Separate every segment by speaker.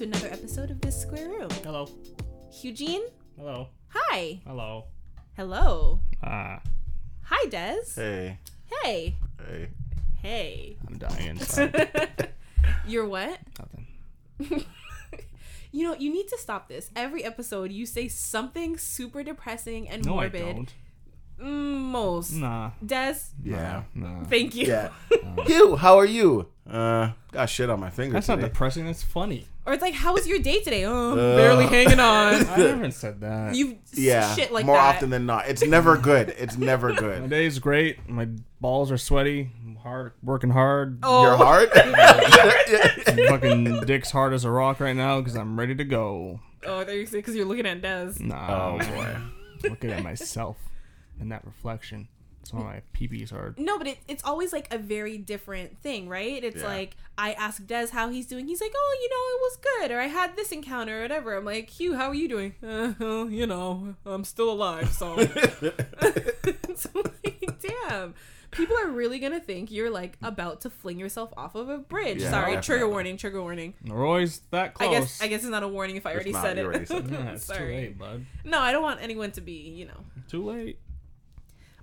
Speaker 1: episode of This Square Room.
Speaker 2: Hello.
Speaker 1: Eugene,
Speaker 2: Hello.
Speaker 1: hi.
Speaker 2: Hello.
Speaker 1: Hello.
Speaker 2: Ah.
Speaker 1: Hi, Des.
Speaker 3: Hey,
Speaker 1: Hey.
Speaker 3: hey,
Speaker 1: Hey.
Speaker 2: I'm dying inside.
Speaker 1: You're what?
Speaker 2: Nothing.
Speaker 1: You know, you need to stop this. Every episode, you say something super depressing and
Speaker 2: No,
Speaker 1: morbid.
Speaker 2: I don't.
Speaker 1: Mm, most.
Speaker 2: Nah.
Speaker 1: Des,
Speaker 3: yeah,
Speaker 2: Nah.
Speaker 1: thank you.
Speaker 3: yeah. you, how are you? Uh, got shit on my finger.
Speaker 2: That's not
Speaker 3: today.
Speaker 2: depressing. That's funny.
Speaker 1: Or it's like, how was your day today? Oh,
Speaker 3: Uh.
Speaker 1: barely hanging on.
Speaker 2: I haven't said that.
Speaker 1: You
Speaker 3: yeah,
Speaker 1: shit like
Speaker 3: more
Speaker 1: that.
Speaker 3: often than not. It's never good. It's never
Speaker 2: My
Speaker 3: good.
Speaker 2: day's great. My balls are sweaty. I'm hard, working hard.
Speaker 1: oh,
Speaker 3: Your heart.
Speaker 2: My fucking dick's hard as a rock right now because I'm ready to go.
Speaker 1: oh, there you because you're looking at Des.
Speaker 2: Nah.
Speaker 3: oh boy.
Speaker 2: Looking at myself in that reflection. That's why my peepee's hard.
Speaker 1: No, but it, it's always like a very different thing, right? It's
Speaker 3: Yeah.
Speaker 1: like I ask Des how he's doing. He's like, oh, you know, it was good, or I had this encounter, or whatever. I'm like, Hugh, how are you doing? Uh, well, you know, I'm still alive, so. so like, damn. People are really gonna think you're like about to fling yourself off of a bridge.
Speaker 3: Yeah,
Speaker 1: Sorry, trigger
Speaker 3: definitely.
Speaker 1: warning. Trigger warning.
Speaker 2: We're always that close.
Speaker 1: I guess I guess it's not a warning if I already
Speaker 3: not,
Speaker 1: said
Speaker 3: you
Speaker 1: it.
Speaker 3: already said it.
Speaker 2: Yeah, it's too
Speaker 1: Sorry.
Speaker 2: late, bud.
Speaker 1: No, I don't want anyone to be, you know.
Speaker 2: Too late.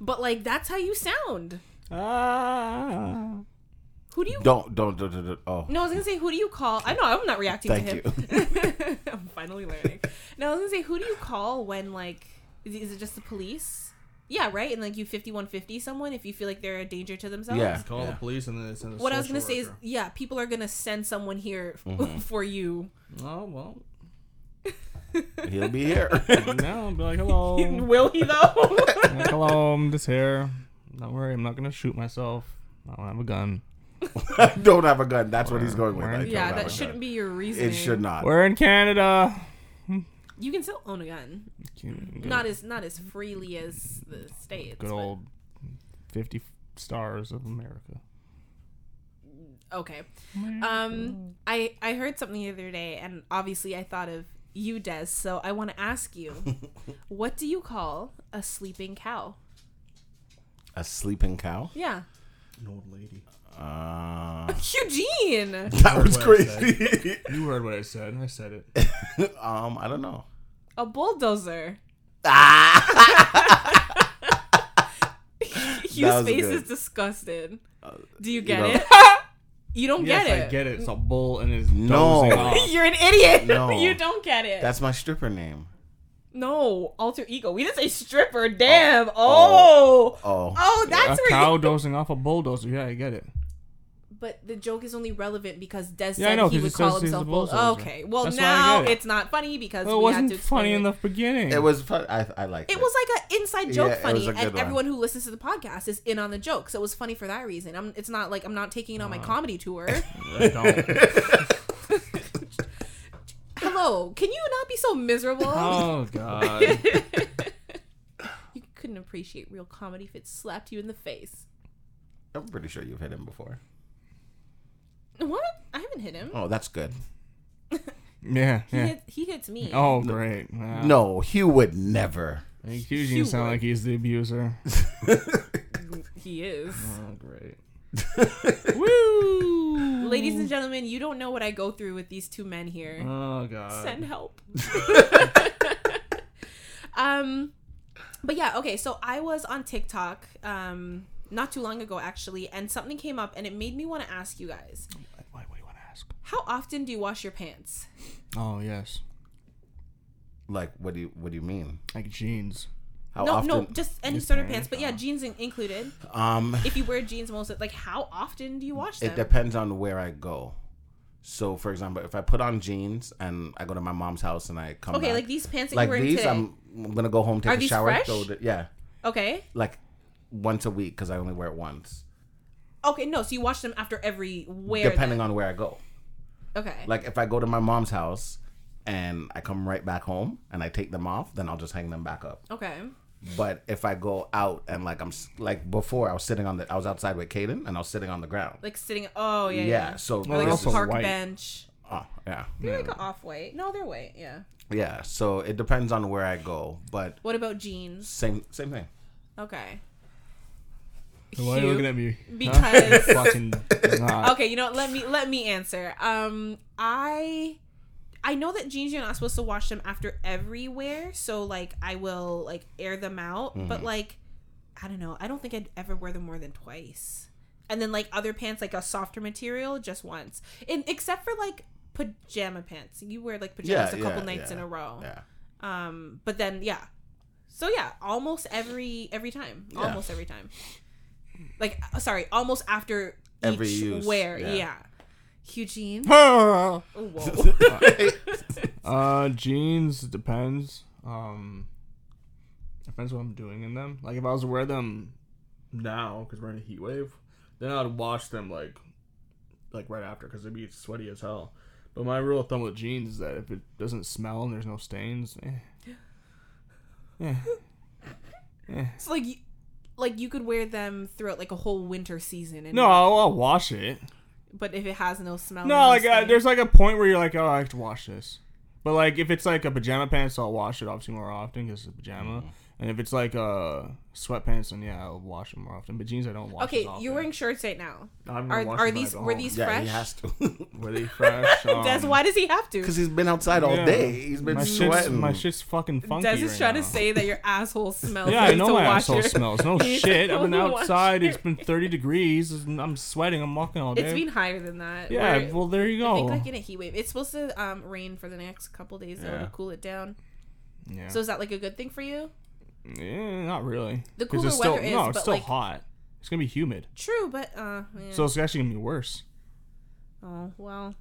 Speaker 1: But like that's how you sound.
Speaker 2: Ah.
Speaker 1: Who do you
Speaker 3: Don't, don't, don't, don't, don't. Oh,
Speaker 1: No, I was gonna say, who do you call? I know I'm not reacting to
Speaker 3: Thank
Speaker 1: him. I'm finally learning. No, I was gonna say, who do you call when like is, is it just the police? Yeah, right. And like you 5150 someone if you feel like they're a danger to themselves.
Speaker 3: Yeah.
Speaker 2: Call the police and then send a
Speaker 1: What I was
Speaker 2: social
Speaker 1: gonna say is,
Speaker 2: worker.
Speaker 1: yeah, people are gonna send someone here f-
Speaker 3: Mm-hmm.
Speaker 1: for you.
Speaker 2: Oh well.
Speaker 3: he'll be here.
Speaker 2: Now I'll be like, hello,
Speaker 1: Will he though?
Speaker 2: Like, hello, I'm just here. Don't worry, I'm not gonna shoot myself. I don't have a gun.
Speaker 3: don't have a gun. That's what he's going with.
Speaker 2: Yeah,
Speaker 3: I don't
Speaker 1: yeah,
Speaker 3: have a
Speaker 1: that
Speaker 3: gun.
Speaker 1: shouldn't be your reason.
Speaker 3: It should not.
Speaker 2: We're in Canada.
Speaker 1: You can still own a gun,
Speaker 2: Good,
Speaker 1: not as not as freely as the states.
Speaker 2: good
Speaker 1: but-
Speaker 2: old fifty stars of America.
Speaker 1: Okay. Um, I I heard something the other day, and obviously I thought of you, Des. So I want to ask you, what do you call a sleeping cow?
Speaker 3: A sleeping cow.
Speaker 1: Yeah,
Speaker 2: An old lady.
Speaker 3: Uh,
Speaker 1: Eugene.
Speaker 3: that was
Speaker 2: Or what I
Speaker 3: crazy.
Speaker 2: You heard what I said. I said it.
Speaker 3: um, I don't know.
Speaker 1: A bulldozer.
Speaker 3: Ah.
Speaker 1: Hugh's
Speaker 3: was
Speaker 1: face
Speaker 3: good.
Speaker 1: is disgusted. Do you
Speaker 3: you
Speaker 1: get
Speaker 3: know.
Speaker 1: it? You don't
Speaker 2: yes,
Speaker 1: get it.
Speaker 2: I get it. It's a bull and is
Speaker 3: No.
Speaker 2: dozing off.
Speaker 1: You're an idiot.
Speaker 3: No.
Speaker 1: you don't get it.
Speaker 3: That's my stripper name.
Speaker 1: no alter ego. We didn't say stripper. Damn. Oh.
Speaker 3: Oh.
Speaker 1: Oh,
Speaker 3: Oh,
Speaker 1: that's
Speaker 2: a
Speaker 1: where
Speaker 2: cow
Speaker 1: you-
Speaker 2: dozing off a bulldozer. Yeah, I get it.
Speaker 1: But the joke is only relevant because Des
Speaker 2: Yeah, I
Speaker 1: said
Speaker 2: know,
Speaker 1: he
Speaker 2: 'cause
Speaker 1: would
Speaker 2: it
Speaker 1: call
Speaker 2: says he's a
Speaker 1: himself bull.
Speaker 2: bulldozer.
Speaker 1: Okay, well
Speaker 2: That's why I
Speaker 1: now
Speaker 2: get it.
Speaker 1: it's not funny because
Speaker 2: Well, it
Speaker 1: we had
Speaker 2: wasn't
Speaker 1: to explain
Speaker 2: funny
Speaker 1: it.
Speaker 2: in the beginning.
Speaker 3: it was. Fun. I I liked it.
Speaker 1: It was like an inside joke
Speaker 3: Yeah, it
Speaker 1: funny,
Speaker 3: was a good
Speaker 1: and
Speaker 3: one.
Speaker 1: everyone who listens to the podcast is in on the joke, so it was funny for that reason. I'm, it's not like I'm not taking it on my
Speaker 2: Uh.
Speaker 1: comedy tour.
Speaker 2: I
Speaker 1: Oh,
Speaker 2: don't.
Speaker 1: Hello, can you not be so miserable?
Speaker 2: oh god.
Speaker 1: You couldn't appreciate real comedy if it slapped you in the face.
Speaker 3: I'm pretty sure you've hit him before.
Speaker 1: What? I haven't hit him.
Speaker 3: Oh, that's good.
Speaker 2: Yeah.
Speaker 1: He,
Speaker 2: yeah.
Speaker 1: hit, he hits me.
Speaker 2: Oh great. Wow.
Speaker 3: No, Hugh would never.
Speaker 2: Accusing you sound
Speaker 1: Sure.
Speaker 2: like he's the abuser.
Speaker 1: He is.
Speaker 2: oh, great.
Speaker 1: Woo! Ladies and gentlemen, you don't know what I go through with these two men here.
Speaker 2: Oh god.
Speaker 1: send help. um, but yeah, okay. So I was on TikTok um, not too long ago, actually, and something came up, and it made me want to ask you guys:
Speaker 2: Wait, what do you want to ask?
Speaker 1: How often do you wash your pants?
Speaker 2: Oh yes,
Speaker 3: Like, what do you what do you mean?
Speaker 2: like jeans.
Speaker 3: How
Speaker 1: no,
Speaker 3: often? Oh.
Speaker 1: no, just any sort of pants, but yeah, jeans in- included.
Speaker 3: um,
Speaker 1: If you wear jeans, most of- like how often do you wash them?
Speaker 3: it depends on where I go. So, for example, if I put on jeans and I go to my mom's house and I come
Speaker 1: okay,
Speaker 3: back-
Speaker 1: like these pants that
Speaker 3: like
Speaker 1: you wear
Speaker 3: these, um,
Speaker 1: today.
Speaker 3: I'm, I'm gonna go home, take
Speaker 1: Are
Speaker 3: a
Speaker 1: these
Speaker 3: shower,
Speaker 1: fresh?
Speaker 3: throw it- yeah,
Speaker 1: Okay,
Speaker 3: like once a week because I only wear it once,
Speaker 1: okay, no, so you wash them after every wear.
Speaker 3: depending on where I go.
Speaker 1: then. okay,
Speaker 3: Like if I go to my mom's house and I come right back home and I take them off, then I'll just hang them back up.
Speaker 1: okay,
Speaker 3: But if I go out and like I'm s- like before, I was sitting on the I was outside with Caden and I was sitting on the ground.
Speaker 1: like sitting. Oh yeah,
Speaker 3: yeah,
Speaker 1: yeah.
Speaker 3: so
Speaker 1: Or Like oh.
Speaker 3: this
Speaker 1: a
Speaker 2: also
Speaker 3: is-
Speaker 1: park
Speaker 2: white.
Speaker 1: bench.
Speaker 3: oh, yeah,
Speaker 1: They're like an off white. No, they're white. Yeah.
Speaker 3: yeah. So it depends on where I go, but
Speaker 1: What about jeans?
Speaker 3: same same thing.
Speaker 1: Okay.
Speaker 2: Why are you
Speaker 1: Hugh?
Speaker 2: looking at me?
Speaker 1: Because-
Speaker 2: Huh? fucking. Nah.
Speaker 1: Okay, you know, what? let me let me answer. Um I I know that jeans you're not supposed to wash them after every wear, so like I will like air them out,
Speaker 3: Mm-hmm.
Speaker 1: but like I don't know, I don't think I'd ever wear them more than twice. And then like other pants, like a softer material, just once. And except for like pajama pants, you wear like pajamas
Speaker 3: Yeah,
Speaker 1: a couple
Speaker 3: yeah,
Speaker 1: nights
Speaker 3: yeah,
Speaker 1: in a row.
Speaker 3: Yeah.
Speaker 1: Um, but then yeah, so yeah, almost every every time,
Speaker 3: Yeah.
Speaker 1: almost every time. Like uh, sorry, almost after
Speaker 3: Every
Speaker 1: each
Speaker 3: use,
Speaker 1: wear,
Speaker 3: yeah.
Speaker 1: yeah. Eugene,
Speaker 2: Ah!
Speaker 1: Oh, whoa.
Speaker 2: Uh, jeans depends. Um, depends what I'm doing in them. Like if I was to wear them now because we're in a heat wave, then I'd wash them like, like right after because they'd be sweaty as hell. But my rule of thumb with jeans is that if it doesn't smell and there's no stains, eh. Yeah.
Speaker 1: it's like you- like you could wear them throughout like a whole winter season, and
Speaker 2: No, I'll, I'll wash it.
Speaker 1: but if it has no smell,
Speaker 2: No, like uh,
Speaker 1: stain-
Speaker 2: there's like a point where you're like, oh, I have to wash this. But like if it's like a pajama pants, I'll wash it obviously more often because it's a
Speaker 1: Mm-hmm.
Speaker 2: pajama. And if it's like uh sweatpants, then yeah, I'll wash them more often. But jeans, I don't wash.
Speaker 1: Okay,
Speaker 2: as often.
Speaker 1: you're wearing shirts right now.
Speaker 2: I'm not
Speaker 1: Are
Speaker 2: washing
Speaker 1: are
Speaker 2: mine
Speaker 1: these
Speaker 2: at
Speaker 1: were
Speaker 2: home.
Speaker 1: these
Speaker 3: yeah,
Speaker 1: fresh?
Speaker 3: he has to.
Speaker 2: Were they fresh? Um,
Speaker 1: Des, why does he have to?
Speaker 3: Because he's been outside all
Speaker 2: yeah.
Speaker 3: day. He's been
Speaker 2: my shit's,
Speaker 3: sweating.
Speaker 2: my shit's fucking funky.
Speaker 1: Des is
Speaker 2: right
Speaker 1: trying
Speaker 2: now.
Speaker 1: to say that your asshole smells.
Speaker 2: Yeah,
Speaker 1: You
Speaker 2: I
Speaker 1: need
Speaker 2: know
Speaker 1: to
Speaker 2: my
Speaker 1: wash
Speaker 2: asshole
Speaker 1: your-
Speaker 2: smells. No
Speaker 1: You need
Speaker 2: shit.
Speaker 1: to
Speaker 2: I've been
Speaker 1: wash
Speaker 2: outside.
Speaker 1: your-
Speaker 2: It's been 30 degrees. I'm sweating. I'm walking all day.
Speaker 1: It's been higher than that.
Speaker 2: yeah,
Speaker 1: We're-
Speaker 2: well, there you go.
Speaker 1: I think like in a heat wave, it's supposed to um, rain for the next couple days though
Speaker 3: Yeah.
Speaker 1: to cool it down.
Speaker 2: yeah.
Speaker 1: So is that like a good thing for you?
Speaker 2: Yeah, not really.
Speaker 1: The
Speaker 2: 'Cause it's
Speaker 1: cooler
Speaker 2: still,
Speaker 1: weather is,
Speaker 2: No, it's
Speaker 1: but,
Speaker 2: still
Speaker 1: like-
Speaker 2: hot. It's gonna be humid,
Speaker 1: True, but uh, yeah.
Speaker 2: so it's actually gonna be worse.
Speaker 1: oh well.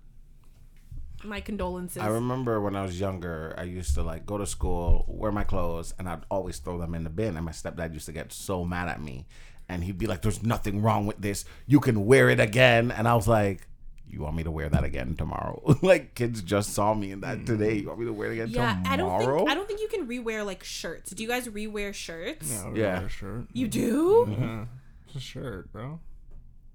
Speaker 1: My condolences.
Speaker 3: I remember when I was younger, I used to like go to school, wear my clothes, and I'd always throw them in the bin. And my stepdad used to get so mad at me, and he'd be like, "There's nothing wrong with this. You can wear it again." And I was like, "You want me to wear that again tomorrow?" like kids just saw me in that today. You want me to wear it again
Speaker 1: yeah, I don't
Speaker 3: tomorrow?
Speaker 1: think I don't think you can rewear like shirts. Do you guys rewear shirts?
Speaker 2: Yeah,
Speaker 3: Yeah. Mm-hmm.
Speaker 2: a shirt.
Speaker 1: You do?
Speaker 2: Yeah, it's a shirt, bro.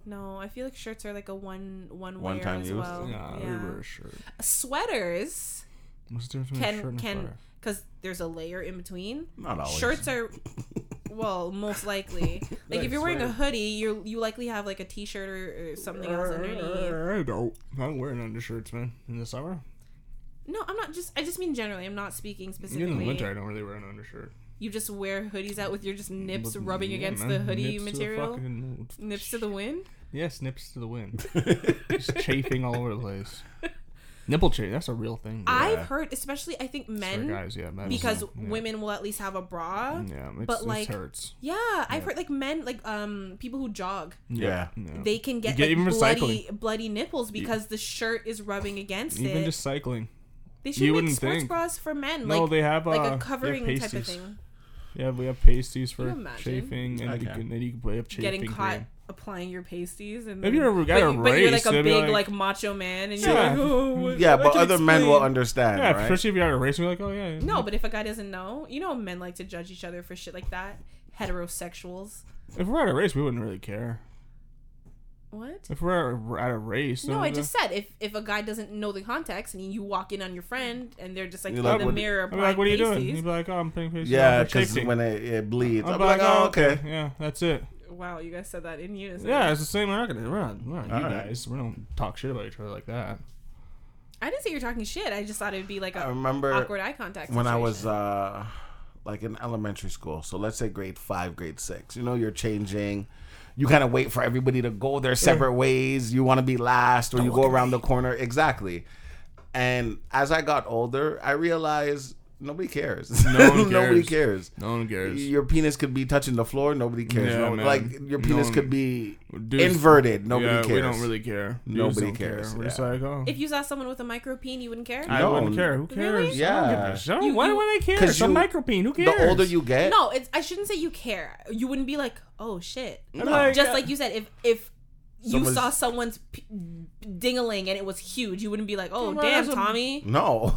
Speaker 1: No, I feel like shirts are like a one one wear
Speaker 3: One-time
Speaker 1: as
Speaker 3: use?
Speaker 1: well.
Speaker 2: Yeah,
Speaker 1: Yeah.
Speaker 2: we wear a shirt.
Speaker 1: Sweaters
Speaker 2: What's the difference between a shirt
Speaker 1: can
Speaker 2: and a
Speaker 1: can
Speaker 2: sweater?
Speaker 1: because there's a layer in between.
Speaker 3: Not always.
Speaker 1: Shirts are well, most likely. Like if you're wearing a hoodie, you you likely have like a t-shirt or, or something else underneath.
Speaker 2: I don't. I don't wear undershirts, man. In the summer,
Speaker 1: No, I'm not just I just mean generally. I'm not speaking
Speaker 2: even in the
Speaker 1: specifically.
Speaker 2: winter, I don't really wear an undershirt.
Speaker 1: You just wear hoodies out with your just nips
Speaker 2: But-
Speaker 1: rubbing
Speaker 2: yeah,
Speaker 1: against
Speaker 2: man,
Speaker 1: the hoodie
Speaker 2: nips to the
Speaker 1: material.
Speaker 2: fucking-
Speaker 1: nips to the wind?
Speaker 2: Yes, nips to the wind. Just chafing all over the place. Nipple chafe. That's a real thing. bro.
Speaker 1: I've heard especially I think
Speaker 2: For
Speaker 1: men
Speaker 2: guys, yeah, men,
Speaker 1: because
Speaker 2: yeah. Mm,
Speaker 1: women will at least have a bra.
Speaker 2: Yeah, it's,
Speaker 1: but,
Speaker 2: this
Speaker 1: like,
Speaker 2: hurts.
Speaker 1: Yeah, I've heard like men like um people who jog
Speaker 3: Yeah.
Speaker 2: Yeah.
Speaker 1: they can get,
Speaker 2: get
Speaker 1: like,
Speaker 2: even for
Speaker 1: bloody bloody nipples because the shirt is rubbing against
Speaker 2: Even
Speaker 1: it.
Speaker 2: just cycling.
Speaker 1: they should
Speaker 2: you
Speaker 1: make
Speaker 2: wouldn't
Speaker 1: sports
Speaker 2: think.
Speaker 1: bras for men.
Speaker 2: no,
Speaker 1: like,
Speaker 2: they have uh,
Speaker 1: like
Speaker 2: they
Speaker 1: a
Speaker 2: have
Speaker 1: covering type of
Speaker 2: pasties.
Speaker 1: thing.
Speaker 2: Yeah, we have pasties for
Speaker 1: you imagine?
Speaker 2: chafing, and,
Speaker 3: I
Speaker 2: you
Speaker 3: can.
Speaker 2: can, and you can play up chafing.
Speaker 1: Getting caught
Speaker 2: cream.
Speaker 1: applying your pasties and
Speaker 2: If
Speaker 1: then-
Speaker 2: you're a- got
Speaker 1: but,
Speaker 2: a
Speaker 1: you- but you're like
Speaker 2: race,
Speaker 1: a
Speaker 2: they'd be
Speaker 1: big
Speaker 2: like-
Speaker 1: like, macho man and
Speaker 2: Yeah.
Speaker 1: you're like oh what-
Speaker 3: Yeah,
Speaker 1: I
Speaker 3: but
Speaker 1: can
Speaker 3: other men will
Speaker 1: explain."
Speaker 3: understand,
Speaker 2: Yeah,
Speaker 3: right?
Speaker 2: especially if you're at a race, you're like, oh yeah.
Speaker 1: No, but if a guy doesn't know, you know, men like to judge each other for shit like that. Heterosexuals.
Speaker 2: If we're at a race, we wouldn't really care.
Speaker 1: What?
Speaker 2: If we're at a- we're at a race,
Speaker 1: No,
Speaker 2: then
Speaker 1: I
Speaker 2: the-
Speaker 1: just said if if a guy doesn't know the context and you walk in on your friend and they're just like
Speaker 3: You're
Speaker 1: in
Speaker 3: like,
Speaker 1: the
Speaker 3: what-
Speaker 1: mirror
Speaker 2: I'd be
Speaker 1: applying
Speaker 2: like, what are you doing?
Speaker 1: pasties.
Speaker 2: He'd be like, oh, I'm playing pasties.
Speaker 3: yeah,
Speaker 2: I'm
Speaker 3: because
Speaker 2: chafing.
Speaker 3: when it, it bleeds,
Speaker 2: I'd
Speaker 3: I'm like, "Oh, okay."
Speaker 2: Yeah, that's it.
Speaker 1: Wow, you guys said that in unison.
Speaker 2: Yeah, it's the same. We're not gonna. We're not. We're not you
Speaker 3: All right.
Speaker 2: guys. We don't talk shit about each other like that.
Speaker 1: I didn't say you're talking shit. I just thought it'd be like
Speaker 3: I
Speaker 1: a
Speaker 3: remember
Speaker 1: awkward eye contact.
Speaker 3: when I
Speaker 1: situation.
Speaker 3: was uh, like in elementary school. So let's say grade five, grade six. You know, you're changing. You kind of wait for everybody to go their separate ways. You want to be last, or you go around the corner. Exactly. And as I got older, I realized nobody cares.
Speaker 2: No one
Speaker 3: nobody
Speaker 2: cares.
Speaker 3: cares.
Speaker 2: No one cares.
Speaker 3: Your penis could be touching the floor. Nobody cares.
Speaker 2: Yeah,
Speaker 3: No-
Speaker 2: man.
Speaker 3: like your
Speaker 2: No
Speaker 3: penis
Speaker 2: one-
Speaker 3: could be
Speaker 2: Dude,
Speaker 3: inverted. Nobody
Speaker 2: yeah,
Speaker 3: cares.
Speaker 2: We don't really care. Dudes
Speaker 3: Nobody
Speaker 2: don't
Speaker 3: cares,
Speaker 2: We're just
Speaker 3: yeah.
Speaker 2: like, oh,
Speaker 1: If you saw someone with a micro peen, you wouldn't care.
Speaker 2: I
Speaker 3: No.
Speaker 2: wouldn't care. Who cares?
Speaker 1: Really?
Speaker 2: I don't give
Speaker 3: Yeah.
Speaker 2: a shit.
Speaker 1: You-
Speaker 2: Why
Speaker 1: you-
Speaker 2: do I care?
Speaker 3: 'Cause
Speaker 2: It's a
Speaker 3: you-
Speaker 2: micropene. Who cares?
Speaker 3: The older you get,
Speaker 1: no, it's. I shouldn't say you care. You wouldn't be like, oh shit.
Speaker 2: I'm like,
Speaker 1: Just
Speaker 2: uh,
Speaker 1: like you said, if if you
Speaker 3: Someone's-
Speaker 1: saw someone's p- dingaling and it was huge, you wouldn't be like, oh
Speaker 2: Well,
Speaker 1: damn,
Speaker 2: that's a-
Speaker 1: Tommy,
Speaker 3: no.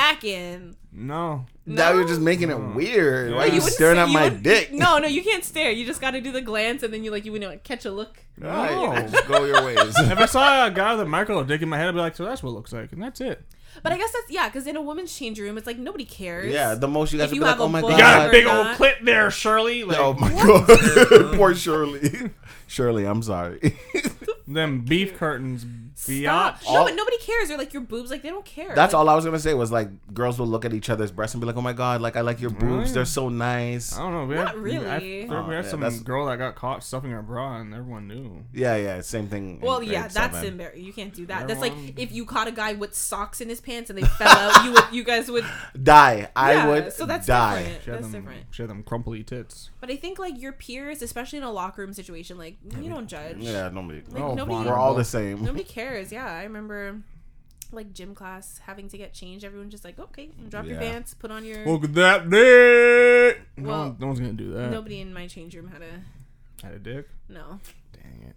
Speaker 1: packing.
Speaker 2: no.
Speaker 3: now you're just making it weird. Why are
Speaker 2: Yeah.
Speaker 3: you
Speaker 2: You wouldn't
Speaker 3: staring
Speaker 1: say-
Speaker 3: at
Speaker 1: you
Speaker 3: my
Speaker 1: wouldn't-
Speaker 3: dick?
Speaker 1: No, no, you can't stare. You just got to do the glance, and then you like you wouldn't like, catch a look.
Speaker 2: No.
Speaker 3: Right, just go your ways.
Speaker 2: if I saw a guy with a micro dick in my head, I'd be like, so that's what it looks like, and that's it.
Speaker 1: But I guess that's yeah, because in a woman's change room, it's like nobody cares.
Speaker 3: yeah, the most you guys
Speaker 1: If
Speaker 3: would
Speaker 1: you
Speaker 3: be like,
Speaker 1: have a
Speaker 3: oh my
Speaker 1: butt-
Speaker 3: god,
Speaker 1: You got a big- Not-
Speaker 2: clip there, Shirley. Like,
Speaker 3: oh my god, poor Shirley. Shirley, I'm sorry.
Speaker 2: them beef curtains
Speaker 1: Stop.
Speaker 2: Biatch.
Speaker 1: No,
Speaker 3: All-
Speaker 1: but nobody cares. They're like your boobs. Like they don't care.
Speaker 3: That's
Speaker 1: Like,
Speaker 3: all I was gonna say was like girls will look at each other's breasts and be like, "Oh my god, like I like your boobs.
Speaker 2: Really?
Speaker 3: They're so nice."
Speaker 2: I don't know. We
Speaker 1: Not
Speaker 2: had,
Speaker 1: really.
Speaker 2: I, thought we
Speaker 3: Oh,
Speaker 2: had
Speaker 3: yeah,
Speaker 2: some
Speaker 3: that's-
Speaker 2: girl that got caught stuffing her bra, and everyone knew.
Speaker 3: Yeah, yeah, same thing. in
Speaker 1: Well,
Speaker 3: grade
Speaker 1: yeah, that's
Speaker 3: seven.
Speaker 1: embarrassing. You can't do that. That's like
Speaker 2: Everyone-
Speaker 1: if you caught a guy with socks in his pants and they fell out. You would, you guys would.
Speaker 3: Die. I
Speaker 1: yeah,
Speaker 3: would
Speaker 1: So that's
Speaker 3: die.
Speaker 1: different.
Speaker 2: She had
Speaker 1: That's
Speaker 2: them.
Speaker 1: different.
Speaker 2: She had them crumply tits.
Speaker 1: But I think like your peers, especially in a locker room situation, like you don't judge.
Speaker 3: Yeah, nobody.
Speaker 1: Like,
Speaker 2: Oh,
Speaker 1: nobody,
Speaker 3: We're all the same.
Speaker 1: nobody cares. Yeah, I remember like gym class having to get changed. Everyone just like, okay, drop your
Speaker 3: Yeah.
Speaker 1: pants, put on your.
Speaker 2: Look at that dick. no,
Speaker 1: Well,
Speaker 2: one- no one's gonna do that.
Speaker 1: Nobody in my change room had a
Speaker 2: Had a dick.
Speaker 1: no.
Speaker 2: Dang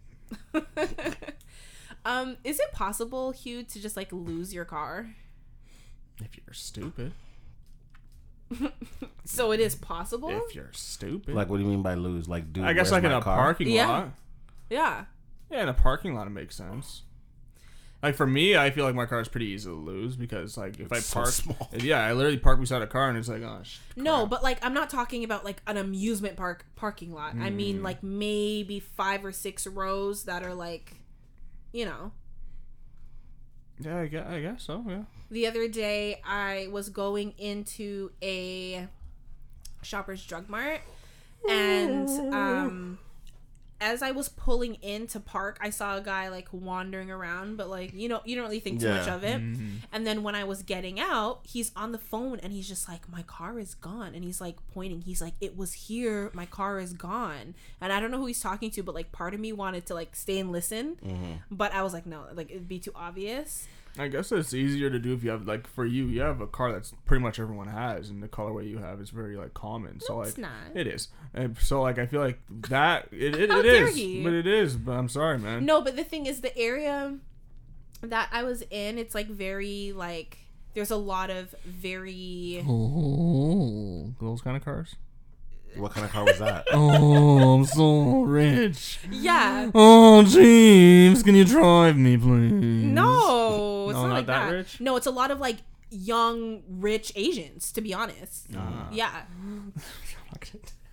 Speaker 2: it.
Speaker 1: um, is it possible, Hugh, to just like lose your car?
Speaker 2: If you're stupid.
Speaker 1: So it is possible.
Speaker 2: If you're stupid.
Speaker 3: Like, what do you mean by lose? Like, dude,
Speaker 2: I guess like
Speaker 3: where's
Speaker 2: in
Speaker 3: my
Speaker 2: a
Speaker 3: car?
Speaker 2: parking
Speaker 1: Yeah.
Speaker 2: lot.
Speaker 1: yeah.
Speaker 2: Yeah, in a parking lot it makes sense. Like for me, I feel like my car is pretty easy to lose because like if
Speaker 3: It's so
Speaker 2: I park,
Speaker 3: small.
Speaker 2: yeah, I literally park beside a car and it's like, oh, sh-
Speaker 1: No, but like I'm not talking about like an amusement park parking lot. I
Speaker 3: Mm.
Speaker 1: mean like maybe five or six rows that are like, you know.
Speaker 2: yeah, I guess, I guess so. Yeah,
Speaker 1: The other day I was going into a Shoppers Drug Mart and um as I was pulling in to park, I saw a guy like wandering around, but like you know, you don't really think too much
Speaker 3: Yeah.
Speaker 1: of it. And then when I was getting out, he's on the phone and he's just like, "My car is gone," and he's like pointing. He's like, "It was here. My car is gone." And I don't know who he's talking to, but like part of me wanted to like stay and listen, but I was like, "No, like it'd be too obvious."
Speaker 2: I guess it's easier to do if you have like for you, you have a car that's pretty much everyone has, and the colorway you have is very like common. So like,
Speaker 1: it's not.
Speaker 2: It is, and so like I feel like that it it,
Speaker 1: How
Speaker 2: it
Speaker 1: dare
Speaker 2: is,
Speaker 1: he?
Speaker 2: but it is. But I'm sorry, man.
Speaker 1: No, but the thing is, the area that I was in, it's like very like there's a lot of very.
Speaker 2: Oh, those kind of cars.
Speaker 3: What kind of car was that?
Speaker 2: Oh, I'm so rich.
Speaker 1: Yeah.
Speaker 2: Oh, James, can you drive me, please?
Speaker 1: No, it's
Speaker 2: No,
Speaker 1: not,
Speaker 2: not
Speaker 1: like
Speaker 2: that
Speaker 1: that.
Speaker 2: rich?
Speaker 1: No, it's a lot of like young rich Asians. To be honest,
Speaker 2: Ah,
Speaker 1: yeah,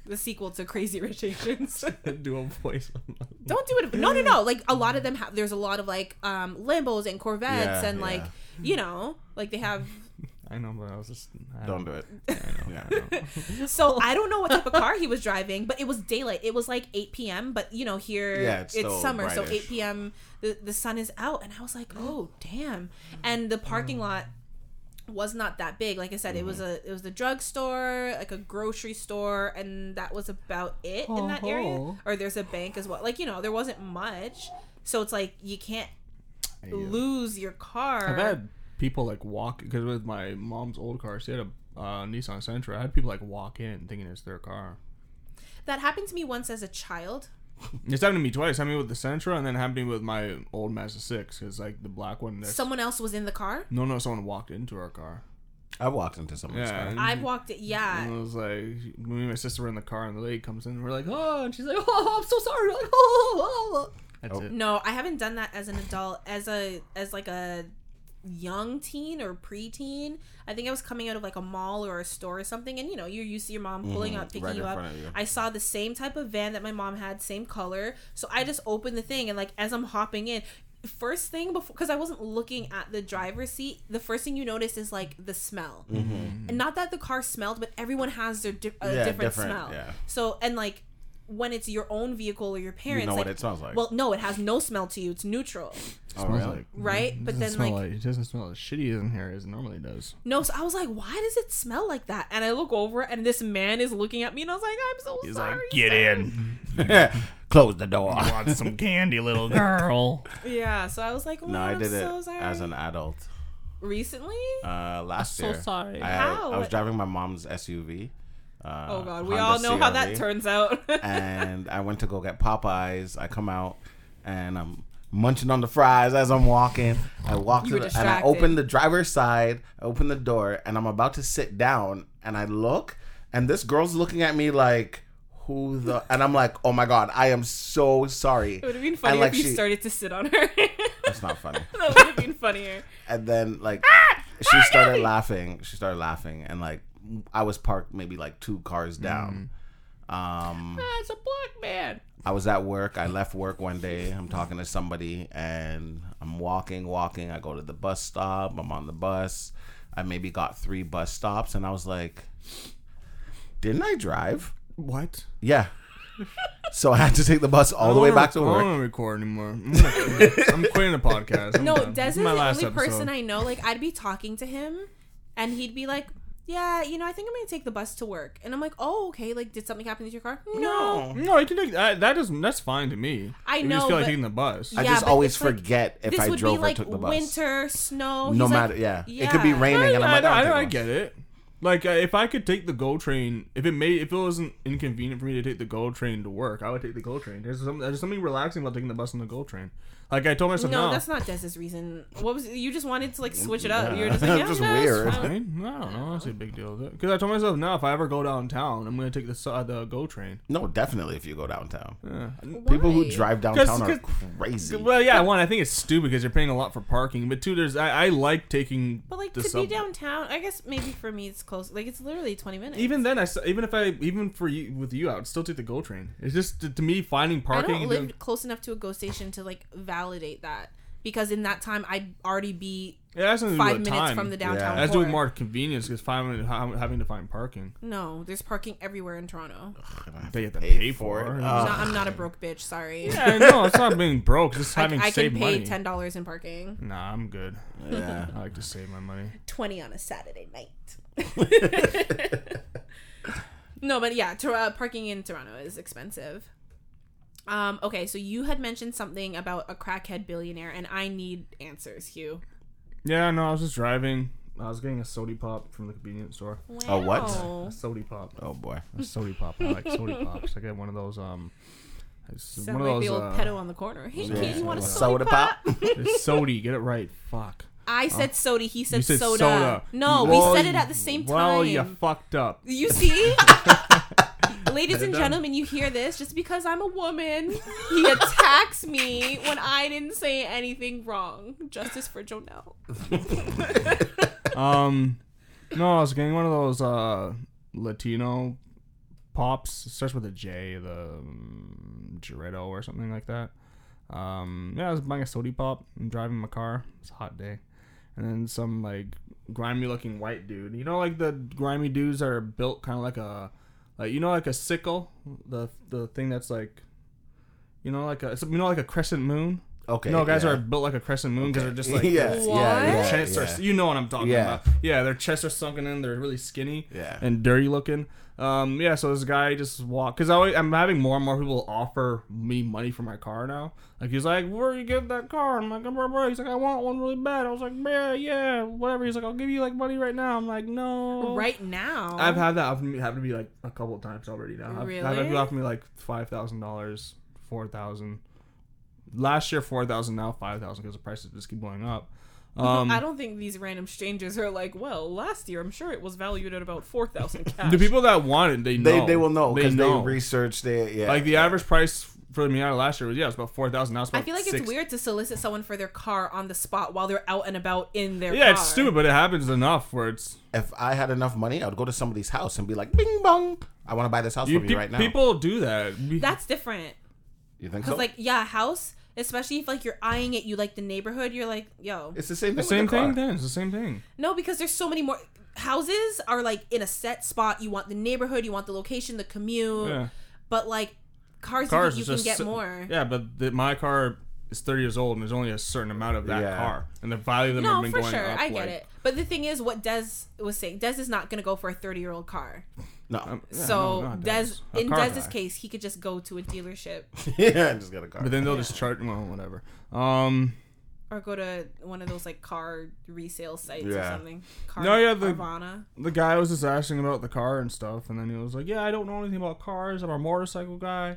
Speaker 1: the sequel to Crazy Rich Asians.
Speaker 2: do a voice.
Speaker 1: Don't do it. No, no, no. Like a lot of them have. There's a lot of like um Lambos and Corvettes
Speaker 3: Yeah,
Speaker 1: and
Speaker 3: yeah.
Speaker 1: like you know like they have.
Speaker 2: I know, but I was just. I
Speaker 3: Don't do it. Yeah.
Speaker 1: So I don't know what type of car he was driving, but it was daylight. It was like 8 p.m. But you know here
Speaker 3: Yeah,
Speaker 1: it's,
Speaker 3: it's still
Speaker 1: summer, so
Speaker 3: brightish.
Speaker 1: 8 p.m. The, the sun is out, and I was like, oh damn. And the parking
Speaker 3: Mm.
Speaker 1: lot was not that big. Like I said, it was
Speaker 3: Mm-hmm.
Speaker 1: a it was the drugstore, like a grocery store, and that was about it in that area.
Speaker 2: Oh.
Speaker 1: Or there's a bank as well. Like you know there wasn't much, so it's like you can't lose your car.
Speaker 2: I've had people like walk because with my mom's old car, she had a uh, Nissan Sentra. I had people like walk in thinking it's their car.
Speaker 1: That happened to me once as a child.
Speaker 2: It's happened to me twice. Happened with the Sentra, and then happened to me with my old Mazda Six. Cause like the black one. Next-
Speaker 1: Someone else was in the car.
Speaker 2: no, no, someone walked into our car.
Speaker 3: I've walked into someone's
Speaker 2: Yeah,
Speaker 3: car.
Speaker 2: and-
Speaker 1: I've walked it.
Speaker 3: Mm-hmm.
Speaker 1: Yeah.
Speaker 2: And I was like, me and my sister were in the car, and the lady comes in, and we're like, oh, and she's like, oh, I'm so sorry. We're like, oh, oh, oh. That's
Speaker 3: Oh.
Speaker 2: it.
Speaker 1: No, I haven't done that as an adult. As a as like a young teen or preteen, I think I was coming out of like a mall or a store or something, and you know you're used to your mom pulling up, picking
Speaker 3: Mm-hmm. right
Speaker 1: you
Speaker 3: in
Speaker 1: up.
Speaker 3: front of you.
Speaker 1: I saw the same type of van that my mom had, same color. So I just opened the thing, and like as I'm hopping in. First thing before, because I wasn't looking at the driver's seat, the first thing you notice is like the smell, and not that the car smelled, but everyone has their di- a
Speaker 3: Mm-hmm. Yeah,
Speaker 1: different,
Speaker 3: different,
Speaker 1: smell.
Speaker 3: yeah.
Speaker 1: So and like when it's your own vehicle or your parents,
Speaker 3: You know
Speaker 1: like,
Speaker 3: what it smells like.
Speaker 1: well, no, it has no smell to you. It's neutral,
Speaker 3: oh,
Speaker 2: Smells
Speaker 3: really?
Speaker 2: like-
Speaker 1: right?
Speaker 2: It
Speaker 1: But
Speaker 2: doesn't
Speaker 1: then,
Speaker 2: smell
Speaker 1: like,
Speaker 2: like, it doesn't smell as shitty in here as it normally does.
Speaker 1: no. So I was like, why does it smell like that? And I look over, and this man is looking at me, and I was like, I'm so sorry. sir."
Speaker 2: in.
Speaker 3: Close the door.
Speaker 2: Want some candy, little girl.
Speaker 1: Yeah. So I was like, oh,
Speaker 3: No, I
Speaker 1: I'm
Speaker 3: did it
Speaker 1: so sorry.
Speaker 3: as an adult.
Speaker 1: Recently.
Speaker 3: Uh, last
Speaker 2: so
Speaker 3: year,
Speaker 2: sorry.
Speaker 3: I, had-
Speaker 1: How?
Speaker 3: I was driving my mom's SUV. Uh,
Speaker 1: Oh God, we
Speaker 3: Honda
Speaker 1: all know how that
Speaker 3: CRV.
Speaker 1: turns out.
Speaker 3: and I went to go get Popeyes. I come out and I'm munching on the fries as I'm walking. I walk
Speaker 1: You
Speaker 3: to
Speaker 1: were
Speaker 3: the, and I
Speaker 1: distracted.
Speaker 3: open the driver's side, I open the door, and I'm about to sit down. And I look, and this girl's looking at me like, "Who the?" And I'm like, "Oh my god, I am so sorry."
Speaker 1: it would have been
Speaker 3: And,
Speaker 1: funnier
Speaker 3: like,
Speaker 1: if you
Speaker 3: she-
Speaker 1: started to sit on her.
Speaker 3: It's not funny.
Speaker 1: that would have been funnier.
Speaker 3: and then like
Speaker 1: Ah!
Speaker 3: she started laughing she started laughing and like i was parked maybe like two cars down Um,
Speaker 1: Ah, it's a black man.
Speaker 3: I was at work. I left work one day. I'm talking to somebody and I'm walking, walking. I go to the bus stop. I'm on the bus. I maybe got three bus stops and I was like, didn't I drive?
Speaker 2: What?
Speaker 3: Yeah. so I had to take the bus all the way back to
Speaker 2: Oh, I don't
Speaker 1: Oh.
Speaker 3: work.
Speaker 2: want to record anymore. I'm, gonna- I'm quitting the podcast. I'm
Speaker 1: No,
Speaker 2: done.
Speaker 1: Des
Speaker 2: This
Speaker 1: is the
Speaker 2: my
Speaker 1: only
Speaker 2: last episode.
Speaker 1: person I know. Like, I'd be talking to him, and he'd be like, "Yeah, you know, I think I'm gonna take the bus to work." And I'm like, "Oh, okay. Like, did something happen to your car?" No.
Speaker 2: No, you can take that. That doesn't. That's fine to me.
Speaker 1: I
Speaker 2: You
Speaker 1: know,
Speaker 2: just feel like
Speaker 1: but-
Speaker 2: taking the bus.
Speaker 3: I
Speaker 1: Yeah,
Speaker 3: just
Speaker 1: but
Speaker 3: always
Speaker 1: it's like-
Speaker 3: forget if
Speaker 1: this
Speaker 3: I
Speaker 1: would
Speaker 3: drove
Speaker 1: be like
Speaker 3: or took the bus.
Speaker 1: winter snow.
Speaker 3: no
Speaker 1: He's like,
Speaker 3: matter, yeah. It could be
Speaker 1: yeah.
Speaker 3: raining, and I'm
Speaker 2: I,
Speaker 3: like,
Speaker 2: know- I,
Speaker 3: "I'll
Speaker 2: know- I
Speaker 3: take the bus."
Speaker 2: get it. Like uh, if I could take the GO train, if it made, if it wasn't inconvenient for me to take the GO train to work, I would take the GO train. There's some, there's something relaxing about taking the bus on the GO train. Like I told myself,
Speaker 1: No,
Speaker 2: no,
Speaker 1: that's not Des's reason. What was you just wanted to like switch it up? You were just like,
Speaker 3: That's
Speaker 1: yeah,
Speaker 3: just
Speaker 1: no, it's
Speaker 3: weird.
Speaker 1: fine.
Speaker 2: fine. No, I don't know. That's a big deal. Because I told myself, no, if I ever go downtown, I'm gonna take the su- uh, the GO train.
Speaker 3: No, definitely if you go downtown.
Speaker 2: Yeah.
Speaker 3: People
Speaker 1: Why?
Speaker 3: who drive downtown are
Speaker 2: 'cause-
Speaker 3: crazy.
Speaker 2: Well, yeah, one, I think it's stupid because you're paying a lot for parking, but two, there's I, I like taking.
Speaker 1: But like
Speaker 2: the
Speaker 1: to
Speaker 2: subway.
Speaker 1: be downtown, I guess maybe for me it's close. Like it's literally twenty minutes.
Speaker 2: Even then, I s- even if I even for you with you, I would still take the GO train. It's just to, to me finding
Speaker 1: I
Speaker 2: parking.
Speaker 1: don't
Speaker 2: and
Speaker 1: live
Speaker 2: doing-
Speaker 1: close enough to a GO station to like validate that because in that time I'd already be
Speaker 2: yeah, that's nothing to do
Speaker 1: five
Speaker 2: with
Speaker 1: minutes
Speaker 2: time.
Speaker 1: from the downtown.
Speaker 3: Yeah.
Speaker 2: That's doing
Speaker 1: core.
Speaker 2: more convenience because finding ha- having to find parking.
Speaker 1: No, there's parking everywhere in Toronto.
Speaker 2: They have to
Speaker 3: Pay
Speaker 2: pay,
Speaker 3: for
Speaker 2: for
Speaker 3: it.
Speaker 1: I'm
Speaker 2: it.
Speaker 3: Uh,
Speaker 1: not- I'm not a broke bitch. Sorry.
Speaker 2: yeah, no, it's not being broke. It's just
Speaker 1: I,
Speaker 2: having
Speaker 1: I can
Speaker 2: saved
Speaker 1: pay
Speaker 2: money.
Speaker 1: ten dollars in parking.
Speaker 2: Nah, I'm good.
Speaker 3: yeah.
Speaker 2: I like to save my money.
Speaker 1: Twenty on a Saturday night. no, but yeah, Tor- uh, parking in Toronto is expensive. Um, okay, so you had mentioned something about a crackhead billionaire, and I need answers, Hugh.
Speaker 2: Yeah, no, I was just driving. I was getting a sody pop from the convenience store.
Speaker 1: Wow.
Speaker 3: A what?
Speaker 2: A sody pop.
Speaker 3: Oh boy.
Speaker 2: A sody pop. I like sody pops. I get one of those. Um, it's
Speaker 1: Sound
Speaker 2: one of
Speaker 1: like
Speaker 2: those.
Speaker 1: the old
Speaker 2: uh,
Speaker 1: pedo on the corner. Hey, kid, you want a
Speaker 2: yeah.
Speaker 1: soda,
Speaker 3: Soda pop?
Speaker 2: It's sody. Get it right. Fuck.
Speaker 1: I said soda. He said,
Speaker 2: You said
Speaker 1: soda.
Speaker 2: soda.
Speaker 1: No,
Speaker 2: Well,
Speaker 1: we said it at the same time.
Speaker 2: Well, you fucked up.
Speaker 1: You see? Ladies and
Speaker 2: done.
Speaker 1: gentlemen, you hear this just because I'm a woman. He attacks me when I didn't say anything wrong. Justice for Jonelle.
Speaker 2: Um, no, I was getting one of those uh Latino pops. It starts with a J, the um, Geretto or something like that. Um, yeah, I was buying a sody pop. I'm driving my car. It's a hot day, and then some like grimy looking white dude. You know, like the grimy dudes that are built kind of like a, like you know, like a sickle, the the thing that's like. You know, like a it's- you know, like a crescent moon.
Speaker 3: Oh, Okay.
Speaker 2: You know, guys
Speaker 3: yeah.
Speaker 2: are built like a crescent moon because they're just like
Speaker 3: yeah,
Speaker 1: What?
Speaker 3: yeah,
Speaker 1: Their
Speaker 3: yeah,
Speaker 2: chests
Speaker 3: yeah.
Speaker 2: are you know what I'm talking
Speaker 3: Yeah.
Speaker 2: about. Yeah, their chests are sunken in. They're really skinny
Speaker 3: Yeah.
Speaker 2: and dirty looking. Um, yeah. So this guy just walked because I'm having more and more people offer me money for my car now. Like he's like, "Where you get that car?" I'm like, "Bro, bro." He's like, "I want one really bad." I was like, "Yeah, yeah, whatever." He's like, "I'll give you like money right now." I'm like, "No."
Speaker 1: Right now.
Speaker 2: I've had that happen to me, happen to me like a couple of times already now. I've, I've had
Speaker 1: Really?
Speaker 2: people offer me like five thousand dollars, four thousand. Last year four thousand, now five thousand because the prices just keep going up. Um,
Speaker 1: I don't think these random strangers are like, well, last year I'm sure it was valued at about 4,000 cash.
Speaker 2: The people that want it, they know.
Speaker 3: They, they will know
Speaker 2: They
Speaker 3: because they,
Speaker 2: know.
Speaker 3: researched it. Yeah.
Speaker 2: like the average price for the Miata last year was yeah, it was about four thousand. Now it's about
Speaker 1: I feel like
Speaker 2: six.
Speaker 1: it's weird to solicit someone for their car on the spot while they're out and about in their
Speaker 2: Yeah,
Speaker 1: car.
Speaker 2: it's stupid, but it happens enough where it's
Speaker 3: if I had enough money, I'd go to somebody's house and be like, "Bing bong, I want to buy this house
Speaker 2: you,
Speaker 3: from
Speaker 2: pe-
Speaker 3: you right now."
Speaker 2: people do that. We-
Speaker 1: That's different.
Speaker 3: you think
Speaker 1: Because,
Speaker 3: so?
Speaker 1: like, yeah, house, especially if, like, you're eyeing it, you like the neighborhood, you're like, yo.
Speaker 3: it's the same thing.
Speaker 2: the
Speaker 3: with
Speaker 2: same
Speaker 3: the car.
Speaker 2: thing. Then it's the same thing.
Speaker 1: No, because there's so many more houses are like in a set spot. You want the neighborhood, you want the location, the commune.
Speaker 2: Yeah,
Speaker 1: But like cars, you
Speaker 2: cars
Speaker 1: can- you,
Speaker 2: is
Speaker 1: can
Speaker 2: just
Speaker 1: get
Speaker 2: sit-
Speaker 1: more.
Speaker 2: Yeah, but the, my car is thirty years old, and there's only a certain amount of that
Speaker 3: Yeah.
Speaker 2: car, and the value of them have
Speaker 1: No,
Speaker 2: been
Speaker 1: for
Speaker 2: going
Speaker 1: sure,
Speaker 2: up.
Speaker 1: I get
Speaker 2: like-
Speaker 1: it. But the thing is, what Des was saying, Des is not gonna go for a 30 year old car.
Speaker 3: No.
Speaker 2: Um, yeah,
Speaker 1: so
Speaker 2: no, not
Speaker 1: Des,
Speaker 2: Dez. A
Speaker 1: in
Speaker 2: car
Speaker 1: Des's
Speaker 2: guy.
Speaker 1: case, he could just go to a dealership
Speaker 3: yeah, I just got a car.
Speaker 2: but then they'll just charge. Well, whatever. Um.
Speaker 1: or go to one of those like car resale sites or
Speaker 3: Yeah.
Speaker 1: something. Car,
Speaker 2: No, yeah, the-
Speaker 1: Carvana.
Speaker 2: the guy was just asking about the car and stuff, and then he was like, "Yeah, I don't know anything about cars. I'm a motorcycle guy,"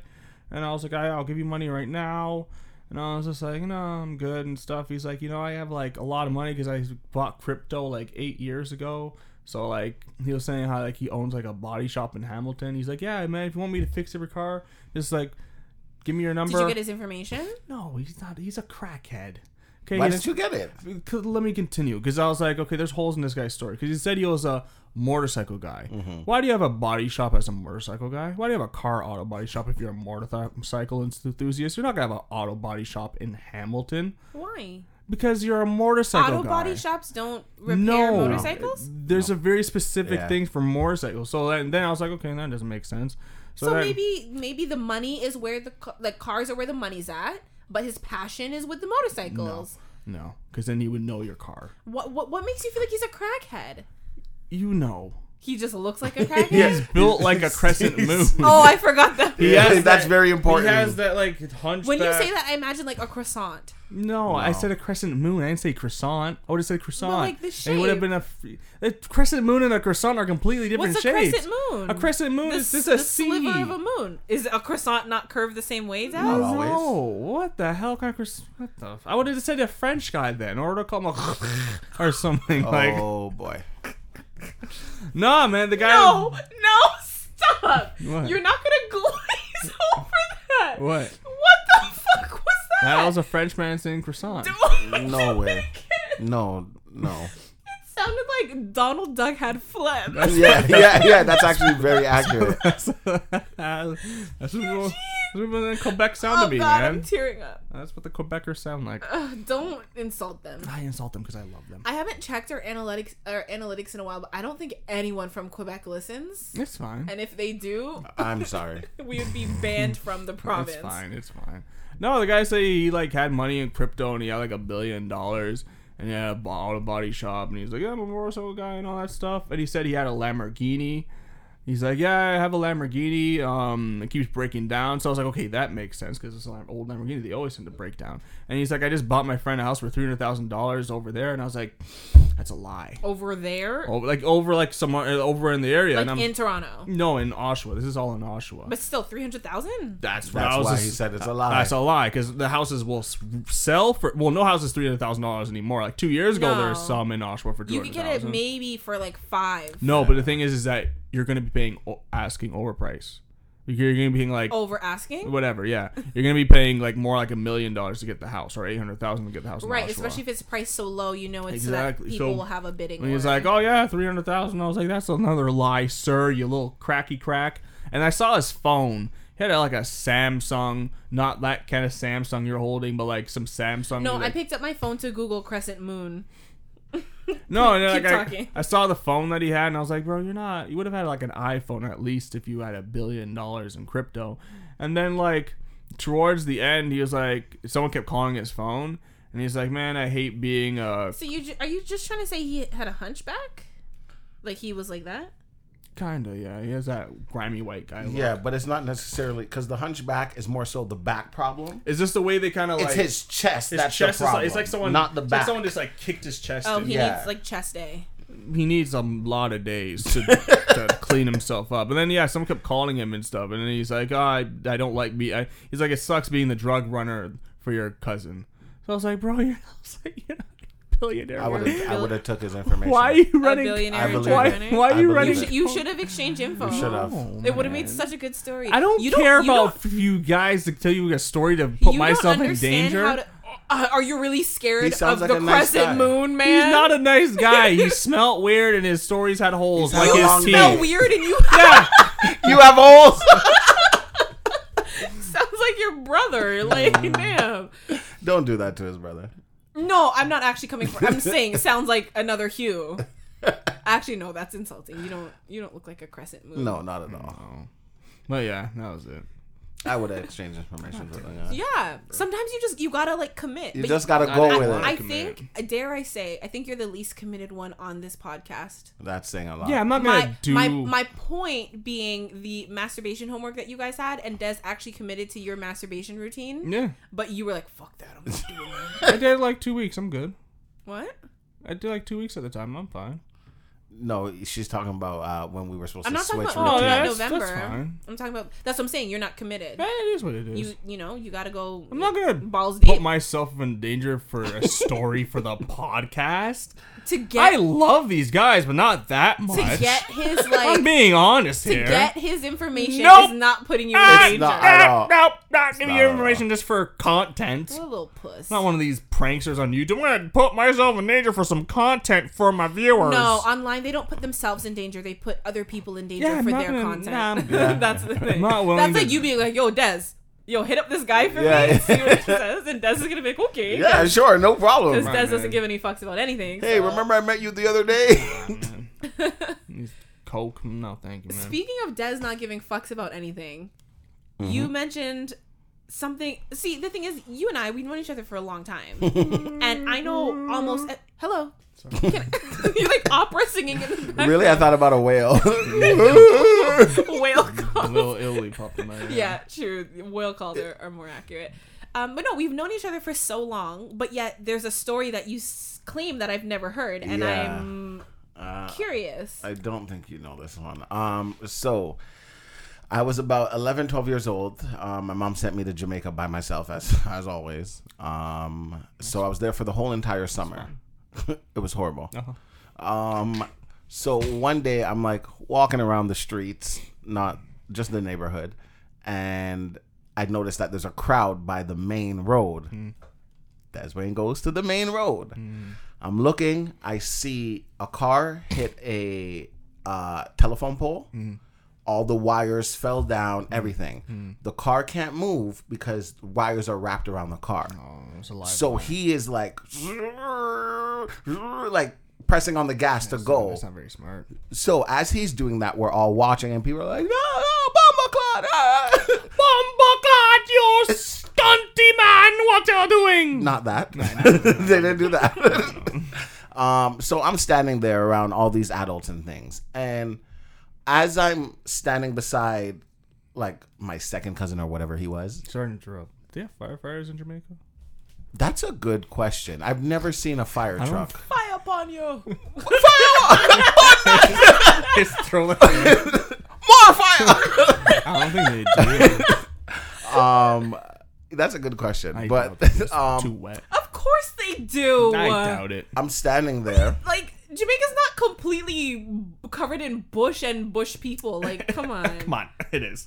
Speaker 2: and I was like, I, "I'll give you money right now," and I was just like, "No, I'm good and stuff." He's like, "You know, I have like a lot of money because I bought crypto like eight years ago." So like he was saying how like he owns like a body shop in Hamilton. He's like, "Yeah, man, if you want me to fix your car, just like give me your number."
Speaker 1: Did you get his information?
Speaker 2: No, he's not. He's a crackhead. Okay,
Speaker 3: Why
Speaker 2: his-
Speaker 3: didn't you get it?
Speaker 2: Cause let me continue because I was like, okay, there's holes in this guy's story because he said he was a motorcycle guy. Why do you have a body shop as a motorcycle guy? Why do you have a car auto body shop if you're a motorcycle enthusiast? You're not gonna have an auto body shop in Hamilton
Speaker 1: Why?
Speaker 2: because you're a motorcycle
Speaker 1: Auto
Speaker 2: guy.
Speaker 1: body shops don't repair
Speaker 2: no
Speaker 1: motorcycles.
Speaker 2: There's a very specific
Speaker 3: Yeah.
Speaker 2: thing for motorcycles. So then, then I was like, okay, that doesn't make sense. So,
Speaker 1: So
Speaker 2: that-
Speaker 1: maybe maybe the money is where the ca- like cars are where the money's at, but his passion is with the motorcycles.
Speaker 2: no, because then you would know your car.
Speaker 1: What what what makes you feel like he's a crackhead?
Speaker 2: You know,
Speaker 1: He just looks like a crackhead.
Speaker 2: he's built like a crescent moon.
Speaker 1: Oh, I forgot that.
Speaker 2: He has
Speaker 3: that's
Speaker 2: that-
Speaker 3: very important.
Speaker 2: He has that like hunchback.
Speaker 1: When you say that, I imagine like a croissant.
Speaker 2: No, I said a crescent moon. I didn't say croissant. I would have said croissant.
Speaker 1: like, the
Speaker 2: And it would have
Speaker 1: shape.
Speaker 2: been a, f- a crescent moon and a croissant are completely different
Speaker 1: What's a
Speaker 2: shapes.
Speaker 1: crescent moon?
Speaker 2: A crescent moon
Speaker 1: The
Speaker 2: is
Speaker 1: s-
Speaker 2: just a
Speaker 1: the
Speaker 2: C.
Speaker 1: sliver of a moon. Is a croissant not curved the same way, Dad?
Speaker 3: Not always.
Speaker 2: no, what the hell kind of croissant? What the? F- I would have said a French guy then, or to call him a or something like.
Speaker 3: oh boy.
Speaker 2: Nah, man, the guy.
Speaker 1: No, no, stop!
Speaker 2: What?
Speaker 1: You're not gonna glaze over that.
Speaker 2: What?
Speaker 1: What the fuck was that?
Speaker 2: That was a French man saying croissant.
Speaker 3: No way. No, no.
Speaker 1: It sounded like Donald Duck had phlegm.
Speaker 3: Yeah, yeah, yeah. That's actually very accurate.
Speaker 2: that's that's what people- that's what people in Quebec sound
Speaker 1: Oh
Speaker 2: to be,
Speaker 1: god,
Speaker 2: man.
Speaker 1: I'm tearing up.
Speaker 2: that's what the Quebecers sound like.
Speaker 1: Ugh, don't insult them.
Speaker 2: I insult them because I love them.
Speaker 1: I haven't checked our analytics our analytics in a while, but I don't think anyone from Quebec listens.
Speaker 2: It's fine.
Speaker 1: And if they do,
Speaker 3: I'm sorry.
Speaker 1: we would be banned from the province.
Speaker 2: It's fine. It's fine. No, the guy said he like had money in crypto and he had like a billion dollars and he had a bo- auto body shop and he's like, yeah, I'm a motorcycle guy and all that stuff. And he said he had a Lamborghini. He's like, yeah, I have a Lamborghini. Um, it keeps breaking down. So I was like, okay, that makes sense because it's an Lam- old Lamborghini. They always tend to break down. And he's like, I just bought my friend a house for three hundred thousand dollars over there, and I was like, that's a lie.
Speaker 1: Over there,
Speaker 2: Oh, like over like somewhere over in the area.
Speaker 1: like
Speaker 2: and I'm
Speaker 1: in Toronto.
Speaker 2: no in Oshawa. This is all in Oshawa.
Speaker 1: But still, 300,000?
Speaker 2: That's, what
Speaker 3: That's
Speaker 2: I was
Speaker 3: why
Speaker 2: just-
Speaker 3: he said it's a lie.
Speaker 2: That's a lie because the houses will s- sell for well, no house is three hundred thousand dollars anymore. Like two years ago, there were
Speaker 1: No.
Speaker 2: some in Oshawa for two
Speaker 1: You could
Speaker 2: hundred
Speaker 1: get it
Speaker 2: thousand.
Speaker 1: maybe for like five.
Speaker 2: No, but the thing is, is that you're going to be paying o- asking overprice. You're going to be paying like
Speaker 1: Over asking?
Speaker 2: whatever, yeah. You're going to be paying like more like a million dollars to get the house or eight hundred thousand to get the house. in
Speaker 1: Right,
Speaker 2: Oshawa.
Speaker 1: especially if it's priced so low, you know it's so
Speaker 2: Exactly.
Speaker 1: that people
Speaker 2: So-
Speaker 1: will have a bidding.
Speaker 2: And he's
Speaker 1: war.
Speaker 2: like, "Oh yeah, three hundred thousand. I was like, "That's another lie, sir. You little cracky crack." And I saw his phone. He had like a Samsung, not that kind of Samsung you're holding, but like some Samsung.
Speaker 1: no, I
Speaker 2: like,
Speaker 1: picked up my phone to Google Crescent Moon.
Speaker 2: No, and then,
Speaker 1: Keep
Speaker 2: like, I-
Speaker 1: talking.
Speaker 2: I, saw the phone that he had, and I was like, bro, you're not. You would have had like an iPhone at least if you had a billion dollars in crypto. And then like towards the end, he was like, someone kept calling his phone, and he's like, man, I hate being a
Speaker 1: So you ju- are you just trying to say he had a hunchback? Like he was like that?
Speaker 2: kinda yeah. He has that grimy white guy. Look.
Speaker 3: Yeah, but it's not necessarily because the hunchback is more so the back problem.
Speaker 2: Is this the way they kind of like
Speaker 3: It's his chest.
Speaker 2: his
Speaker 3: that's
Speaker 2: chest
Speaker 3: the
Speaker 2: is
Speaker 3: problem.
Speaker 2: like, it's like someone
Speaker 3: not the
Speaker 2: it's
Speaker 3: back.
Speaker 2: Like someone just like kicked his chest.
Speaker 1: Oh,
Speaker 2: in.
Speaker 1: he
Speaker 3: Yeah.
Speaker 1: needs like chest day.
Speaker 2: he needs a lot of days to, to clean himself up. And then yeah, someone kept calling him and stuff. And then he's like, oh, I I don't like be. I, he's like, it sucks being the drug runner for your cousin. So I was like, bro, you're, I was like, you're not a billionaire.
Speaker 3: I would have. I would have took his information.
Speaker 2: why are you running?
Speaker 1: a billionaire
Speaker 3: I
Speaker 1: and
Speaker 3: believe
Speaker 1: drug
Speaker 2: why,
Speaker 3: it.
Speaker 1: runner.
Speaker 2: why
Speaker 3: I
Speaker 2: are you
Speaker 3: believe
Speaker 2: running?
Speaker 3: it.
Speaker 1: You should have exchanged info.
Speaker 3: Should have.
Speaker 1: It would have made
Speaker 2: man.
Speaker 1: such a good story.
Speaker 2: I don't
Speaker 1: You
Speaker 2: care
Speaker 1: you
Speaker 2: about
Speaker 1: don't-
Speaker 2: you guys to tell you a story to put
Speaker 1: you
Speaker 2: myself
Speaker 1: don't
Speaker 2: in
Speaker 1: understand
Speaker 2: danger.
Speaker 1: how to- Uh, are you really scared
Speaker 3: He
Speaker 1: of
Speaker 3: sounds like
Speaker 1: the
Speaker 3: a nice
Speaker 1: crescent
Speaker 3: guy.
Speaker 1: moon, man?
Speaker 2: He's not a nice guy. He smelt weird, and his stories had holes
Speaker 3: He's had
Speaker 2: like
Speaker 3: a
Speaker 2: his
Speaker 3: long
Speaker 2: teeth.
Speaker 1: smell weird and you
Speaker 2: Yeah.
Speaker 3: You have holes.
Speaker 1: sounds like your brother. Like, damn.
Speaker 3: Don't do that to his brother.
Speaker 1: No, I'm not actually coming for. I'm saying sounds like another Hugh. Actually, no, that's insulting. You don't. You don't look like a crescent moon.
Speaker 3: No, not at all.
Speaker 2: But yeah, that was it.
Speaker 3: I would have exchanged information for that.
Speaker 1: Yeah. Sometimes you just you gotta like commit.
Speaker 3: You
Speaker 1: But
Speaker 3: just gotta go with
Speaker 1: I
Speaker 3: it.
Speaker 2: commit.
Speaker 1: think. Dare I say? I think you're the least committed one on this podcast.
Speaker 3: That's saying a lot.
Speaker 2: Yeah, I'm not gonna
Speaker 1: My,
Speaker 2: do.
Speaker 1: my my point being the masturbation homework that you guys had and Des actually committed to your masturbation routine,
Speaker 2: yeah,
Speaker 1: but you were like, "Fuck that!" I'm not doing that.
Speaker 2: I did like two weeks. I'm good.
Speaker 1: what?
Speaker 2: I did like two weeks at the time. I'm fine.
Speaker 3: No, she's talking about uh, when we were supposed
Speaker 1: I'm
Speaker 3: to
Speaker 1: not talking
Speaker 3: switch.
Speaker 1: about oh,
Speaker 2: routine.
Speaker 1: yeah,
Speaker 2: Yeah, that's-
Speaker 1: November.
Speaker 2: that's fine.
Speaker 1: I'm talking about that's what I'm saying. You're not committed.
Speaker 2: Eh, it is what it is.
Speaker 1: You you know you gotta go.
Speaker 2: I'm not gonna
Speaker 1: balls
Speaker 2: put
Speaker 1: deep
Speaker 2: myself in danger for a story for the podcast.
Speaker 1: to
Speaker 2: I
Speaker 1: get
Speaker 2: love these guys, but not that much.
Speaker 1: to get his
Speaker 2: I'm
Speaker 1: like
Speaker 2: being honest
Speaker 1: to
Speaker 2: here.
Speaker 1: get his information
Speaker 2: Nope.
Speaker 1: is not putting you in
Speaker 2: Ah,
Speaker 1: danger.
Speaker 3: not
Speaker 1: You're
Speaker 3: at
Speaker 2: Ah,
Speaker 3: all.
Speaker 2: Nope, not give me
Speaker 3: not
Speaker 2: your
Speaker 3: at all.
Speaker 2: information just for content.
Speaker 1: a little puss.
Speaker 2: not one of these pranksters on YouTube. I'm gonna put myself in danger for some content for my viewers.
Speaker 1: No, online they don't put themselves in danger. They put other people in danger
Speaker 2: Yeah, I'm
Speaker 1: for
Speaker 2: not
Speaker 1: their
Speaker 2: gonna-
Speaker 1: content.
Speaker 2: nah, I'm good.
Speaker 1: That's the thing.
Speaker 2: not willing
Speaker 1: That's
Speaker 2: to-
Speaker 1: like you being like, "Yo, Des, yo, hit up this guy for
Speaker 3: Yeah.
Speaker 1: me and see what he says." And Des is gonna be like, "Okay."
Speaker 3: yeah, sure, no problem.
Speaker 1: Because
Speaker 2: Right,
Speaker 1: Des doesn't
Speaker 2: man.
Speaker 1: give any fucks about anything.
Speaker 3: Hey,
Speaker 1: so-
Speaker 3: remember I met you the other day?
Speaker 2: These Coke, no, thank you, man.
Speaker 1: Speaking of Des not giving fucks about anything,
Speaker 2: Mm-hmm.
Speaker 1: you mentioned something. See, the thing is, you and I, we've known each other for a long time. and I know almost. Uh, hello. Can I- you're like opera singing in the back.
Speaker 3: really? I thought about a whale.
Speaker 1: Whale calls.
Speaker 2: Little illy popped in my head.
Speaker 1: Yeah, true. Whale calls are, are more accurate. Um, but no, we've known each other for so long, but yet there's a story that you s- claim that I've never heard, and
Speaker 3: Yeah.
Speaker 1: I'm
Speaker 3: Uh,
Speaker 1: curious.
Speaker 3: I don't think you know this one. Um, so I was about 11, 12 years old. Um, my mom sent me to Jamaica by myself, as as always. Um, so I was there for the whole entire summer. it was horrible. Um, so one day I'm like walking around the streets, not just the neighborhood, and I noticed that there's a crowd by the main road. That's when it goes to the main road. I'm looking. I see a car hit a uh, telephone pole. All the wires fell down. Everything. The car can't move because wires are wrapped around the car.
Speaker 2: Oh, it's a live
Speaker 3: So
Speaker 2: one.
Speaker 3: he is like, like pressing on the gas to go.
Speaker 2: That's not very smart.
Speaker 3: So as he's doing that, we're all watching, and people are like, no, no, bomba clot, ah."
Speaker 2: Bumbleclot, you stunty man! What are you doing?
Speaker 3: Not that. they didn't do that. um, so I'm standing there around all these adults and things. And as I'm standing beside, like, my second cousin or whatever he was,
Speaker 2: Starting to drill. Do you have firefighters in Jamaica?
Speaker 3: that's a good question. I've never seen a fire
Speaker 2: don't
Speaker 3: truck.
Speaker 1: Fire upon you.
Speaker 2: It's throwing. I
Speaker 3: More fire!
Speaker 2: don't think they do.
Speaker 3: um, that's a good question.
Speaker 2: I doubt
Speaker 3: but
Speaker 2: that it's
Speaker 3: um,
Speaker 2: too wet.
Speaker 1: of course they do.
Speaker 2: I doubt it.
Speaker 3: I'm standing there.
Speaker 1: like Jamaica's not completely covered in bush and bush people. Like, come on.
Speaker 2: Come on, it is.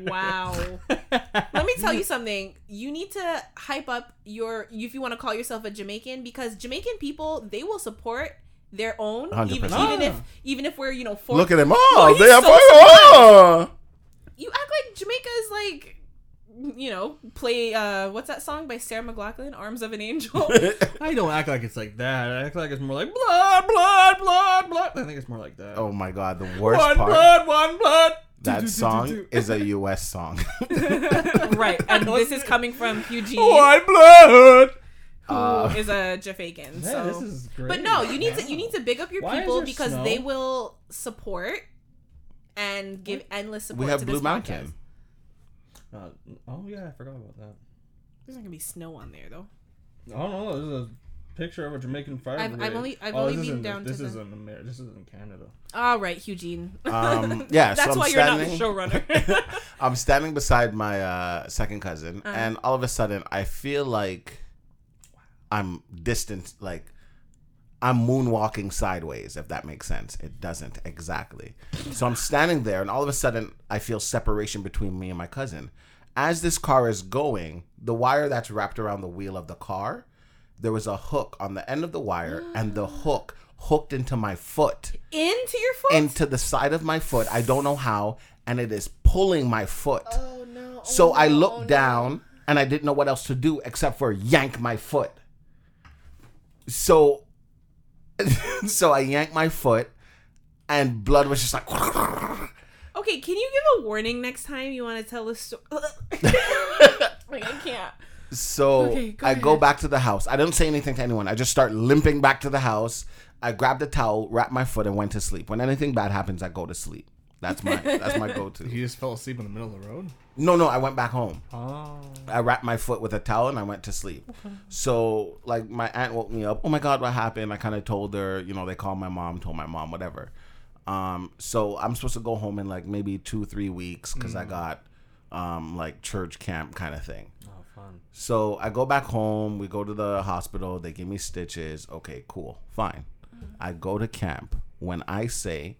Speaker 1: Wow. Let me tell you something. You need to hype up your if you want to call yourself a Jamaican because Jamaican people they will support their own
Speaker 3: 100%.
Speaker 1: even even if
Speaker 2: Ah.
Speaker 1: even if we're you know for
Speaker 3: Look at him. Oh,
Speaker 1: Well, he's
Speaker 3: they have
Speaker 1: so
Speaker 3: fire. Oh.
Speaker 1: you act like Jamaica is like you know play uh what's that song by Sarah McLaughlin Arms of an Angel
Speaker 2: I don't act like it's like that. I act like it's more like blood, blood, blood, blood. I think it's more like that.
Speaker 3: Oh my god, the worst
Speaker 2: one
Speaker 3: part.
Speaker 2: blood, one blood.
Speaker 3: That song
Speaker 2: is
Speaker 3: is a US song.
Speaker 1: right and this is coming from Eugene
Speaker 2: one blood.
Speaker 1: who
Speaker 3: Uh,
Speaker 1: is a Jamaican so
Speaker 2: Yeah, this is great.
Speaker 1: But no, you need to you need to big up your
Speaker 2: Why is
Speaker 1: people
Speaker 2: there
Speaker 1: because
Speaker 2: snow?
Speaker 1: they will support and give endless support.
Speaker 3: we have
Speaker 1: to
Speaker 3: Blue
Speaker 1: this
Speaker 3: Mountain.
Speaker 1: Podcast.
Speaker 2: Uh, oh yeah, I forgot about that.
Speaker 1: There's not gonna be snow on there though.
Speaker 2: I don't know. This is a picture of a Jamaican fire
Speaker 1: I've- I've
Speaker 2: brigade.
Speaker 1: only- I've
Speaker 2: Oh,
Speaker 1: only
Speaker 2: this
Speaker 1: been
Speaker 2: isn't-
Speaker 1: down to
Speaker 2: This
Speaker 1: the-
Speaker 2: isn't America. This isn't Canada.
Speaker 1: All right, Eugene.
Speaker 3: Um, yeah, so
Speaker 1: that's
Speaker 3: I'm
Speaker 1: why you're not
Speaker 3: standing-
Speaker 1: the showrunner. Uh-huh.
Speaker 3: I'm standing beside my uh, second cousin, and all of a sudden, I feel like I'm distant, like I'm moonwalking sideways, if that makes sense. It doesn't exactly. So I'm standing there, and all of a sudden, I feel separation between me and my cousin. As this car is going, the wire that's wrapped around the wheel of the car, there was a hook on the end of the wire, and the hook hooked into my foot
Speaker 1: Into your foot.
Speaker 3: into the side of my foot. I don't know how, and it is pulling my foot.
Speaker 1: oh no.
Speaker 3: so I looked down, and I didn't know what else to do except for yank my foot. So, so I yanked my foot, and blood was just like.
Speaker 1: Okay, can you give a warning next time you want to tell a story? like I can't.
Speaker 3: So
Speaker 1: Okay, go
Speaker 3: I go
Speaker 1: ahead.
Speaker 3: back to the house. I didn't say anything to anyone. I just start limping back to the house. I grabbed a towel, wrapped my foot, and went to sleep. When anything bad happens, I go to sleep. That's my that's my go-to.
Speaker 2: He just fell asleep in the middle of the road.
Speaker 3: No, no, I went back home.
Speaker 2: Oh.
Speaker 3: I wrapped my foot with a towel and I went to sleep. So, like, my aunt woke me up. Oh my God, what happened? I kind of told her, you know, they called my mom, told my mom, whatever. Um, so I'm supposed to go home in like maybe two, three weeks because
Speaker 2: Mm.
Speaker 3: I got um, like church camp kind of thing.
Speaker 2: Oh, fun.
Speaker 3: So I go back home. We go to the hospital. They give me stitches. Okay, cool, fine.
Speaker 2: Mm.
Speaker 3: I go to camp. When I say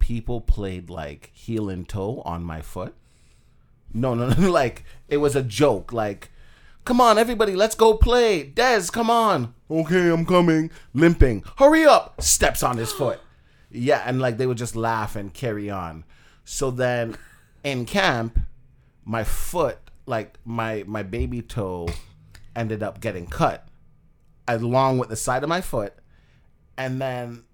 Speaker 3: people played like heel and toe on my foot, no, no, no, like it was a joke. Like, come on, everybody, let's go play. Des, come on. Okay, I'm coming. Limping. Hurry up. Steps on his foot. Yeah, and like they would just laugh and carry on. So then in camp, my foot, like my my baby toe, ended up getting cut along with the side of my foot, and then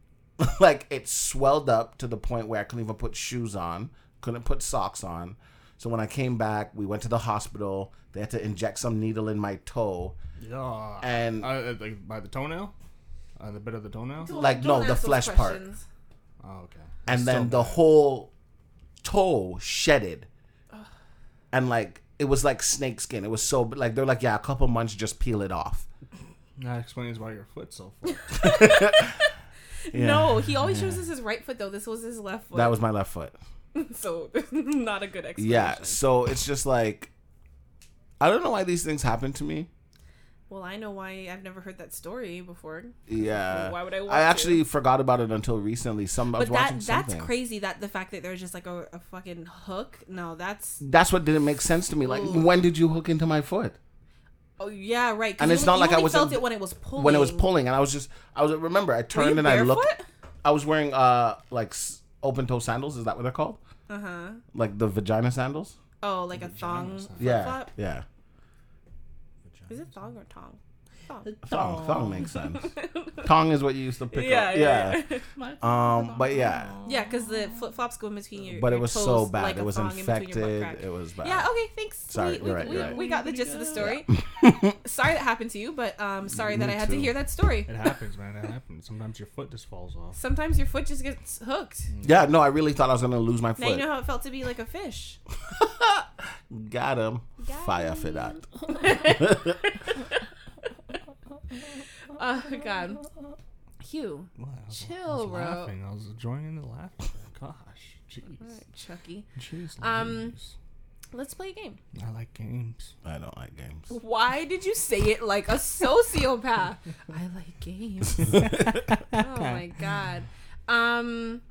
Speaker 3: like it swelled up to the point where I couldn't even put shoes on, couldn't put socks on. So when I came back, we went to the hospital. They had to inject some needle in my toe,
Speaker 2: Yeah.
Speaker 1: Oh,
Speaker 3: and
Speaker 2: Uh, like by the toenail, uh, the bit of the toenail.
Speaker 3: Like, no, the flesh part.
Speaker 2: Oh, okay.
Speaker 3: and then the whole toe shedded, and like it was like snake skin. It was so like they're like yeah, a couple months just peel it off.
Speaker 2: That explains why your foot's so full.
Speaker 3: Yeah.
Speaker 1: No, he always shows us his right foot though. This was his left foot.
Speaker 3: That was my left foot.
Speaker 1: so not a good explanation.
Speaker 3: Yeah. So it's just like I don't know why these things happen to me.
Speaker 1: Well, I know why I've never heard that story before.
Speaker 3: Yeah.
Speaker 1: Why would I want
Speaker 3: I
Speaker 1: to?
Speaker 3: actually forgot about it until recently. Some I was
Speaker 1: But
Speaker 3: watching
Speaker 1: that that's
Speaker 3: something.
Speaker 1: crazy that the fact that there's just like a, a fucking hook. No, that's
Speaker 3: That's what didn't make sense to me. Like,
Speaker 1: Ooh.
Speaker 3: when did you hook into my foot?
Speaker 1: oh yeah, right. 'cause
Speaker 3: And
Speaker 1: you
Speaker 3: it's
Speaker 1: only-
Speaker 3: not
Speaker 1: you
Speaker 3: like I
Speaker 1: only
Speaker 3: was-
Speaker 1: felt it when it was pulling.
Speaker 3: When it was pulling, and I was just, I was remember I
Speaker 1: Were you
Speaker 3: turned and I looked.
Speaker 1: barefoot?
Speaker 3: I was wearing uh like open toe sandals. Is that what they're called? Uh huh. Like the vagina sandals.
Speaker 1: Uh-huh. Oh, like a thong.
Speaker 2: sound.
Speaker 3: Yeah.
Speaker 1: flip-flop?
Speaker 3: Yeah.
Speaker 1: Is it thong or tong? Thong.
Speaker 3: Thong. Thong makes sense. Tongue is what you used to pick
Speaker 1: Yeah,
Speaker 3: up.
Speaker 1: yeah,
Speaker 3: Yeah. Um. But yeah.
Speaker 1: Yeah, because the flip flops go in between your.
Speaker 3: But it
Speaker 1: your
Speaker 3: was
Speaker 1: toes,
Speaker 3: so bad.
Speaker 1: like a
Speaker 3: it was
Speaker 1: thong in between your butt
Speaker 3: infected.
Speaker 1: crack.
Speaker 3: It was bad.
Speaker 1: Yeah. Okay. Thanks.
Speaker 3: Sorry,
Speaker 1: we, we,
Speaker 3: you're right,
Speaker 1: we,
Speaker 3: you're right.
Speaker 1: we got the gist of the story. sorry that happened to you, but um, sorry that I had to
Speaker 3: too.
Speaker 1: hear that story.
Speaker 2: It happens, man. It happens. Sometimes your foot just falls off.
Speaker 1: Sometimes your foot just gets hooked.
Speaker 3: Yeah, no, I really thought I was gonna lose my
Speaker 1: Now you
Speaker 3: Mm, foot.
Speaker 1: know how it felt to be like a fish.
Speaker 3: Got him.
Speaker 1: Got
Speaker 3: Fire for that.
Speaker 1: Oh God. Hugh,
Speaker 2: What? I was- I
Speaker 1: chill,
Speaker 2: was
Speaker 1: bro.
Speaker 2: laughing. I was joining the laughter. Gosh, jeez,
Speaker 1: Alright, Chucky.
Speaker 2: jeez.
Speaker 1: Um,
Speaker 2: Louise.
Speaker 1: Let's play a game.
Speaker 2: I like games.
Speaker 3: I don't like games.
Speaker 1: Why did you say it like a sociopath? I like games. oh my god. Um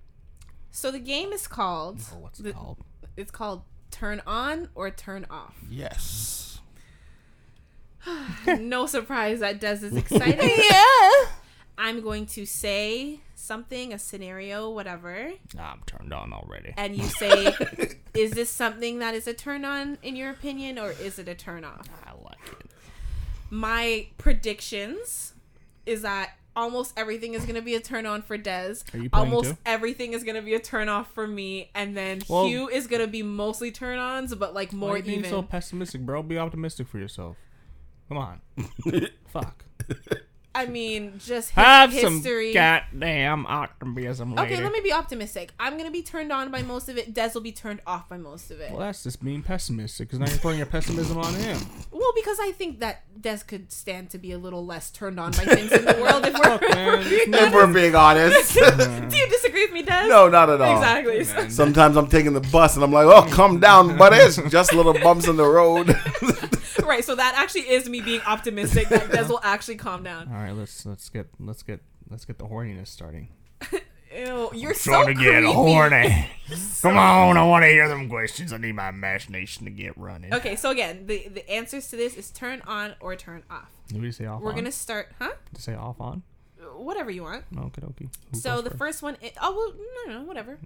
Speaker 1: so the game is called
Speaker 2: Oh, what's
Speaker 1: The-
Speaker 2: it called?
Speaker 1: it's called turn on or turn off.
Speaker 3: Yes.
Speaker 1: no surprise that Des is excited. yeah. I'm going to say something, a scenario, whatever,
Speaker 2: I'm turned on already.
Speaker 1: and you say is this something that is a turn on in your opinion or is it a turn off?
Speaker 2: I like it.
Speaker 1: my predictions is that almost everything is going to be a turn on for Des.
Speaker 2: Are you playing
Speaker 1: Almost
Speaker 2: too?
Speaker 1: everything is going to be a turn off for me, and then
Speaker 2: Well-
Speaker 1: Hugh is going to be mostly turn ons, but like
Speaker 2: Why are
Speaker 1: more
Speaker 2: you being
Speaker 1: even.
Speaker 2: so pessimistic, bro? Be optimistic for yourself. Come on. Fuck.
Speaker 1: I mean, just his
Speaker 2: Have
Speaker 1: history.
Speaker 2: some goddamn optimism later.
Speaker 1: okay, let me be optimistic. I'm going to be turned on by most of it. Des will be turned off by most of it.
Speaker 2: Well, that's just being pessimistic because now you're putting your pessimism on him.
Speaker 1: Well, because I think that Des could stand to be a little less turned on by things in the world. If we're,
Speaker 2: Oh, Man, it's not-
Speaker 3: If we're being honest.
Speaker 1: do you disagree with me, Des?
Speaker 3: no, not at all.
Speaker 1: Exactly. So-
Speaker 3: Sometimes I'm taking the bus and I'm like, oh, come down, buddy. It's just little bumps in the road.
Speaker 1: Right, so that actually is me being optimistic that Des will actually calm down.
Speaker 2: all right, let's let's get let's get let's get the horniness starting.
Speaker 1: Ew, you're so creepy.
Speaker 2: Come on, I want to hear them questions. I need my imagination to get running.
Speaker 1: Okay, so again, the the answers to this is turn on or turn off.
Speaker 2: Did we say off
Speaker 1: We're
Speaker 2: on?
Speaker 1: gonna start, huh?
Speaker 2: to say off on. Oh,
Speaker 1: Whatever you want.
Speaker 2: Okay, okay.
Speaker 1: So the first one, i oh well, no, no, whatever.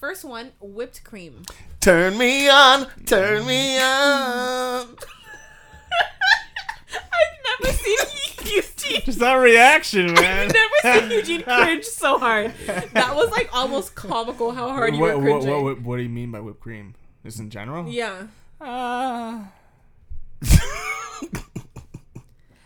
Speaker 1: First one, whipped cream.
Speaker 3: turn me on, turn me on.
Speaker 1: I've never seen Eugene.
Speaker 2: just that reaction, man.
Speaker 1: I've never seen Eugene cringe so hard. That was like almost comical how hard you were
Speaker 2: what, what,
Speaker 1: cringing.
Speaker 2: what, what, what do you mean by whipped cream? Just in general?
Speaker 1: Yeah.
Speaker 2: Uh,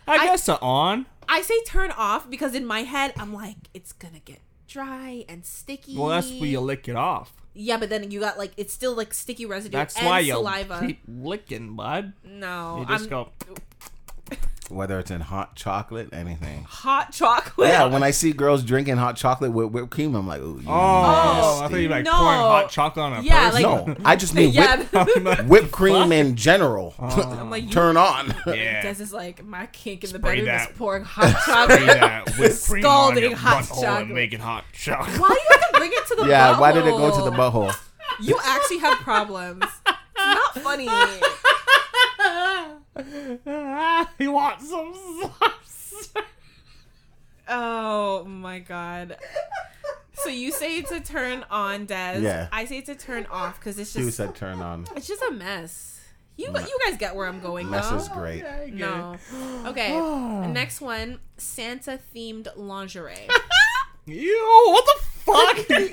Speaker 2: I guess a on.
Speaker 1: I say turn off because in my head I'm like, it's gonna get dry and sticky.
Speaker 2: Well, that's where you lick it off.
Speaker 1: Yeah, but then you got like it's still like sticky residue
Speaker 2: That's
Speaker 1: and
Speaker 2: why you
Speaker 1: saliva.
Speaker 2: keep licking, bud.
Speaker 1: no,
Speaker 2: You just
Speaker 1: I'm
Speaker 2: go. "Oh,
Speaker 3: Whether it's in hot chocolate, anything.
Speaker 1: hot chocolate.
Speaker 3: Yeah, when I see girls drinking hot chocolate with whipped cream, I'm like, ooh. you
Speaker 2: Oh, I thought
Speaker 3: nasty."
Speaker 2: you like
Speaker 1: No.
Speaker 2: pouring hot chocolate on a
Speaker 1: Yeah,
Speaker 2: person.
Speaker 3: no, I just mean
Speaker 1: yeah,
Speaker 3: whipped,
Speaker 1: but-
Speaker 3: whipped cream in general.
Speaker 2: Oh.
Speaker 1: I'm like you.
Speaker 3: Turn on.
Speaker 2: yeah.
Speaker 1: Des is like my kink in the
Speaker 2: Spray
Speaker 1: bedroom is
Speaker 2: that.
Speaker 1: pouring hot
Speaker 2: Spray
Speaker 1: chocolate.
Speaker 2: that whipped cream on
Speaker 1: Scalding
Speaker 2: your
Speaker 1: hot
Speaker 2: butthole
Speaker 1: chocolate.
Speaker 2: and make it hot chocolate.
Speaker 1: why do you have to bring it to the
Speaker 3: Yeah, why did it go to
Speaker 1: butthole?
Speaker 3: the butthole?
Speaker 1: You actually have problems. It's not funny.
Speaker 2: Ah, he wants some sauce.
Speaker 1: Oh my god. So you say it's a turn on, Des.
Speaker 3: Yeah.
Speaker 1: I say it's a turn off because it's
Speaker 3: She
Speaker 1: just
Speaker 3: said turn on.
Speaker 1: it's just a mess. You you guys get where I'm going.
Speaker 3: Mess
Speaker 1: though.
Speaker 3: is great.
Speaker 1: No. Okay.
Speaker 2: Oh.
Speaker 1: the next one, Santa themed lingerie.
Speaker 2: Ew, what the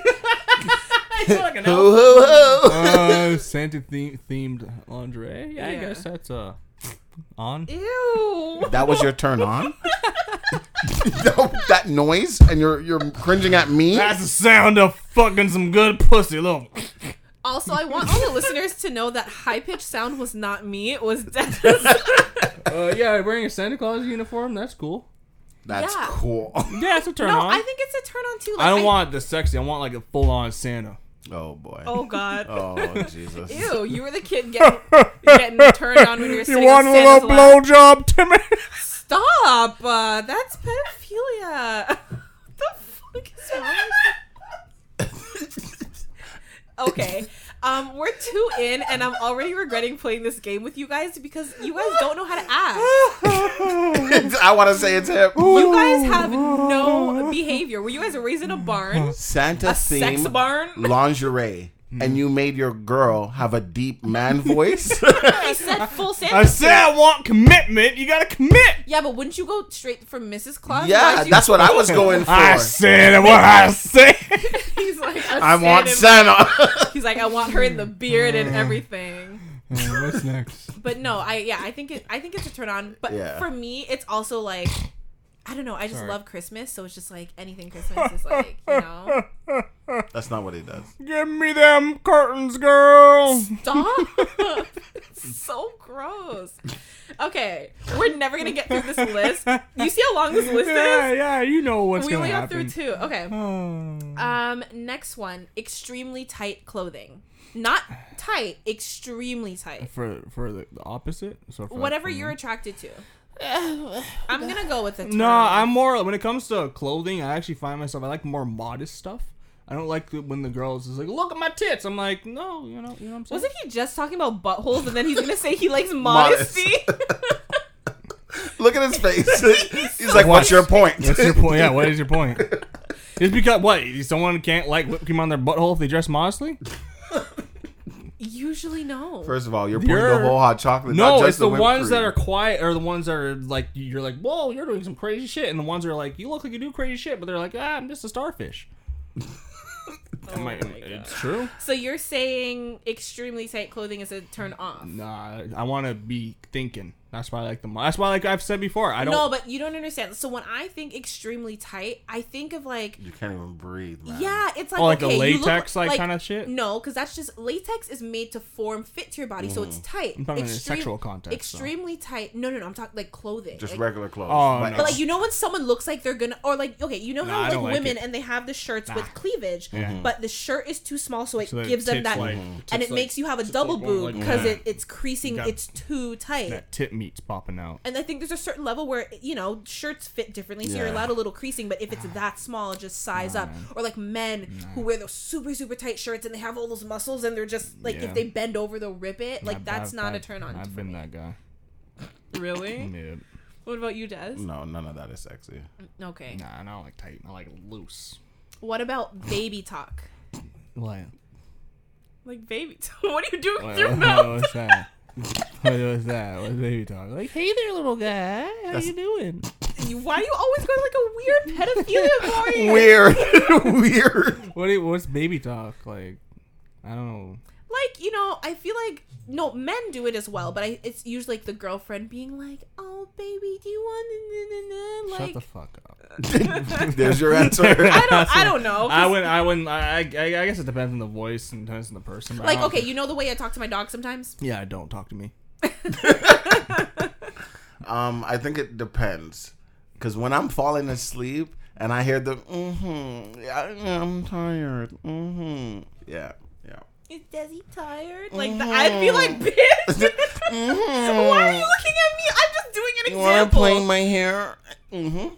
Speaker 2: fuck?
Speaker 3: Ho, ho, ho.
Speaker 2: uh, Santa theme- themed lingerie. Yeah, I
Speaker 1: Yeah.
Speaker 2: guess that's uh on.
Speaker 1: Ew.
Speaker 3: That was your turn on? No, that noise and you're you're cringing at me?
Speaker 2: That's the sound of fucking some good pussy, little.
Speaker 1: Also, I want all the listeners to know that high pitched sound was not me. It was Des.
Speaker 2: Uh, yeah, wearing a Santa Claus uniform. That's cool.
Speaker 3: That's
Speaker 1: Yeah.
Speaker 3: cool.
Speaker 2: Yeah, it's a turn
Speaker 1: no,
Speaker 2: on.
Speaker 1: I think it's a turn on too. Like,
Speaker 2: I don't want the sexy. I want like a full on Santa.
Speaker 3: Oh boy.
Speaker 1: Oh God.
Speaker 3: Oh, Jesus.
Speaker 1: Ew, you were the kid getting, getting turned on when you were sitting on Santa's lap.
Speaker 2: blowjob, Timmy?
Speaker 1: Stop! Uh, that's pedophilia. what the fuck is wrong? with you? okay, um, we're two in, and I'm already regretting playing this game with you guys because you guys don't know how to act.
Speaker 3: I want to say it's him.
Speaker 1: You guys have no behavior. Were you guys raised in a barn,
Speaker 3: Santa
Speaker 1: a sex
Speaker 3: theme
Speaker 1: barn?
Speaker 3: lingerie, and you made your girl have a deep man voice.
Speaker 1: I said full Santa.
Speaker 2: I said I want commitment. You gotta commit.
Speaker 1: yeah, but wouldn't you go straight from Mrs. Claus?
Speaker 3: yeah,
Speaker 1: Why'd you-
Speaker 3: that's what I was going for.
Speaker 2: I said what I said.
Speaker 1: he's like. a
Speaker 3: I want Mm.
Speaker 1: Santa.
Speaker 3: Santa.
Speaker 1: He's like, I want her in the beard and everything.
Speaker 2: What's next?
Speaker 1: But no, I yeah, I think it I think it's a turn on. But
Speaker 3: Yeah.
Speaker 1: for me, it's also like I don't know, I just
Speaker 2: Sorry.
Speaker 1: love Christmas, so it's just like anything Christmas is like, you know.
Speaker 3: That's not what he does.
Speaker 2: Give me them curtains, girl.
Speaker 1: Stop. It's so gross. Okay, we're never going to get through this list. You see how long this list
Speaker 2: yeah,
Speaker 1: is?
Speaker 2: yeah, you know what's
Speaker 1: we
Speaker 2: gonna
Speaker 1: only got
Speaker 2: happen.
Speaker 1: through two. Okay.
Speaker 2: Oh.
Speaker 1: Um next one, extremely tight clothing. Not tight, extremely tight.
Speaker 2: for for the, the opposite. So for like,
Speaker 1: Whatever
Speaker 2: for
Speaker 1: you're
Speaker 2: me?
Speaker 1: attracted to. I'm gonna go with the
Speaker 2: No, I'm more when it comes to clothing. I actually find myself I like more modest stuff. I don't like the, when the girls is like, look at my tits. I'm like, no, you know, you know what I'm saying.
Speaker 1: Wasn't he just talking about buttholes and then he's gonna say he likes
Speaker 3: Modest.
Speaker 1: modesty?
Speaker 3: Look at his face. He's like, "What's your point?"
Speaker 2: What's your point? Yeah, what is your point? It's because what? Someone can't like whip cream on their butthole if they dress modestly?
Speaker 1: Usually no.
Speaker 3: First of all, you're pouring
Speaker 2: You're-
Speaker 3: the whole hot chocolate. not
Speaker 2: No,
Speaker 3: just
Speaker 2: it's the,
Speaker 3: whipped
Speaker 2: ones that
Speaker 3: cream.
Speaker 2: are quiet or the ones that are like you're like, whoa, you're doing some crazy shit, and the ones that are like, you look like you do crazy shit, but they're like, ah, I'm just a starfish. Am
Speaker 3: Oh
Speaker 2: I- it's true.
Speaker 1: So you're saying extremely tight clothing is a turn off. No,
Speaker 2: Nah, I want to be thinking. That's why I like the. mo- That's why, like I've said before, I don't.
Speaker 1: but you don't understand. So when I think extremely tight, I think of like
Speaker 3: You can't even breathe, man.
Speaker 1: yeah, it's like
Speaker 2: Oh, like a
Speaker 1: okay, you look
Speaker 2: latex, like, kinda shit?
Speaker 1: No, because that's just latex is made to form fit to your body, so it's tight.
Speaker 2: I'm talking in a sexual context, though.
Speaker 1: Extremely tight. No, no, no. I'm talking like clothing.
Speaker 3: Just
Speaker 1: like,
Speaker 3: regular clothes.
Speaker 2: Oh,
Speaker 3: But
Speaker 2: no.
Speaker 1: But like you know when someone looks like they're gonna or like okay you know
Speaker 2: Nah, I
Speaker 1: how like,
Speaker 2: don't like
Speaker 1: women
Speaker 2: it.
Speaker 1: and they have the shirts
Speaker 2: Nah.
Speaker 1: with cleavage
Speaker 2: Yeah.
Speaker 1: but the shirt is too small so it
Speaker 2: So the
Speaker 1: gives them
Speaker 2: tits,
Speaker 1: that
Speaker 2: like-
Speaker 1: and
Speaker 2: tits,
Speaker 1: it
Speaker 2: like-
Speaker 1: makes you have a
Speaker 2: tits,
Speaker 1: double
Speaker 2: like, oh,
Speaker 1: boob
Speaker 2: like-
Speaker 1: because
Speaker 2: Yeah.
Speaker 1: it, it's creasing
Speaker 2: Got-
Speaker 1: it's too tight
Speaker 2: that tit meat's popping out.
Speaker 1: and I think there's a certain level where you know shirts fit differently so you're
Speaker 3: Yeah.
Speaker 1: allowed a little creasing but if it's that small just size up or like men who wear those super super tight shirts and they have all those muscles and they're just like
Speaker 2: Yeah.
Speaker 1: if they bend over they'll rip it like
Speaker 2: I've-
Speaker 1: that's
Speaker 2: I've-
Speaker 1: not a
Speaker 2: I've-
Speaker 1: turn on
Speaker 2: I've
Speaker 1: for
Speaker 2: been
Speaker 1: me.
Speaker 2: that guy.
Speaker 1: really
Speaker 2: Yeah.
Speaker 1: what about you Des
Speaker 3: no, none of that is sexy.
Speaker 1: okay
Speaker 2: Nah, I don't like tight. I like loose.
Speaker 1: what about baby talk
Speaker 2: Like.
Speaker 1: Like baby, what are you doing
Speaker 2: Wait,
Speaker 1: with your
Speaker 2: what-
Speaker 1: mouth?
Speaker 2: What's that? What was that? What's baby talk? Like, hey there, little guy. How you doing?
Speaker 1: You- Why do you always go like a weird pedophilia voice?
Speaker 3: Weird, weird.
Speaker 2: What? do you- What's baby talk like? I don't know.
Speaker 1: Like you you know, I feel like no men do it as well, but I, it's usually like the girlfriend being like, "Oh, baby, do you want?" na- na- na- na,"
Speaker 2: Shut the
Speaker 1: Like, uh,
Speaker 2: fuck up.
Speaker 3: There's your answer.
Speaker 1: I don't, I don't know. 'cause-
Speaker 2: I wouldn't. I wouldn't. I, I, I guess it depends on the voice and depends on the person. but I
Speaker 1: like,
Speaker 2: don't-
Speaker 1: okay, you know the way I talk to my dog sometimes.
Speaker 2: Yeah, don't talk to me.
Speaker 3: Um, I think it depends, because when I'm falling asleep and I hear the mm-hmm, yeah, yeah, I'm tired. Mm-hmm. Yeah, yeah.
Speaker 1: Is Desi tired? Like, the, I'd be like, "Bitch,
Speaker 3: Mm-hmm.
Speaker 1: why are you looking at me? I'm just doing an
Speaker 3: You want to
Speaker 1: example."
Speaker 3: play my hair? Mm-hmm.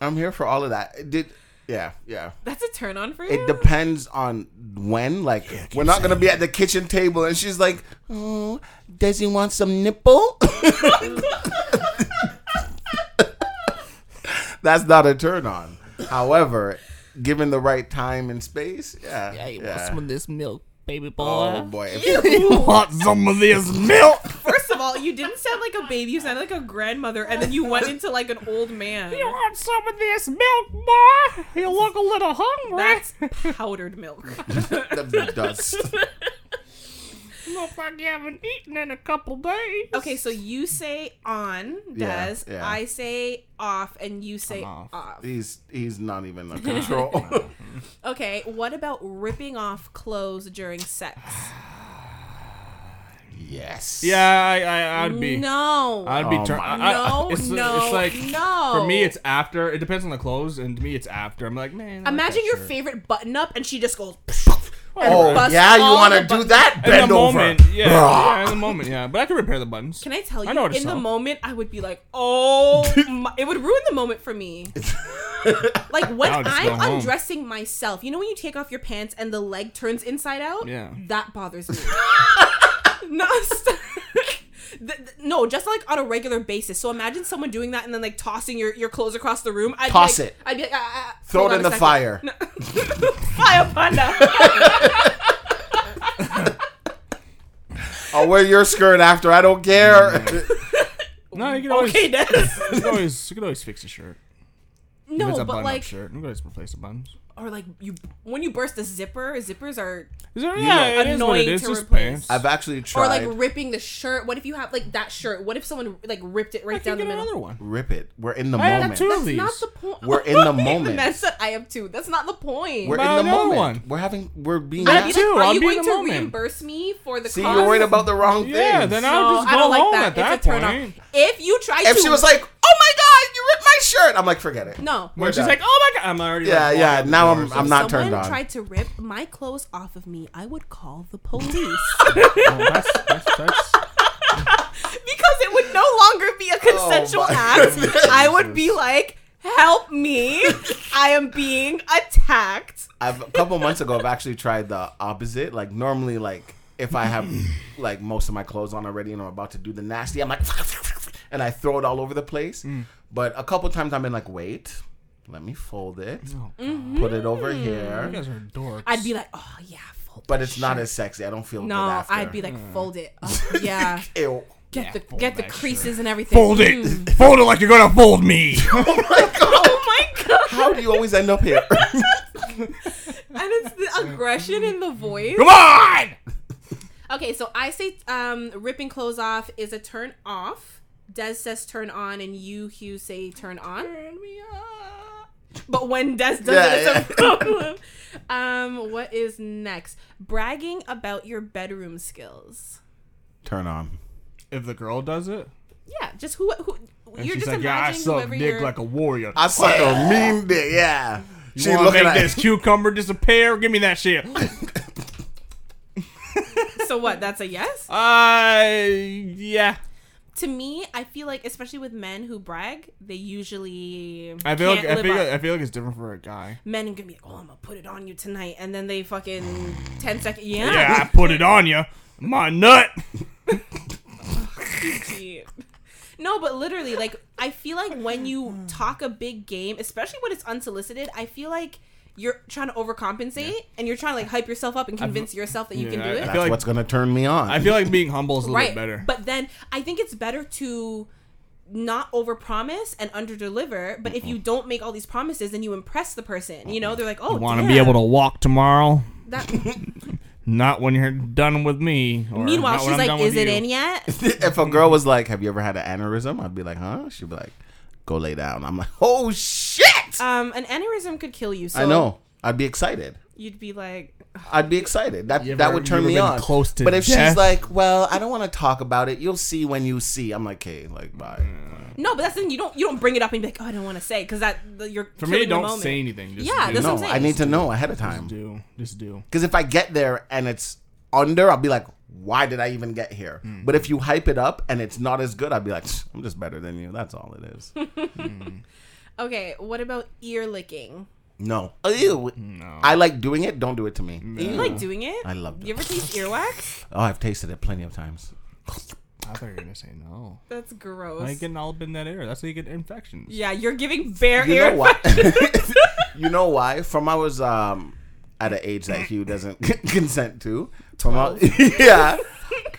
Speaker 3: I'm here for all of that. It did. Yeah, yeah.
Speaker 1: That's a turn on for you.
Speaker 3: It depends on when. Like, we're not gonna be at the kitchen table, and she's like, "Oh, Desi wants some nipple." That's not a turn on. However, given the right time and space, yeah, yeah.
Speaker 4: this milk, baby boy.
Speaker 3: Oh boy, if
Speaker 2: want some of this milk?
Speaker 1: First of all, you didn't sound like a baby. You sounded like a grandmother, and then you went into like an old man.
Speaker 4: want some of this milk, boy? You look a little hungry.
Speaker 1: That's powdered milk.
Speaker 3: the dust.
Speaker 4: look like you haven't eaten in a couple days.
Speaker 1: Okay, so you say on,
Speaker 3: Yeah,
Speaker 1: does
Speaker 3: yeah.
Speaker 1: I say off, and you say
Speaker 2: I'm
Speaker 1: off.
Speaker 2: off.
Speaker 3: He's he's not even a control.
Speaker 1: Okay, what about ripping off clothes during sex?
Speaker 3: yes.
Speaker 2: Yeah, I, I, I'd be.
Speaker 1: No.
Speaker 2: I'd be
Speaker 3: Oh
Speaker 2: turned.
Speaker 3: my-
Speaker 1: no,
Speaker 2: it's,
Speaker 1: no,
Speaker 2: it's like
Speaker 1: no.
Speaker 2: for me, it's after. It depends on the clothes, and to me, it's after. I'm like, man. I like
Speaker 1: Imagine
Speaker 2: that
Speaker 1: your
Speaker 2: shirt.
Speaker 1: favorite button up, and she just goes.
Speaker 3: Oh
Speaker 1: Bust
Speaker 3: yeah, you
Speaker 1: all
Speaker 3: want
Speaker 1: the
Speaker 3: to do
Speaker 1: buttons.
Speaker 3: that?
Speaker 2: in
Speaker 3: Bend
Speaker 2: the
Speaker 3: over.
Speaker 2: moment. Yeah, yeah, in the moment. Yeah, but I can repair the buttons.
Speaker 1: Can I tell you?
Speaker 2: I know what
Speaker 1: in
Speaker 2: it's
Speaker 1: the
Speaker 2: on.
Speaker 1: moment, I would be like, "Oh, my, it would ruin the moment for me." like when
Speaker 2: I'll just go
Speaker 1: I'm
Speaker 2: home.
Speaker 1: undressing myself, you know, when you take off your pants and the leg turns inside out.
Speaker 2: Yeah.
Speaker 1: that bothers me. no, st- Th- th- no, just like on a regular basis. So imagine someone doing that and then like tossing your, your clothes across the room. I'd
Speaker 3: Toss
Speaker 1: be like,
Speaker 3: it.
Speaker 1: I'd be like, ah, ah, ah,
Speaker 3: Throw
Speaker 1: hold
Speaker 3: it
Speaker 1: on
Speaker 3: in
Speaker 1: a
Speaker 3: the
Speaker 1: second.
Speaker 3: fire.
Speaker 1: Fire panda.
Speaker 3: I'll Oh, wear your skirt after. I don't care.
Speaker 2: No, you can always.
Speaker 1: okay, Des.
Speaker 2: You can always, you can always fix a shirt. if it's
Speaker 1: No,
Speaker 2: a
Speaker 1: but
Speaker 2: button-up
Speaker 1: like,
Speaker 2: shirt, you can always replace the buttons.
Speaker 1: or like you when you burst a zipper, zippers are
Speaker 2: Is there, yeah, it is what it
Speaker 1: annoying
Speaker 2: is.
Speaker 1: to
Speaker 2: Just
Speaker 1: replace.
Speaker 2: pants.
Speaker 3: I've actually
Speaker 1: or
Speaker 3: tried.
Speaker 1: like ripping the shirt. What if you have like that shirt? What if someone like ripped it right
Speaker 2: I
Speaker 1: down
Speaker 2: can
Speaker 1: the
Speaker 2: get
Speaker 1: middle?
Speaker 2: another one.
Speaker 3: Rip it. We're in the
Speaker 2: I have
Speaker 3: moment.
Speaker 2: two.
Speaker 1: That's not
Speaker 2: Please.
Speaker 1: the point.
Speaker 3: We're in the
Speaker 1: The
Speaker 3: moment.
Speaker 1: man said I have two. That's not the point.
Speaker 3: We're
Speaker 1: I'd
Speaker 3: in
Speaker 2: Buy
Speaker 3: the
Speaker 2: another
Speaker 3: moment.
Speaker 2: one.
Speaker 3: We're having. We're being.
Speaker 1: be
Speaker 2: I
Speaker 1: like,
Speaker 2: have two.
Speaker 1: Are
Speaker 2: I'll
Speaker 1: you
Speaker 2: be in
Speaker 1: going to
Speaker 2: the moment.
Speaker 1: reimburse me for the
Speaker 3: See,
Speaker 1: cost?
Speaker 3: you're worried about the wrong thing.
Speaker 2: Yeah, then
Speaker 1: No,
Speaker 2: I'll just
Speaker 1: I
Speaker 2: go
Speaker 1: don't like
Speaker 2: home
Speaker 1: that.
Speaker 2: at that
Speaker 1: it's a turn off.
Speaker 2: point.
Speaker 1: If you try
Speaker 3: If
Speaker 1: to,
Speaker 3: she was like, "Oh my god, you ripped my shirt," I'm like, "Forget it."
Speaker 1: no,
Speaker 2: When she's
Speaker 3: done.
Speaker 2: like, "Oh my god," I'm already.
Speaker 3: Yeah,
Speaker 2: like,
Speaker 3: yeah.
Speaker 2: walking
Speaker 3: Now
Speaker 2: towards
Speaker 3: I'm.
Speaker 2: it.
Speaker 3: I'm not
Speaker 1: someone
Speaker 3: turned on.
Speaker 1: tried to rip my clothes off of me, I would call the police
Speaker 2: Oh, that's, that's, that's,
Speaker 1: because it would no longer be a consensual
Speaker 3: my
Speaker 1: act.
Speaker 3: goodness.
Speaker 1: I would be like, "Help me! I am being attacked."
Speaker 3: I've a couple months ago. I've actually tried the opposite. Like normally, like if I have like most of my clothes on already and I'm about to do the nasty, I'm like, and I throw it all over the place.
Speaker 2: Mm.
Speaker 3: But a couple times I've been like, wait, let me fold it,
Speaker 2: Oh,
Speaker 1: Mm-hmm.
Speaker 3: put it over
Speaker 2: you
Speaker 3: here.
Speaker 2: guys are dorks.
Speaker 1: I'd be like, "Oh yeah, fold."
Speaker 3: But it's not as sexy. I don't feel
Speaker 1: No,
Speaker 3: good after.
Speaker 1: I'd be like, fold it. up. yeah,
Speaker 3: Ew.
Speaker 1: get the
Speaker 2: Hmm. fold
Speaker 1: get the
Speaker 2: that
Speaker 1: creases and everything. Mm.
Speaker 2: fold it like you're gonna fold me.
Speaker 3: Oh my god.
Speaker 1: Oh my god!
Speaker 3: How do you always end up here?
Speaker 1: And it's the aggression in the voice.
Speaker 2: Come on.
Speaker 1: Okay, so I say um, ripping clothes off is a turn off. Des says turn on, and you, Hugh, say turn on. But when Des does
Speaker 3: Yeah,
Speaker 1: it, it's
Speaker 3: yeah.
Speaker 1: a problem. um, what is next? Bragging about your bedroom skills.
Speaker 3: Turn on.
Speaker 2: If the girl does it,
Speaker 1: Yeah, just who, who
Speaker 2: and
Speaker 1: you're
Speaker 2: she's
Speaker 1: just
Speaker 2: like,
Speaker 1: imagining
Speaker 2: "Yeah, I suck
Speaker 1: whoever
Speaker 2: dick
Speaker 1: you're.
Speaker 2: like a warrior."
Speaker 3: I suck a mean dick. Yeah.
Speaker 2: You wanna make this cucumber disappear? Give me that shit. Uh,
Speaker 1: so what? That's a yes.
Speaker 2: Uh, yeah.
Speaker 1: to me, I feel like, especially with men who brag, they usually
Speaker 2: I feel like
Speaker 1: can't
Speaker 2: I
Speaker 1: live
Speaker 2: feel
Speaker 1: up.
Speaker 2: like, I feel like it's different for a guy.
Speaker 1: men are gonna be like, "Oh, I'm gonna put it on you tonight," and then they fucking ten second, yeah,
Speaker 2: Yeah, I put it on you. My nut.
Speaker 1: cheap. No, but literally, like I feel like when you talk a big game, especially when it's unsolicited, I feel like you're trying to overcompensate and you're trying to like hype yourself up and convince yourself that you can
Speaker 2: Yeah,
Speaker 1: do
Speaker 2: I-
Speaker 1: it.
Speaker 2: I
Speaker 3: That's
Speaker 2: feel like-
Speaker 3: what's gonna turn me on.
Speaker 2: I feel like being humble is a little
Speaker 1: right.
Speaker 2: bit better.
Speaker 1: But then I think it's better to not overpromise and underdeliver. But if you don't make all these promises, then you impress the person. You know, they're like, "Oh,
Speaker 2: Want to
Speaker 1: damn,
Speaker 2: be able to walk tomorrow?
Speaker 1: that
Speaker 2: Not when you're done with me. Or
Speaker 1: Meanwhile,
Speaker 2: "Not when
Speaker 1: she's
Speaker 2: I'm
Speaker 1: like,
Speaker 2: done with
Speaker 1: "Is it
Speaker 2: you."
Speaker 1: in yet?"
Speaker 3: if a girl was like, "Have you ever had an aneurysm?" I'd be like, "Huh?" She'd be like, "Go lay down." I'm like, "Oh shit!"
Speaker 1: Um, an aneurysm could kill you. So
Speaker 3: I know. I'd be excited.
Speaker 1: You'd be like,
Speaker 3: I'd be excited. That
Speaker 2: You
Speaker 3: that
Speaker 2: ever-
Speaker 3: would
Speaker 2: you
Speaker 3: turn
Speaker 2: ever
Speaker 3: me
Speaker 2: been
Speaker 3: on.
Speaker 2: close to
Speaker 3: but if
Speaker 2: death?
Speaker 3: she's like, "Well, I don't want to talk about it. You'll see when you see." I'm like, "Okay, like bye."
Speaker 1: no, but that's the thing. You don't you don't bring it up and be like, "Oh, I don't want to say," because that the, you're
Speaker 2: For
Speaker 1: killing
Speaker 2: me,
Speaker 1: the
Speaker 2: don't
Speaker 1: moment.
Speaker 2: say anything. Just
Speaker 1: Yeah,
Speaker 2: do.
Speaker 1: that's what I'm
Speaker 3: No,
Speaker 1: saying.
Speaker 3: I need to know ahead of time.
Speaker 2: Just do. Just do.
Speaker 3: Because if I get there and it's under, I'll be like, why did I even get here?
Speaker 4: Hmm.
Speaker 3: But if you hype it up and it's not as good, I'll be like, I'm just better than you. That's all it is.
Speaker 1: Okay, what about ear licking?
Speaker 3: no. Ew. I like doing it. Don't do it to me.
Speaker 4: Mm.
Speaker 1: You like doing it?
Speaker 3: I love
Speaker 1: You ever taste earwax?
Speaker 3: Oh, I've tasted it plenty of times.
Speaker 2: I thought you were gonna say no.
Speaker 1: That's gross.
Speaker 2: Like getting all up in that air. That's how you get infections.
Speaker 1: yeah, you're giving bare
Speaker 3: You
Speaker 1: ear.
Speaker 3: know why? you know why? From I was um at an age that Hugh doesn't consent to. From I, yeah.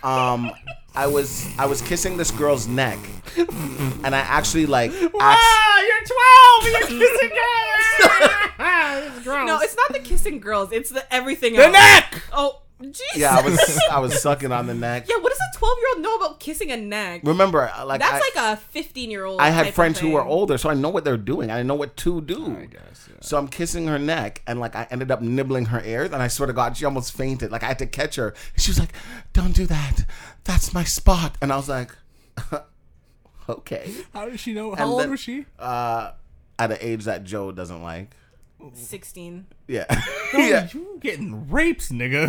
Speaker 3: Um I was I was kissing this girl's neck and I actually like asked
Speaker 4: Ah, you're 12 and you're kissing girls. it's gross.
Speaker 1: No, it's not the kissing girls. It's the everything.
Speaker 2: The
Speaker 1: else.
Speaker 2: neck.
Speaker 1: Oh, jeez.
Speaker 3: Yeah, I was I was sucking on the neck.
Speaker 1: yeah. What does a twelve-year-old know about kissing a neck?
Speaker 3: Remember, like
Speaker 1: That's
Speaker 3: I,
Speaker 1: like a fifteen-year-old.
Speaker 3: I
Speaker 1: type
Speaker 3: had
Speaker 1: of
Speaker 3: friends who were
Speaker 1: thing.
Speaker 3: older, so I know what they're doing. I know what to do.
Speaker 2: I guess. Yeah.
Speaker 3: So I'm kissing her neck, and like I ended up nibbling her ears, and I swear to God, she almost fainted. Like I had to catch her. She was like, "Don't do that. That's my spot." And I was like, "Okay."
Speaker 2: How did she know? How
Speaker 3: And
Speaker 2: old
Speaker 3: then-
Speaker 2: was she?
Speaker 3: Uh, at an age that Joe doesn't like.
Speaker 1: Sixteen.
Speaker 3: Yeah.
Speaker 2: Oh,
Speaker 3: yeah.
Speaker 2: You getting rapes, nigga?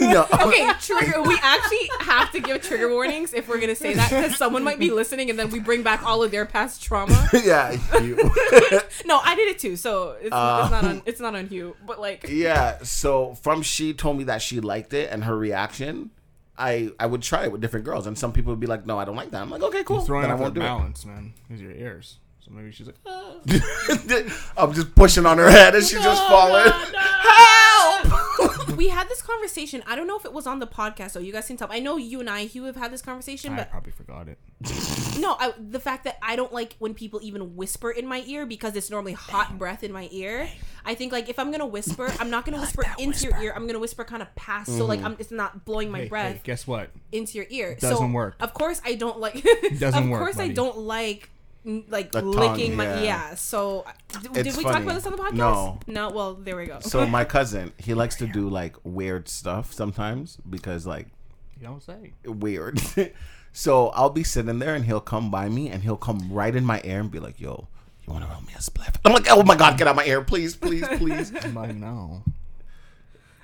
Speaker 3: No.
Speaker 1: Okay, trigger. We actually have to give trigger warnings if we're gonna say that because someone might be listening, and then we bring back all of their past trauma.
Speaker 3: yeah. You.
Speaker 1: No, I did it too, so it's,
Speaker 2: Uh.
Speaker 1: it's not on. It's not on you, but like.
Speaker 3: yeah so from she told me that she liked it and her reaction i i would try it with different girls and some people would be like no i don't like that i'm like okay cool
Speaker 2: You're throwing
Speaker 3: then i
Speaker 2: off her
Speaker 3: won't do
Speaker 2: balance, man. Is your ears. So maybe she's like, "Ah."
Speaker 3: it i'm just pushing on her head and she just falling help
Speaker 1: We had this conversation. I don't know if it was on the podcast, so you guys can tell. I know you and I, Hugh, have had this conversation,
Speaker 2: I
Speaker 1: but
Speaker 2: probably forgot it.
Speaker 1: No, I, the fact that I don't like when people even whisper in my ear because it's normally hot breath in my ear. I think like if I'm gonna whisper, I'm not gonna whisper into your ear. I'm gonna whisper kind of past, so like I'm, it's not blowing my
Speaker 2: Mm-hmm. Hey, hey,
Speaker 1: breath
Speaker 2: guess what?
Speaker 1: into your ear. so,
Speaker 2: Doesn't work.
Speaker 1: Of course, I don't like.
Speaker 2: Doesn't
Speaker 1: of
Speaker 2: work,
Speaker 1: course, I
Speaker 2: buddy.
Speaker 1: don't like n- like
Speaker 3: The tongue,
Speaker 1: licking my
Speaker 3: yeah.
Speaker 1: yeah. So d- did
Speaker 3: It's
Speaker 1: we talk
Speaker 3: funny.
Speaker 1: about this on the podcast?
Speaker 3: No.
Speaker 1: No. Well, there we go.
Speaker 3: so my cousin he likes to do like weird stuff sometimes because like
Speaker 2: You don't say.
Speaker 3: weird so i'll be sitting there and he'll come by me and he'll come right in my ear and be like yo you want to roll me a spliff? I'm like, oh my god, get out my ear, please, please, please.
Speaker 2: I'm like, no.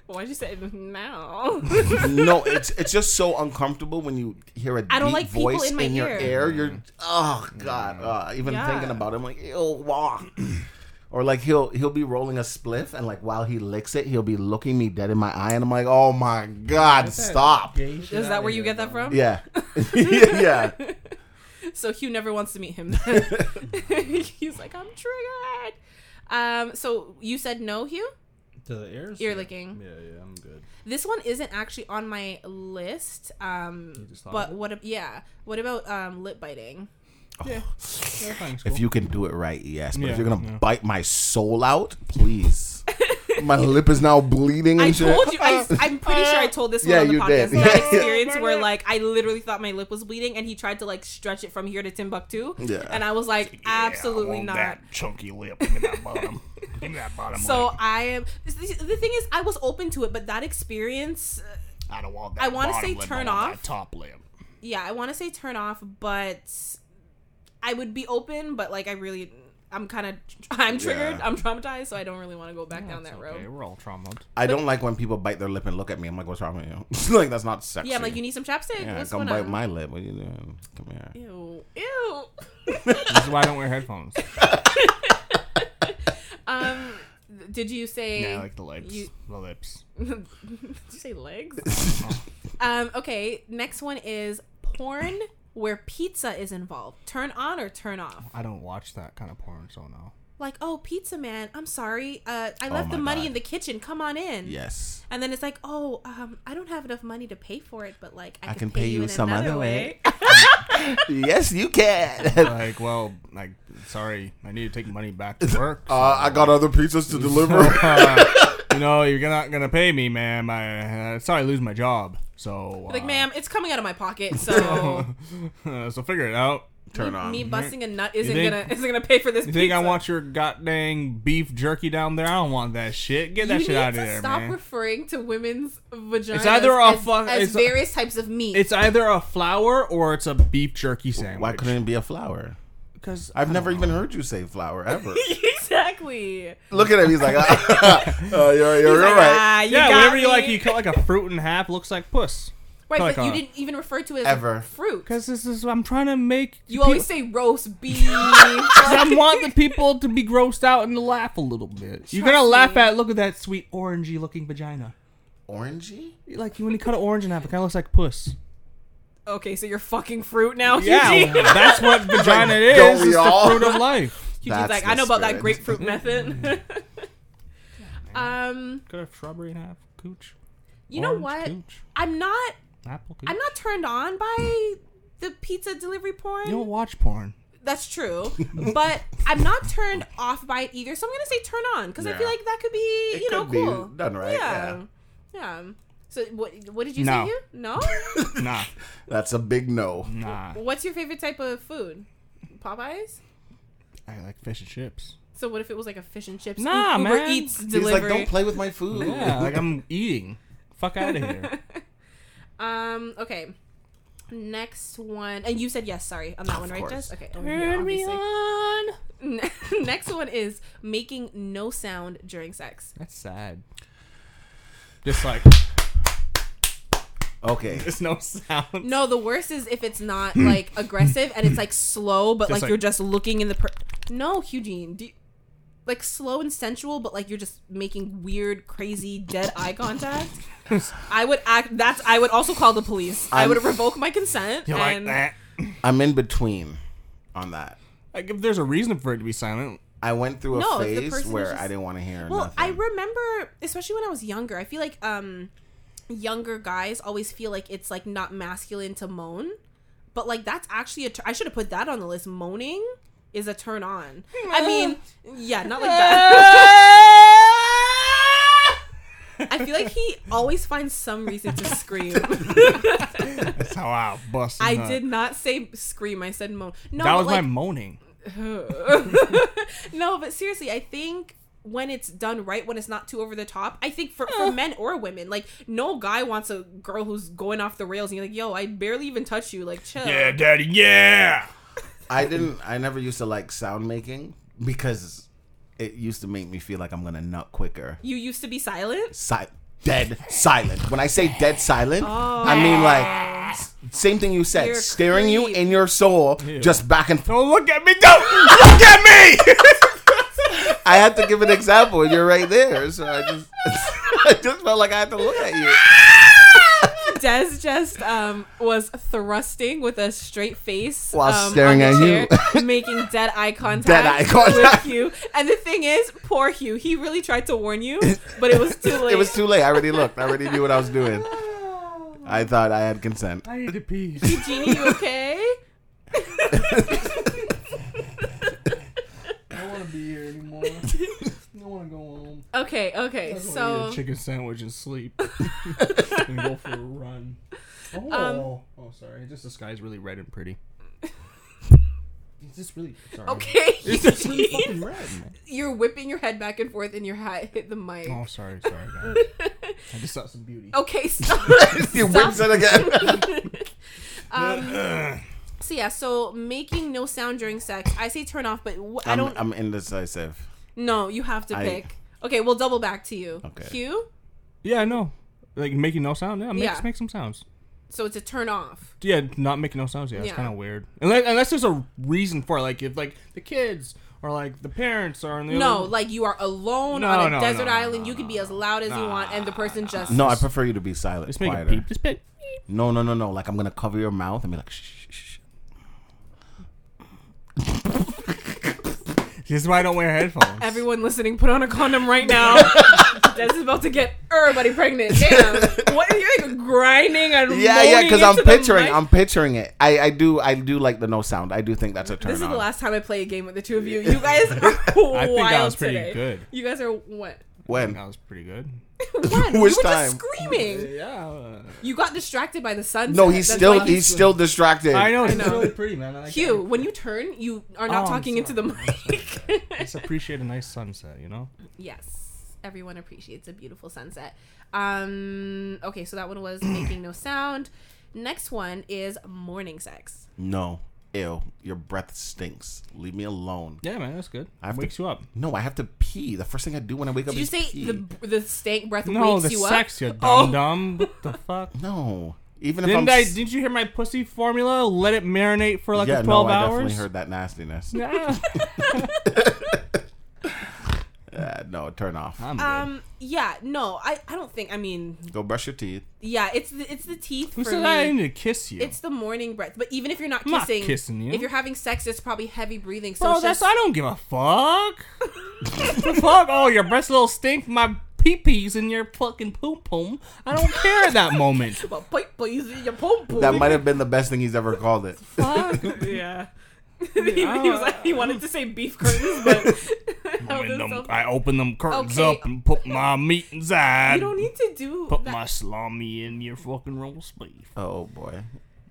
Speaker 1: Why'd you say now?
Speaker 3: no, it's it's just so uncomfortable when you hear a
Speaker 1: I don't
Speaker 3: deep
Speaker 1: like people
Speaker 3: voice
Speaker 1: in
Speaker 3: in,
Speaker 1: my
Speaker 3: your
Speaker 1: ear.
Speaker 3: ear. You're oh god, uh, even
Speaker 1: Yeah.
Speaker 3: thinking about it, I'm like ew, wah. Or like he'll he'll be rolling a spliff and like while he licks it, he'll be looking me dead in my eye, and I'm like, oh my god, stop.
Speaker 1: Is that where you get that from?
Speaker 3: Yeah, yeah.
Speaker 1: So Hugh never wants to meet him. He's like, I'm triggered. Um, so you said no, Hugh.
Speaker 2: To the ears?
Speaker 1: Ear licking.
Speaker 2: Yeah, yeah, I'm good.
Speaker 1: This one isn't actually on my list. Um,
Speaker 2: just thought
Speaker 1: but
Speaker 2: of it?
Speaker 1: what? ab- Yeah. What about um lip biting?
Speaker 3: If you can do it right, yes. But
Speaker 2: Yeah,
Speaker 3: if you're gonna
Speaker 2: yeah.
Speaker 3: bite my soul out, please. my lip is now bleeding. And
Speaker 1: I
Speaker 3: shit.
Speaker 1: told you. I, am pretty sure I told this one
Speaker 3: Yeah,
Speaker 1: on the
Speaker 3: you
Speaker 1: podcast.
Speaker 3: did.
Speaker 1: I had an
Speaker 3: Yeah.
Speaker 1: experience where like I literally thought my lip was bleeding, and he tried to like stretch it from here to Timbuktu,
Speaker 3: Yeah.
Speaker 1: and I was like, absolutely not.
Speaker 4: chunky lip. Give me that bottom. Give me that bottom.
Speaker 1: So I am. The the thing is, I was open to it, but that experience
Speaker 4: I don't want that.
Speaker 1: I wanna bottom say lip. I turn want that off.
Speaker 4: top lip.
Speaker 1: yeah, I want to say turn off, but I would be open, but like I really, I'm kind of, I'm triggered, I'm traumatized, so I don't really want to go back down that
Speaker 2: Okay,
Speaker 1: road.
Speaker 2: we're all traumatized.
Speaker 3: I don't like when people bite their lip and look at me. I'm like, what's wrong with you? like that's not sexy.
Speaker 1: Yeah, I'm like, you need some chapstick.
Speaker 3: Yeah,
Speaker 1: What's
Speaker 3: come
Speaker 1: going
Speaker 3: bite
Speaker 1: on?
Speaker 3: my lip. What are you doing? Come here.
Speaker 1: Ew, ew.
Speaker 2: This is why I don't wear headphones.
Speaker 1: um, did you say?
Speaker 2: Yeah, I like the lips.
Speaker 1: you-
Speaker 2: the lips.
Speaker 1: did you say legs? um, okay. Next one is porn where pizza is involved. Turn on or turn off?
Speaker 2: I don't watch that kind of porn, so no.
Speaker 1: Like, oh, pizza man. I'm sorry. Uh, I left
Speaker 3: my
Speaker 1: the money
Speaker 3: God.
Speaker 1: in the kitchen. Come on in.
Speaker 3: Yes.
Speaker 1: And then it's like, oh, um, I don't have enough money to pay for it, but like I,
Speaker 3: I
Speaker 1: can, pay, you,
Speaker 3: in
Speaker 1: some other way.
Speaker 3: yes, you can.
Speaker 2: Like, well, like, sorry, I need to take money back to work.
Speaker 3: Uh, I got other pizzas to deliver.
Speaker 2: Uh, you know, you're not gonna pay me, ma'am. I uh, sorry, I lose my job. So
Speaker 1: Like,
Speaker 2: uh,
Speaker 1: ma'am, it's coming out of my pocket, so
Speaker 2: so figure it out.
Speaker 3: Turn
Speaker 1: me,
Speaker 3: on.
Speaker 1: me busting a nut isn't
Speaker 2: think-
Speaker 1: gonna isn't gonna pay for this.
Speaker 2: You think I
Speaker 1: pizza.
Speaker 2: want your god dang beef jerky down there? I don't want that shit. Get
Speaker 1: you
Speaker 2: that shit
Speaker 1: need
Speaker 2: out of
Speaker 1: to
Speaker 2: there,
Speaker 1: stop
Speaker 2: man.
Speaker 1: referring to women's vaginas
Speaker 2: It's either a
Speaker 1: as,
Speaker 2: fuck-
Speaker 1: as
Speaker 2: it's a-
Speaker 1: various types of meat.
Speaker 2: it's either a flour or it's a beef jerky sandwich.
Speaker 3: Why couldn't it be a flower?
Speaker 2: Because
Speaker 3: I've never even heard you say flower ever.
Speaker 1: exactly.
Speaker 3: Look at him. He's like, ah, uh, you're, you're,
Speaker 1: He's
Speaker 3: you're
Speaker 1: like,
Speaker 3: right.
Speaker 1: "Ah, you
Speaker 2: yeah,
Speaker 1: got
Speaker 2: whatever you
Speaker 1: me."
Speaker 2: like, you cut like a fruit in half. Looks like puss.
Speaker 1: Right,
Speaker 2: like
Speaker 1: but you
Speaker 2: a-
Speaker 1: didn't even refer to it as
Speaker 3: Ever.
Speaker 1: fruit.
Speaker 2: Because this is I'm trying to make
Speaker 1: You
Speaker 2: pe-
Speaker 1: always say roast beef.
Speaker 2: 'cause I want the people to be grossed out and to laugh a little bit. You're gonna
Speaker 1: Trust
Speaker 2: laugh
Speaker 1: me.
Speaker 2: at look at that sweet orangey looking vagina.
Speaker 3: Orangey?
Speaker 2: Like when you cut an orange in half, it kind of looks like puss.
Speaker 1: okay, so you're fucking fruit now,
Speaker 2: Yeah,
Speaker 1: Eugene.
Speaker 2: that's what vagina
Speaker 3: Like, don't
Speaker 2: is.
Speaker 3: we
Speaker 2: It's the
Speaker 3: all?
Speaker 2: fruit of life.
Speaker 1: Eugene's
Speaker 3: That's
Speaker 1: like, I know about that
Speaker 3: disparate.
Speaker 1: grapefruit method.
Speaker 2: Mm.
Speaker 1: um,
Speaker 2: Cut a strawberry in half, cooch.
Speaker 1: you know
Speaker 2: Orange,
Speaker 1: what?
Speaker 2: Cooch,
Speaker 1: I'm not.
Speaker 2: apple, cooch.
Speaker 1: I'm not turned on by the pizza delivery porn.
Speaker 2: You don't watch porn.
Speaker 1: That's true, but I'm not turned off by it either. So I'm gonna say turn on because I
Speaker 3: Yeah.
Speaker 1: feel like that could be, you know,
Speaker 3: could be
Speaker 1: cool.
Speaker 3: done right,
Speaker 1: Yeah. yeah. So what? What did you
Speaker 2: No.
Speaker 1: say? You no.
Speaker 2: Nah,
Speaker 3: That's a big no.
Speaker 2: nah.
Speaker 1: What's your favorite type of food? Popeyes.
Speaker 2: I like fish and chips.
Speaker 1: So what if it was like a fish and chips?
Speaker 2: Nah,
Speaker 1: Uber
Speaker 2: man.
Speaker 1: Eats
Speaker 2: He's
Speaker 3: He's like,
Speaker 1: delivery.
Speaker 3: don't play with my food.
Speaker 2: Yeah, like I'm eating. Fuck out of here.
Speaker 1: um. Okay. Next one, and you said yes. Sorry, on that one, right,
Speaker 3: course.
Speaker 1: Jess? Okay. Oh, yeah, obviously.
Speaker 2: on.
Speaker 1: Next one is making no sound during sex.
Speaker 2: That's sad. Just like
Speaker 3: Okay.
Speaker 2: there's no sound.
Speaker 1: No, the worst is if it's not like aggressive and it's like slow, but
Speaker 2: Hmm. Just
Speaker 1: like,
Speaker 2: like-
Speaker 1: you're just looking in the. Per- no, Eugene. Do you- like slow and sensual, but like you're just making weird, crazy, dead eye contact. I would act. That's. I would also call the police. i
Speaker 3: I'm-
Speaker 1: would revoke my consent.
Speaker 2: You're like
Speaker 1: and
Speaker 2: that.
Speaker 3: I'm in between on that.
Speaker 2: Like if there's a reason for it to be silent,
Speaker 3: I went through a
Speaker 1: No, the
Speaker 3: phase
Speaker 1: person
Speaker 3: where
Speaker 1: just-
Speaker 3: I didn't want to hear
Speaker 1: Well,
Speaker 3: nothing.
Speaker 1: I remember, especially when I was younger. I feel like um, younger guys always feel like it's like not masculine to moan, but like that's actually a. T- I should have put that on the list. Moaning is a turn on. I mean, yeah, not like that. I feel like he always finds some reason to scream.
Speaker 2: that's how I bust. a
Speaker 1: I
Speaker 2: nut.
Speaker 1: did not say scream. I said moan. No,
Speaker 2: That
Speaker 1: but,
Speaker 2: was my
Speaker 1: like,
Speaker 2: moaning.
Speaker 1: no, but seriously, I think when it's done right, when it's not too over the top, I think for, for men or women, like no guy wants a girl who's going off the rails and you're like, yo, I barely even touch you, like chill.
Speaker 2: Yeah, daddy. Yeah.
Speaker 3: I didn't. I never used to like sound making because it used to make me feel like I'm gonna nut quicker.
Speaker 1: You used to be silent.
Speaker 3: Si- dead silent. When I say dead silent, I mean like s- same thing you said,
Speaker 1: Oh. You're a
Speaker 3: staring you
Speaker 1: creep.
Speaker 3: in your soul, just back and forth.
Speaker 2: Don't Oh, look at me. Don't look at me.
Speaker 3: I had to give an example. You're right there, so I just, I just felt like I had to look at you.
Speaker 1: Des just um was thrusting with a straight face
Speaker 3: While
Speaker 1: um,
Speaker 3: staring
Speaker 1: on the
Speaker 3: at
Speaker 1: chair, making dead eye contact.
Speaker 3: Dead eye contact.
Speaker 1: with Hugh. And the thing is, poor Hugh, he really tried to warn you, but it was too late.
Speaker 3: It was too late. I already looked. I already knew what I was doing. I thought I had consent.
Speaker 2: I need a pee.
Speaker 1: Jeannie, you okay?
Speaker 2: I don't want to be here anymore. I want to go home.
Speaker 1: Okay, okay.
Speaker 2: I'll eat
Speaker 1: So
Speaker 2: a chicken sandwich and sleep and go for a run.
Speaker 1: Um,
Speaker 2: Oh, oh, sorry. Just the sky's really red and pretty. It's just really sorry.
Speaker 1: okay,
Speaker 2: It's just really
Speaker 1: Eugene,
Speaker 2: fucking red. Man.
Speaker 1: you're whipping your head back and forth, and your hat hit the mic.
Speaker 2: Oh, sorry, sorry, guys. I just saw some beauty.
Speaker 1: Okay, stop.
Speaker 3: He whips it again.
Speaker 1: Oh. so yeah, so making no sound during sex, I say turn off, but wh- I
Speaker 3: I'm,
Speaker 1: don't.
Speaker 3: I'm indecisive.
Speaker 1: no, you have to
Speaker 3: I-
Speaker 1: pick. Okay, we'll double back to you.
Speaker 3: Okay.
Speaker 1: Q.
Speaker 2: Yeah, I know. Like making no sound. Yeah, make,
Speaker 1: Yeah.
Speaker 2: make some sounds.
Speaker 1: So it's a turn off.
Speaker 2: Yeah, not making no sounds. Yeah, it's
Speaker 1: Yeah.
Speaker 2: kind of weird. Unless, unless there's a reason for it. Like if like the kids or like the parents are in the
Speaker 1: No,
Speaker 2: other-
Speaker 1: like you are alone
Speaker 2: No,
Speaker 1: on a
Speaker 2: no,
Speaker 1: desert
Speaker 2: no,
Speaker 1: island.
Speaker 2: no,
Speaker 1: you can be as loud as you want, and the person just
Speaker 3: No, I prefer you to be silent.
Speaker 2: Just make a
Speaker 3: quieter.
Speaker 2: peep. Just pick.
Speaker 3: No, no, no, no. Like I'm gonna cover your mouth and be like, shh, shh, shh, shh.
Speaker 2: This is why I don't wear headphones.
Speaker 1: Everyone listening, put on a condom right now. Des is about to get everybody pregnant. Damn. What are you like, grinding and
Speaker 3: Yeah, yeah.
Speaker 1: moaning
Speaker 3: Because I'm
Speaker 1: into the
Speaker 3: picturing,
Speaker 1: mic?
Speaker 3: I'm picturing it. I, I do, I do like the no sound. I do think that's a turn.
Speaker 1: This is
Speaker 3: on.
Speaker 1: the last time I play a game with the two of you. You guys are wild
Speaker 2: I think I was pretty
Speaker 1: today.
Speaker 2: good.
Speaker 1: You guys are what?
Speaker 3: When?
Speaker 2: That was pretty good.
Speaker 1: When? you were
Speaker 3: Which
Speaker 1: just
Speaker 3: time?
Speaker 1: screaming.
Speaker 2: Yeah. uh,
Speaker 1: You got distracted by the sun.
Speaker 3: No, he's still he's
Speaker 1: you,
Speaker 3: still distracted.
Speaker 2: I know. It's
Speaker 1: know.
Speaker 2: really pretty, man. I like
Speaker 1: Hugh, when you turn, you are
Speaker 2: Oh,
Speaker 1: not
Speaker 2: I'm
Speaker 1: talking into the
Speaker 2: sorry.
Speaker 1: mic.
Speaker 2: Just appreciate a nice sunset, you know?
Speaker 1: yes, everyone appreciates a beautiful sunset. Um, okay, so that one was making no sound. Next one is morning sex.
Speaker 3: No, ew, your breath stinks. Leave me alone.
Speaker 2: Yeah, man, that's good.
Speaker 3: I have to-
Speaker 2: Wakes you up.
Speaker 3: No, I have to pee. The first thing I do when I wake up
Speaker 1: Did you
Speaker 3: is
Speaker 1: say
Speaker 3: pee.
Speaker 1: the the stank breath
Speaker 2: No,
Speaker 1: wakes
Speaker 2: the
Speaker 1: you
Speaker 2: sex,
Speaker 1: up? Oh.
Speaker 2: you dumb dumb. What the fuck?
Speaker 3: No, even if I'm
Speaker 2: Didn't I?
Speaker 3: s-
Speaker 2: Didn't you hear my pussy formula? Let it marinate for like
Speaker 3: yeah,
Speaker 2: a twelve
Speaker 3: no, I
Speaker 2: hours.
Speaker 3: definitely heard that nastiness.
Speaker 2: Yeah.
Speaker 3: Uh, no, turn off.
Speaker 2: I'm good.
Speaker 1: Um, yeah, no, I, I don't think. I mean,
Speaker 3: Go brush your teeth.
Speaker 1: yeah, it's the, it's the teeth
Speaker 2: Who
Speaker 1: for
Speaker 2: said
Speaker 1: me.
Speaker 2: I need to kiss you?
Speaker 1: It's the morning breath. But even if you're not
Speaker 2: I'm not
Speaker 1: kissing,
Speaker 2: kissing you.
Speaker 1: if you're having sex, it's probably heavy breathing. So
Speaker 2: Bro,
Speaker 1: it's
Speaker 2: that's
Speaker 1: just-
Speaker 2: I don't give a fuck. The fuck! Oh, your breasts a little stink. My pee pee's in your fucking poom poom. I don't care at that moment.
Speaker 1: Well, pipe, please, your pom pom.
Speaker 3: That might have been the best thing he's ever called it.
Speaker 2: Fuck.
Speaker 1: yeah. he, he was like, he wanted to say beef curtains, but
Speaker 2: I,
Speaker 1: held
Speaker 2: mean, them-
Speaker 1: himself
Speaker 2: I
Speaker 1: back.
Speaker 2: open them curtains
Speaker 1: Okay.
Speaker 2: up and put my meat inside.
Speaker 1: you don't need to do
Speaker 2: put
Speaker 1: that.
Speaker 2: my salami in your fucking roast beef.
Speaker 3: Oh boy.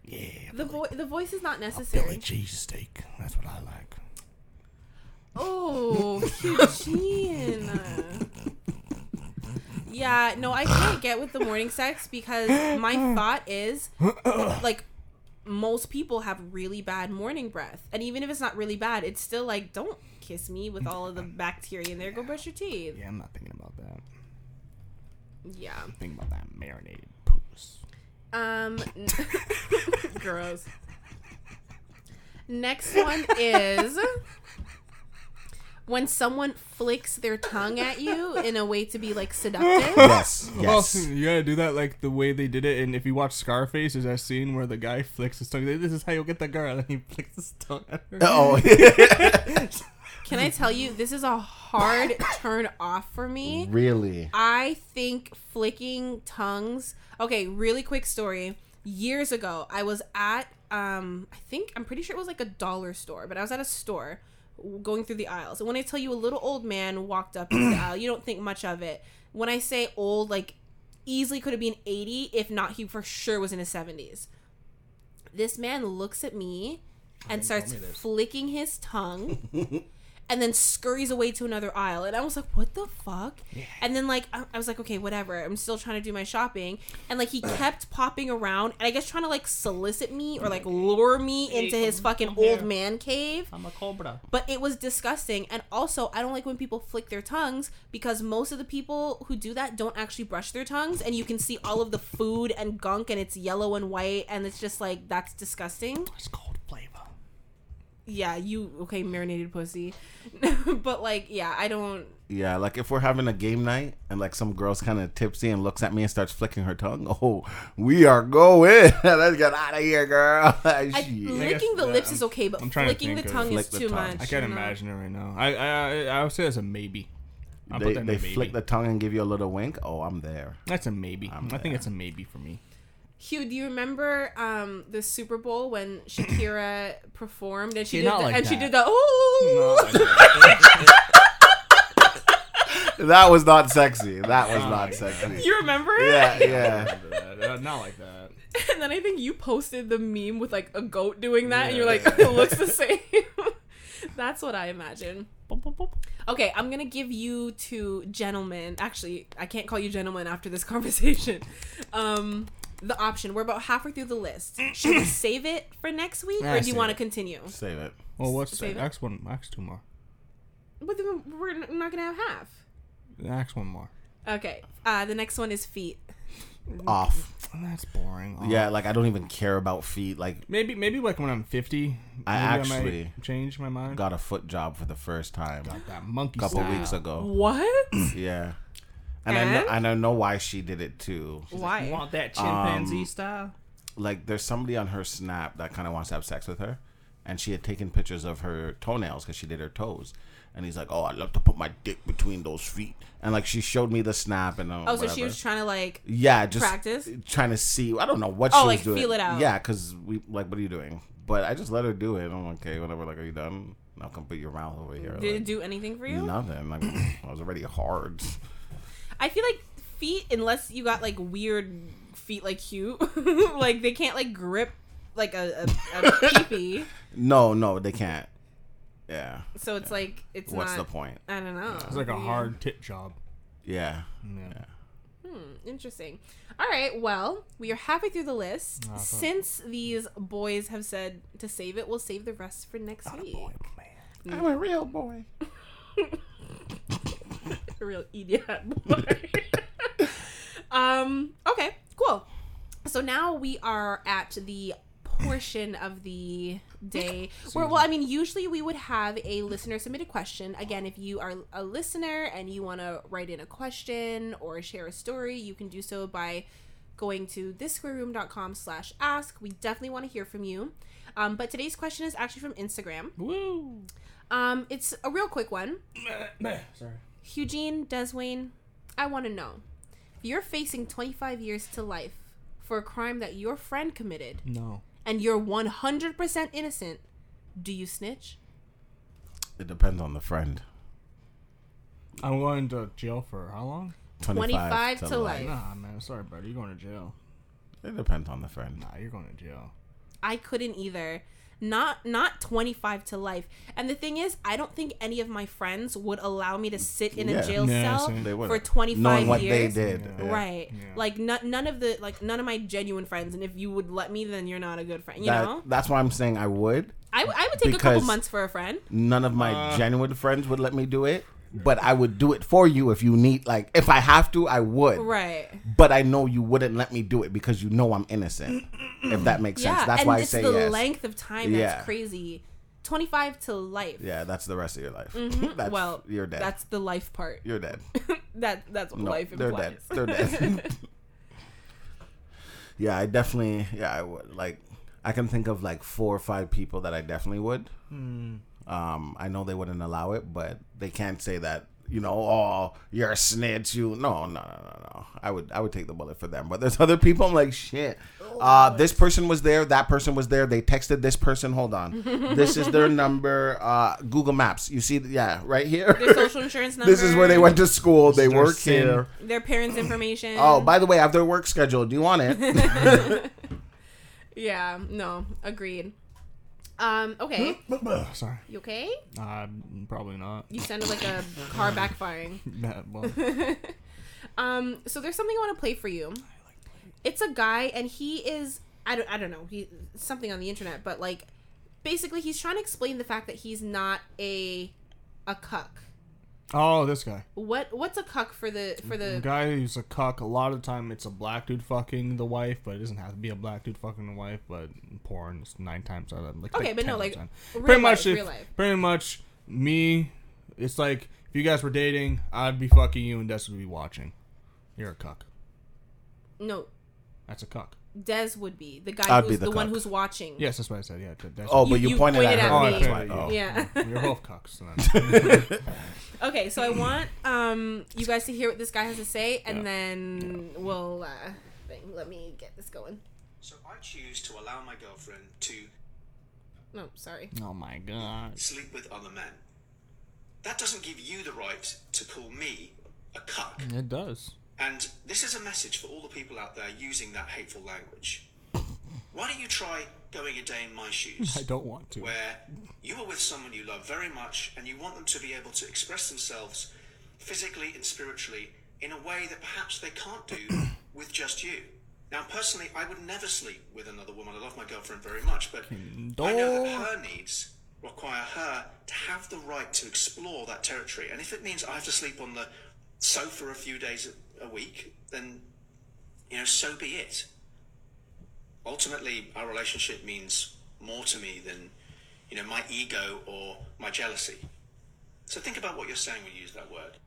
Speaker 2: Yeah,
Speaker 1: the vo- the voice is not
Speaker 2: Philly
Speaker 1: necessary.
Speaker 2: cheesesteak. That's what I like.
Speaker 1: Oh, Eugene. yeah, no, I can't get with the morning sex because my thought is like most people have really bad morning breath. And even if it's not really bad, it's still like, don't kiss me with all of the bacteria in there. Go brush your teeth.
Speaker 2: Yeah, I'm not thinking about that.
Speaker 1: Yeah.
Speaker 2: Think about that marinated poos.
Speaker 1: Um, n- gross. Next one is when someone flicks their tongue at you in a way to be like seductive.
Speaker 3: Yes. Yes.
Speaker 2: hmm, you gotta do that like the way they did it. And if you watch Scarface, there's that scene where the guy flicks his tongue. he's like, This is how you'll get the girl, and he flicks his tongue at her.
Speaker 3: Oh.
Speaker 1: Can I tell you, this is a hard turn off for me.
Speaker 3: really?
Speaker 1: I think flicking tongues. Okay, really quick story. Years ago, I was at um I think I'm pretty sure it was like a dollar store, but I was at a store w- going through the aisles. And when I tell you a little old man walked up into the aisle, you don't think much of it. When I say old, like easily could have been 80, if not he for sure was in his 70s. This man looks at me and starts flicking his tongue and then scurries away to another aisle. And I was like, what the fuck? And then, like, I, I was like, okay, whatever. I'm still trying to do my shopping. And, like, he kept popping around and I guess trying to, like, solicit me or, like, lure me into his fucking old man cave.
Speaker 2: I'm a cobra.
Speaker 1: But it was disgusting. And also, I don't like when people flick their tongues because most of the people who do that don't actually brush their tongues. And you can see all of the food and gunk and it's yellow and white. And it's just like, that's disgusting
Speaker 2: It's called flavor.
Speaker 1: yeah, you okay, marinated pussy. but like, yeah, I don't
Speaker 3: Yeah. Like if we're having a game night and like some girl's kind of tipsy and looks at me and starts flicking her tongue. Oh, we are going. Let's get out of here, girl.
Speaker 1: I,
Speaker 3: Shit.
Speaker 1: licking the
Speaker 2: that-
Speaker 1: lips
Speaker 2: I'm-
Speaker 1: is okay, but
Speaker 2: I'm trying to
Speaker 1: flicking the
Speaker 2: think of-
Speaker 1: tongue is
Speaker 3: Flick the
Speaker 1: too
Speaker 3: tongue.
Speaker 1: much.
Speaker 2: I can't
Speaker 1: you know?
Speaker 2: imagine it right now. I I I, I would say that's a maybe. I
Speaker 3: they they flick the tongue and give you a little wink. Oh, I'm there.
Speaker 2: That's a maybe. i
Speaker 3: there.
Speaker 2: think it's a maybe for me.
Speaker 1: Hugh, do you remember um the Super Bowl when Shakira performed and she
Speaker 2: Yeah,
Speaker 1: did
Speaker 2: not
Speaker 1: the,
Speaker 2: like
Speaker 1: and she
Speaker 2: that.
Speaker 1: did the oh
Speaker 3: That was not sexy. That was
Speaker 2: my
Speaker 3: not sexy.
Speaker 1: you remember it?
Speaker 3: Yeah, yeah. uh,
Speaker 2: Not like that.
Speaker 1: And then I think you posted the meme with like a goat doing that and
Speaker 2: Yeah.
Speaker 1: you're like, it looks the same. That's what I imagine. Okay, I'm gonna give you two gentlemen. Actually, I can't call you gentlemen after this conversation. Um, the option. We're about halfway through the list. Should we save it for next week,
Speaker 2: Nah,
Speaker 1: or do you
Speaker 2: save
Speaker 1: want to
Speaker 2: it.
Speaker 1: continue?
Speaker 3: Save it.
Speaker 2: Well, what's
Speaker 1: Save
Speaker 2: the
Speaker 1: it.
Speaker 2: X one? X two more.
Speaker 1: But then we're n- not gonna have half.
Speaker 2: X one more.
Speaker 1: Okay. Uh, the next one is feet.
Speaker 3: Off.
Speaker 2: That's boring. Oh.
Speaker 3: Yeah, like I don't even care about feet. Like
Speaker 2: Maybe maybe like when I'm 50, maybe
Speaker 3: I actually
Speaker 2: might change my mind.
Speaker 3: got a foot job for the first time a
Speaker 2: that monkey
Speaker 3: couple
Speaker 2: style.
Speaker 3: weeks
Speaker 1: Oh.
Speaker 3: ago.
Speaker 1: What?
Speaker 3: Yeah. And, I know,
Speaker 1: And?
Speaker 3: and I know why she did it too.
Speaker 1: Why?
Speaker 2: Want that
Speaker 3: um,
Speaker 2: chimpanzee style?
Speaker 3: Like there's somebody on her snap that kind of wants to have sex with her and she had taken pictures of her toenails cuz she did her toes. And he's like, "Oh, I'd love to put my dick between those feet." And like she showed me the snap and uh,
Speaker 1: oh, so
Speaker 3: whatever.
Speaker 1: she was trying to like.
Speaker 3: Yeah, just
Speaker 1: Practice?
Speaker 3: trying to see. I don't know what
Speaker 1: Oh,
Speaker 3: she
Speaker 1: like,
Speaker 3: was doing.
Speaker 1: feel it out.
Speaker 3: Yeah, because we like, what are you doing? But I just let her do it. I'm like, okay, whatever. Like, are you done? Now come put your mouth over here.
Speaker 1: Did
Speaker 3: Like,
Speaker 1: it do anything for you?
Speaker 3: nothing. I, mean, I was already hard.
Speaker 1: I feel like feet, unless you got like weird feet, like you, like they can't like grip like a, a, a peepee.
Speaker 3: No, no, they can't. Yeah.
Speaker 1: So it's like it's
Speaker 3: What's
Speaker 1: not.
Speaker 3: the point?
Speaker 1: I don't know.
Speaker 2: It's like a hard tit job.
Speaker 3: Yeah.
Speaker 2: Yeah.
Speaker 1: Interesting. All right. Well, we are halfway through the list.
Speaker 2: Oh, I thought-
Speaker 1: Since these boys have said to save it, we'll save the rest for next week. Mm.
Speaker 3: I'm a real boy.
Speaker 1: A real idiot boy. um. Okay. Cool. So now we are at the portion of the day where well i mean usually we would have a listener submitted question again if you are a listener and you want to write in a question or share a story you can do so by going to thissquareroom.com slash ask we definitely want to hear from you um, but today's question is actually from instagram
Speaker 2: Woo.
Speaker 1: um, it's a real quick one
Speaker 2: Sorry.
Speaker 1: Eugene Deswayne, I want to know. If you're facing 25 years to life for a crime that your friend committed
Speaker 2: No.
Speaker 1: and you're 100% innocent, do you snitch?
Speaker 3: It depends on the friend.
Speaker 2: I'm going to jail for how long?
Speaker 1: 25 to life.
Speaker 2: Nah, man. Sorry, buddy. You're going to jail.
Speaker 3: It depends on the friend.
Speaker 2: Nah, you're going to jail.
Speaker 1: I couldn't either. Not not 25 to life. And the thing is, I don't think any of my friends would allow me to sit in
Speaker 3: Yeah.
Speaker 1: a jail
Speaker 2: Yeah,
Speaker 1: cell
Speaker 2: same.
Speaker 3: They would.
Speaker 1: for 25
Speaker 3: Knowing what
Speaker 1: years.
Speaker 3: they did.
Speaker 2: Yeah.
Speaker 1: Right.
Speaker 2: Yeah.
Speaker 1: Like no, none of the like none of my genuine friends and if you would let me then you're not a good friend, you
Speaker 3: That,
Speaker 1: know?
Speaker 3: That's why I'm saying I would.
Speaker 1: I, I would take a couple
Speaker 3: because-
Speaker 1: months for a friend.
Speaker 3: None of my genuine friends would let me do it, but I would do it for you if you need. Like, if I have to, I would.
Speaker 1: Right.
Speaker 3: But I know you wouldn't let me do it because you know I'm innocent. if that makes sense. That's
Speaker 1: and
Speaker 3: why I
Speaker 1: it's
Speaker 3: say
Speaker 1: the
Speaker 3: yes.
Speaker 1: length of time that's
Speaker 3: Yeah.
Speaker 1: crazy. Twenty five to life.
Speaker 3: Yeah, that's the rest of your life. that's,
Speaker 1: Mm-hmm. well,
Speaker 3: you're dead.
Speaker 1: That's the life part.
Speaker 3: you're dead.
Speaker 1: That that's what
Speaker 3: No,
Speaker 1: life
Speaker 3: they're
Speaker 1: implies.
Speaker 3: dead. They're dead. yeah, I definitely. Yeah, I would. Like, I can think of like four or five people that I definitely would.
Speaker 1: Hmm.
Speaker 3: Um, I know they wouldn't allow it, but they can't say that. You know, oh, you're a snitch. You no, no, no, no, no. I would, I would take the bullet for them. But there's other people. I'm like, shit.
Speaker 1: Oh,
Speaker 3: Uh, this person was there. That person was there. They texted this person. Hold on. this is their number. Uh, Google Maps. You see? Yeah, right here.
Speaker 1: Their social insurance number.
Speaker 3: this is where they went to school. They
Speaker 2: their
Speaker 3: work
Speaker 2: sin.
Speaker 3: here.
Speaker 1: Their parents' information.
Speaker 3: Oh, by the way, I have their work schedule. Do you want it?
Speaker 1: yeah. No. Agreed. Um. Okay.
Speaker 3: Hmm?
Speaker 2: Sorry.
Speaker 1: You okay?
Speaker 2: Uh, probably not.
Speaker 1: You sounded like a car backfiring.
Speaker 2: Nah, well,
Speaker 1: Um, so there's something I want to play for you. It's a guy, and he is I don't I don't know he something on the internet, but like basically he's trying to explain the fact that he's not a a cuck.
Speaker 2: oh, this guy.
Speaker 1: What what's a cuck for the for
Speaker 2: The
Speaker 1: the
Speaker 2: guy who's a cuck. A lot of time, it's a black dude fucking the wife, but it doesn't have to be a black dude fucking the wife. But porn is nine times out of like
Speaker 1: Okay,
Speaker 2: like
Speaker 1: but no,
Speaker 2: 10
Speaker 1: like,
Speaker 2: times.
Speaker 1: real
Speaker 2: pretty
Speaker 1: life,
Speaker 2: much if-
Speaker 1: real life.
Speaker 2: pretty much me. It's like if you guys were dating, I'd be fucking you, and Des would be watching. You're a cuck.
Speaker 1: no
Speaker 2: That's a cuck.
Speaker 1: Des would be the guy
Speaker 3: Mm-hmm. I'd be
Speaker 1: who's
Speaker 3: the
Speaker 1: the, one
Speaker 3: cuck.
Speaker 1: who's watching.
Speaker 2: Yes, that's what I said. Yeah. Des.
Speaker 3: Oh,
Speaker 1: You-
Speaker 3: but you,
Speaker 1: you
Speaker 3: pointed,
Speaker 1: pointed
Speaker 3: at her.
Speaker 1: at
Speaker 3: Oh,
Speaker 1: me.
Speaker 3: that's right. Oh.
Speaker 1: Yeah.
Speaker 2: You're both cucks. Then.
Speaker 1: okay, so I want um you guys to hear what this guy has to say, and then we'll uh, thing. let me get this going.
Speaker 5: So I choose to allow my girlfriend to
Speaker 1: No, sorry.
Speaker 2: oh my god.
Speaker 5: sleep with other men. That doesn't give you the right to call me a cuck.
Speaker 2: It does.
Speaker 5: And this is a message for all the people out there using that hateful language. Why don't you try going a day in my
Speaker 2: I
Speaker 5: shoes?
Speaker 2: don't want to.
Speaker 5: Where you are with someone you love very much and you want them to be able to express themselves physically and spiritually in a way that perhaps they can't do with just you. Now, personally, I would never sleep with another woman. I love my girlfriend very much, but I know that her needs require her to have the right to explore that territory. And if it means I have to sleep on the sofa a few days a, a week, then, you know, so be it. Ultimately, our relationship means more to me than, you know, my ego or my jealousy. So think about what you're saying when you use that word.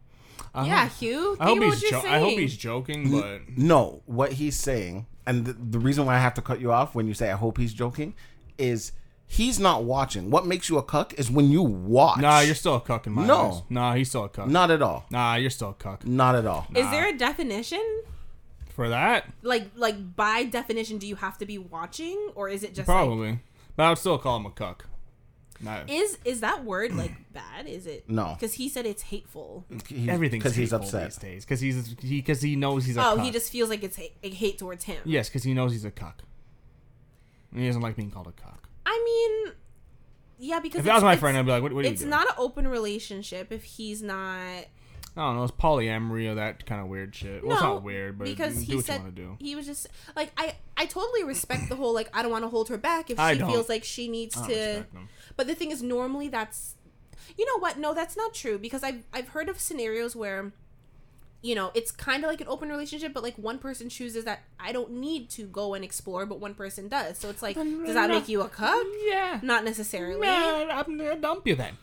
Speaker 2: I
Speaker 1: yeah,
Speaker 2: hope-
Speaker 1: Hugh.
Speaker 2: I
Speaker 1: think
Speaker 2: hope
Speaker 1: about
Speaker 2: he's.
Speaker 1: what you're
Speaker 2: Jo- I hope
Speaker 1: saying.
Speaker 2: he's joking, but
Speaker 3: No, what he's saying, and the, the reason why I have to cut you off when you say I hope he's joking, is he's not watching. What makes you a cuck is when you watch.
Speaker 2: nah, you're still a cuck in my
Speaker 3: No.
Speaker 2: eyes. Nah, he's still a cuck.
Speaker 3: not at all.
Speaker 2: Nah, you're still a cuck.
Speaker 3: Not at all.
Speaker 1: Is
Speaker 2: ah.
Speaker 1: there a definition?
Speaker 2: For that,
Speaker 1: Like like by definition, do you have to be watching, or is it just
Speaker 2: probably. but I would still call him a cuck. No.
Speaker 1: Is is that word like bad? Is it
Speaker 3: No.
Speaker 1: because he said it's hateful.
Speaker 2: Everything's
Speaker 3: because he's
Speaker 2: hateful
Speaker 3: upset.
Speaker 2: these days. Because he's he because he knows he's a
Speaker 1: Oh,
Speaker 2: cuck.
Speaker 1: he just feels like it's hate, like hate towards him.
Speaker 2: yes, because he knows he's a cuck. And he doesn't like being called a cuck.
Speaker 1: I mean, yeah, because
Speaker 2: If that was
Speaker 1: it's-
Speaker 2: my
Speaker 1: it's-
Speaker 2: friend, I'd be like, "What? What are you
Speaker 1: It's
Speaker 2: doing?"
Speaker 1: not an open relationship if he's not.
Speaker 2: I don't know. It's polyamory or that kind of weird shit. Well,
Speaker 1: no,
Speaker 2: it's not weird, but
Speaker 1: because
Speaker 2: do
Speaker 1: he
Speaker 2: what
Speaker 1: said
Speaker 2: you want to do.
Speaker 1: he was just like I. I totally respect the whole like I don't want to hold her back if
Speaker 2: I
Speaker 1: she
Speaker 2: don't.
Speaker 1: feels like she needs
Speaker 2: I don't
Speaker 1: to.
Speaker 2: respect them.
Speaker 1: But the thing is, normally that's, you know what? No, that's not true because I've I've heard of scenarios where, you know, it's kind of like an open relationship, but like one person chooses that I don't need to go and explore, but one person does. So it's like, does that make you a cuck?
Speaker 2: Yeah.
Speaker 1: Not necessarily.
Speaker 2: Nah, I'm gonna dump you then.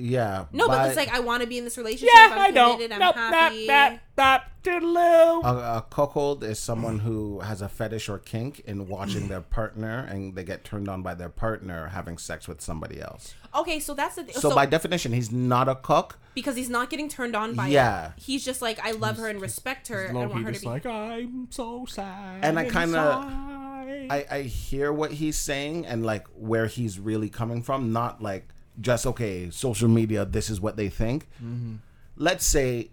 Speaker 3: Yeah.
Speaker 1: No, but
Speaker 3: bi-
Speaker 1: it's like I want to be in this relationship.
Speaker 2: Yeah,
Speaker 1: I'm
Speaker 2: I don't.
Speaker 1: committed, I'm
Speaker 2: nope, that,
Speaker 1: happy.
Speaker 2: that, that, toodaloo.
Speaker 3: A, a cuckold is someone who has a fetish or kink in watching their partner and they get turned on by their partner having sex with somebody else.
Speaker 1: Okay, so that's the thing.
Speaker 3: So,
Speaker 1: So,
Speaker 3: by definition, he's not a cuck.
Speaker 1: because he's not getting turned on by
Speaker 3: Yeah.
Speaker 1: it. He's just like I love her and respect her. and I
Speaker 2: Low
Speaker 1: want
Speaker 2: key,
Speaker 1: her to
Speaker 2: just
Speaker 1: be.
Speaker 2: like I'm so sad.
Speaker 3: And I
Speaker 2: inside."
Speaker 3: I, I hear what he's saying and like where he's really coming from, not like just okay, social media, this is what they think.
Speaker 2: Mm-hmm.
Speaker 3: Let's say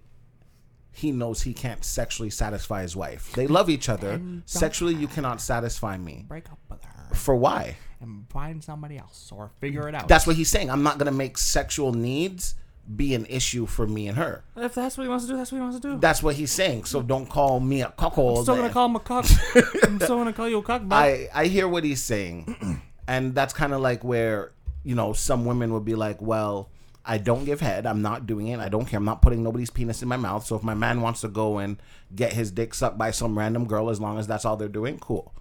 Speaker 3: he knows he can't sexually satisfy his wife. They love each other. Sexually, you cannot satisfy me.
Speaker 2: break up with her
Speaker 3: For why?
Speaker 2: and find somebody else or figure it out.
Speaker 3: That's what he's saying. I'm not gonna make sexual needs be an issue for me and her.
Speaker 2: if that's what he wants to do. That's what he wants to do.
Speaker 3: That's what he's saying. So don't call me a
Speaker 2: I'm
Speaker 3: cuckold.
Speaker 2: still gonna call him a cuck. I'm still gonna call you a cuck, but
Speaker 3: I I hear what he's saying, and that's kind of like where you know some women would be like, well. I don't give head. I'm not doing it. I don't care. I'm not putting nobody's penis in my mouth. So if my man wants to go and get his dick sucked by some random girl, as long as that's all they're doing, cool.